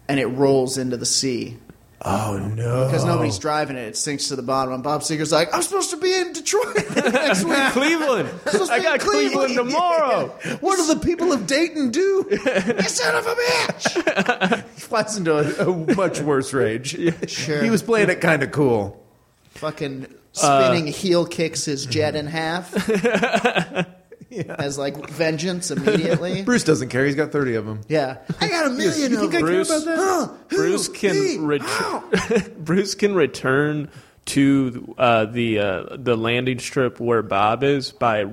[SPEAKER 2] and it rolls into the sea. Oh no! Because nobody's driving it, it sinks to the bottom. And Bob Seger's like, "I'm supposed to be in Detroit next week."
[SPEAKER 1] [LAUGHS] Cleveland.
[SPEAKER 2] Supposed to
[SPEAKER 1] I
[SPEAKER 2] be
[SPEAKER 1] got
[SPEAKER 2] in Cleveland.
[SPEAKER 1] Cleveland tomorrow.
[SPEAKER 3] What do the people of Dayton
[SPEAKER 2] [LAUGHS]
[SPEAKER 3] do?
[SPEAKER 2] you son of a bitch! [LAUGHS]
[SPEAKER 3] He flies into a, [LAUGHS] a much worse rage.
[SPEAKER 2] Sure.
[SPEAKER 3] He was playing it kind of cool.
[SPEAKER 2] fucking spinning heel kicks his jet in [LAUGHS] half as like vengeance [LAUGHS] immediately.
[SPEAKER 3] Bruce doesn't care. He's got 30 of them.
[SPEAKER 2] Yeah, I got a million of them.
[SPEAKER 1] Bruce, Bruce can ret- [LAUGHS] Bruce can return to uh, the uh, the landing strip where Bob is by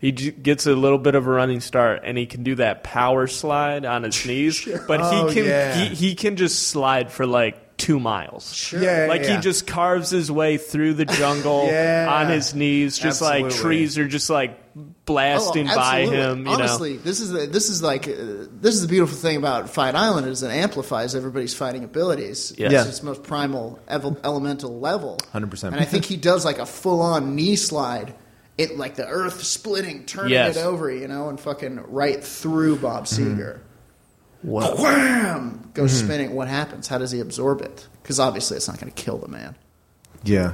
[SPEAKER 1] he j- gets a little bit of a running start and he can do
[SPEAKER 3] [LAUGHS]
[SPEAKER 1] that power slide on his knees, but
[SPEAKER 3] Oh,
[SPEAKER 1] he can
[SPEAKER 3] yeah.
[SPEAKER 1] he, he can just slide for like two miles. Sure.
[SPEAKER 3] Yeah, yeah,
[SPEAKER 1] like
[SPEAKER 3] yeah.
[SPEAKER 1] he just carves his way through the jungle
[SPEAKER 3] [LAUGHS] Yeah.
[SPEAKER 1] on his knees, just like
[SPEAKER 3] Absolutely.
[SPEAKER 1] trees are just like
[SPEAKER 2] Oh,
[SPEAKER 1] blasting by
[SPEAKER 2] absolutely.
[SPEAKER 1] him. You
[SPEAKER 2] Honestly, this is the, this is like uh, this is the beautiful thing about Fight Island is it amplifies everybody's fighting abilities.
[SPEAKER 1] Yes.
[SPEAKER 3] Yeah.
[SPEAKER 2] It's its most primal ev- elemental level.
[SPEAKER 3] 100%.
[SPEAKER 2] And I think he does like a full on knee slide. It like the earth splitting, turning
[SPEAKER 1] Yes.
[SPEAKER 2] it over, you know, and fucking right through Bob Seger.
[SPEAKER 1] know, Whoa.
[SPEAKER 2] Wham! Goes spinning. What happens? How does he absorb it? Because obviously, it's not going to kill the man.
[SPEAKER 3] Yeah.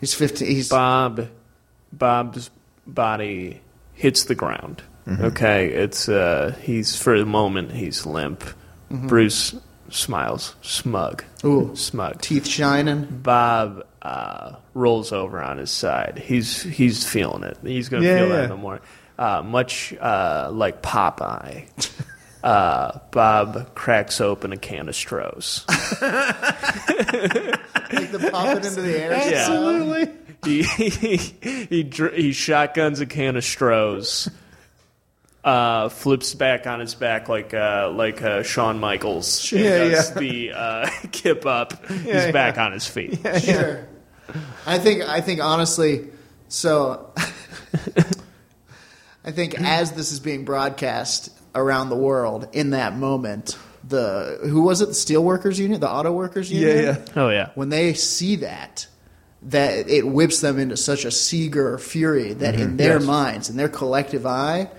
[SPEAKER 2] He's fifteen. He's
[SPEAKER 1] Bob Bob's body hits the ground.
[SPEAKER 3] Mm-hmm.
[SPEAKER 1] Okay, it's uh he's for the moment he's limp.
[SPEAKER 3] Mm-hmm.
[SPEAKER 1] Bruce smiles, smug.
[SPEAKER 2] Ooh.
[SPEAKER 1] smug.
[SPEAKER 2] teeth shining.
[SPEAKER 1] Bob uh, rolls over on his side. He's he's feeling it. He's gonna
[SPEAKER 3] Yeah,
[SPEAKER 1] feel
[SPEAKER 3] yeah.
[SPEAKER 1] that in the morning. Uh, much uh, like Popeye, uh, Bob cracks open a can of Strohs.
[SPEAKER 2] Like the pop it into the air.
[SPEAKER 1] Absolutely. [LAUGHS] He he he, dr- he shotguns a can of Strohs. Uh, flips back on his back like uh, like uh, Shawn Michaels. and
[SPEAKER 3] Yeah,
[SPEAKER 1] does
[SPEAKER 3] yeah.
[SPEAKER 1] The uh, [LAUGHS] kip up. He's
[SPEAKER 3] yeah.
[SPEAKER 1] back on his feet.
[SPEAKER 3] [LAUGHS]
[SPEAKER 2] Sure. I think I think honestly, so [LAUGHS] I think as this is being broadcast around the world in that moment, the who was it? The steelworkers union, the auto workers union.
[SPEAKER 3] Yeah, yeah.
[SPEAKER 1] Oh yeah.
[SPEAKER 2] When they see that, that it whips them into such a seeger fury that
[SPEAKER 3] Mm-hmm.
[SPEAKER 2] in their minds, in their collective eye,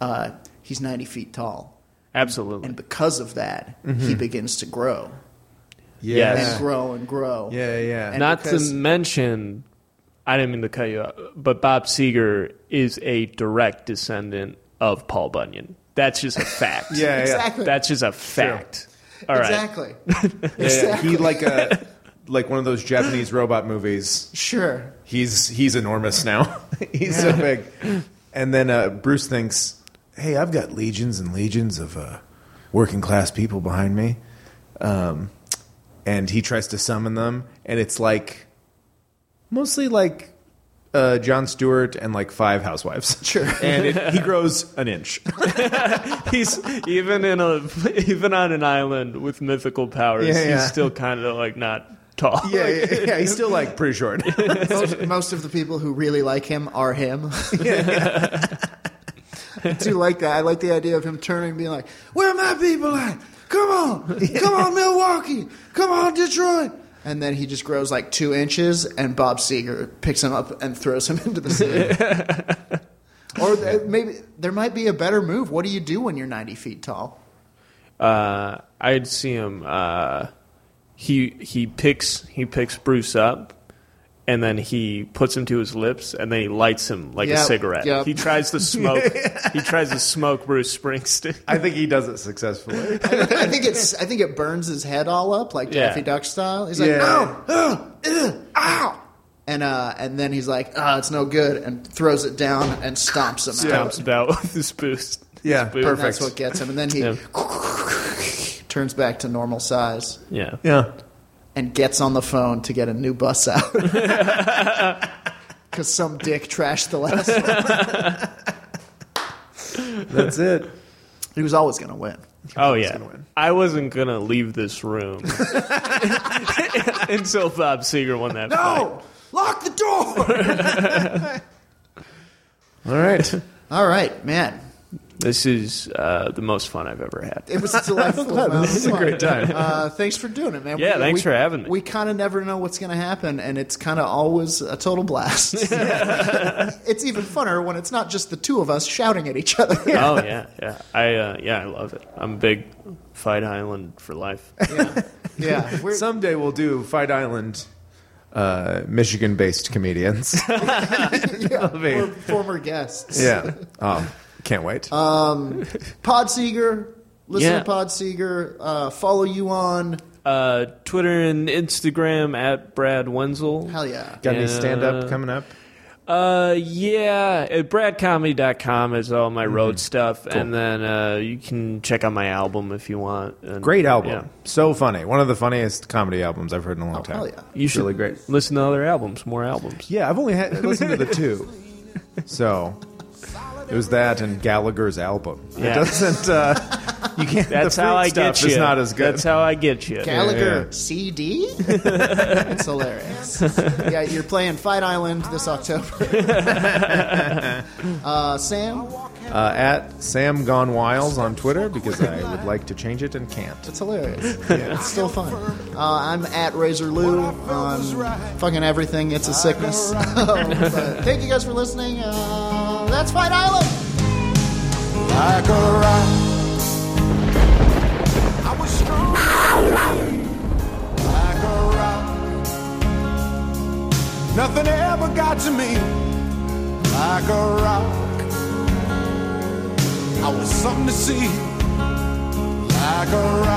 [SPEAKER 2] uh, he's ninety feet tall,
[SPEAKER 1] Absolutely.
[SPEAKER 2] and because of that,
[SPEAKER 3] Mm-hmm.
[SPEAKER 2] he begins to grow
[SPEAKER 1] Yeah.
[SPEAKER 2] and grow and grow.
[SPEAKER 3] Yeah, yeah.
[SPEAKER 2] And
[SPEAKER 1] Not
[SPEAKER 2] because-
[SPEAKER 1] to mention, I didn't mean to cut you off, but Bob Seger is a direct descendant of Paul Bunyan. That's just a fact.
[SPEAKER 3] [LAUGHS] Yeah, yeah.
[SPEAKER 2] Exactly.
[SPEAKER 1] That's just a fact. All right.
[SPEAKER 2] exactly.
[SPEAKER 3] Yeah, yeah.
[SPEAKER 2] exactly.
[SPEAKER 3] He like [LAUGHS] a like one of those Japanese robot movies.
[SPEAKER 2] Sure.
[SPEAKER 3] He's he's enormous now. [LAUGHS] he's so big. And then uh, Bruce thinks, "Hey, I've got legions and legions of uh, working class people behind me," um, and he tries to summon them, and it's like mostly like. Uh, John Stewart and like five [LAUGHS] housewives.
[SPEAKER 2] Sure.
[SPEAKER 3] and it, he grows an inch.
[SPEAKER 1] He's even in a [LAUGHS] even on an island with mythical powers.
[SPEAKER 3] Yeah, yeah.
[SPEAKER 1] He's still kind of like not tall.
[SPEAKER 3] [LAUGHS]
[SPEAKER 1] [LAUGHS]
[SPEAKER 3] yeah, yeah, yeah, [LAUGHS] he's still like pretty [LAUGHS] short.
[SPEAKER 2] Most, most of the people who really like him are him. [LAUGHS] I do like that. I like the idea of him turning and being like, "Where are my people at? Come on, come on, Milwaukee, come on, Detroit." And then he just grows like two inches, and Bob Seger picks him up and throws him [LAUGHS] into the sea. or th- maybe there might be a better move. What do you do when you're 90 feet tall?
[SPEAKER 1] uh, I'd see him. Uh, he he picks he picks Bruce up, and then he puts him to his lips, and then he lights him like a
[SPEAKER 2] Yep,
[SPEAKER 1] cigarette.
[SPEAKER 2] yep.
[SPEAKER 1] He tries to
[SPEAKER 2] [LAUGHS]
[SPEAKER 1] smoke. he tries to smoke Bruce [LAUGHS] Springsteen.
[SPEAKER 3] I think he does it successfully.
[SPEAKER 2] [LAUGHS] I think it's. I think it burns his head all up like
[SPEAKER 1] Yeah.
[SPEAKER 2] Daffy Duck style. He's like,
[SPEAKER 3] Yeah.
[SPEAKER 2] "Ow, oh, ow, and uh, and then he's like, ah, it's no good, and throws it down and stomps him
[SPEAKER 1] Stomps
[SPEAKER 2] out.
[SPEAKER 1] it out with his boost.
[SPEAKER 3] Yeah,
[SPEAKER 1] His boot.
[SPEAKER 2] And
[SPEAKER 3] perfect.
[SPEAKER 2] that's what gets him, and then he
[SPEAKER 1] Yeah.
[SPEAKER 2] [LAUGHS] turns back to normal size
[SPEAKER 1] Yeah.
[SPEAKER 3] yeah.
[SPEAKER 2] and gets on the phone to get a new bus
[SPEAKER 3] [LAUGHS]
[SPEAKER 2] out because some dick trashed the last one.
[SPEAKER 3] That's it.
[SPEAKER 2] He was always going to win.
[SPEAKER 1] Oh yeah. I wasn't gonna leave this [LAUGHS] room until Bob Seger won that. fight.
[SPEAKER 2] lock the door.
[SPEAKER 3] [LAUGHS] All right.
[SPEAKER 2] All right, man.
[SPEAKER 1] This is uh, the most fun I've ever
[SPEAKER 2] [LAUGHS]
[SPEAKER 1] had.
[SPEAKER 2] It was delightful. man.
[SPEAKER 3] This is a great time.
[SPEAKER 2] Uh, thanks for doing it, man.
[SPEAKER 1] Yeah, thanks for having me.
[SPEAKER 2] We kind of never know what's going to happen, and it's kind of always a total blast. [LAUGHS] it's even funner when it's not just the two of us shouting at each other.
[SPEAKER 1] Oh yeah, yeah. I uh, yeah, I love it. I'm a big Fight Island for life.
[SPEAKER 2] [LAUGHS] yeah. We're,
[SPEAKER 3] [LAUGHS] Someday we'll do Fight Island, uh, Michigan-based comedians.
[SPEAKER 2] yeah,
[SPEAKER 3] be.
[SPEAKER 2] we're former guests.
[SPEAKER 3] [LAUGHS] yeah. Um, can't wait.
[SPEAKER 2] Pod Seeger, listen
[SPEAKER 1] Yeah.
[SPEAKER 2] to Pod Seeger, uh, follow you on.
[SPEAKER 1] Uh, Twitter and Instagram at Brad Wenzel.
[SPEAKER 2] Hell yeah.
[SPEAKER 3] Got
[SPEAKER 1] yeah.
[SPEAKER 3] any stand-up coming up?
[SPEAKER 1] Uh, yeah, at bradcomedy.com is all
[SPEAKER 3] Mm-hmm.
[SPEAKER 1] my road stuff, and then uh, you can check out my album if you want. And,
[SPEAKER 3] Great album.
[SPEAKER 1] yeah.
[SPEAKER 3] So funny. One of the funniest comedy albums I've heard in a long time.
[SPEAKER 2] hell yeah.
[SPEAKER 1] You should
[SPEAKER 3] really great.
[SPEAKER 1] listen to other albums, more albums.
[SPEAKER 3] Yeah, I've only had, listened to the two. So it was that and Gallagher's album.
[SPEAKER 1] Yeah. [LAUGHS]
[SPEAKER 3] It doesn't. Uh, You can't.
[SPEAKER 1] That's
[SPEAKER 3] the fruit
[SPEAKER 1] how I
[SPEAKER 3] stuff
[SPEAKER 1] get you.
[SPEAKER 3] It's not as good.
[SPEAKER 1] That's how I get you.
[SPEAKER 3] Yeah,
[SPEAKER 2] Gallagher
[SPEAKER 3] yeah.
[SPEAKER 2] CD? it's hilarious. Yeah, you're playing Fight Island this October. [LAUGHS] uh, Sam,
[SPEAKER 3] uh, at Sam Gone Wiles on Twitter because I would like to change it and can't.
[SPEAKER 2] it's hilarious. Yeah, it's still fun. Uh, I'm at Razor Lou on fucking everything. It's a sickness. [LAUGHS] But thank you guys for listening. Uh, that's Fight Island.
[SPEAKER 4] Like a rock. I was strong. Like a rock. Nothing ever got to me. Like a rock. I was something to see. Like a rock.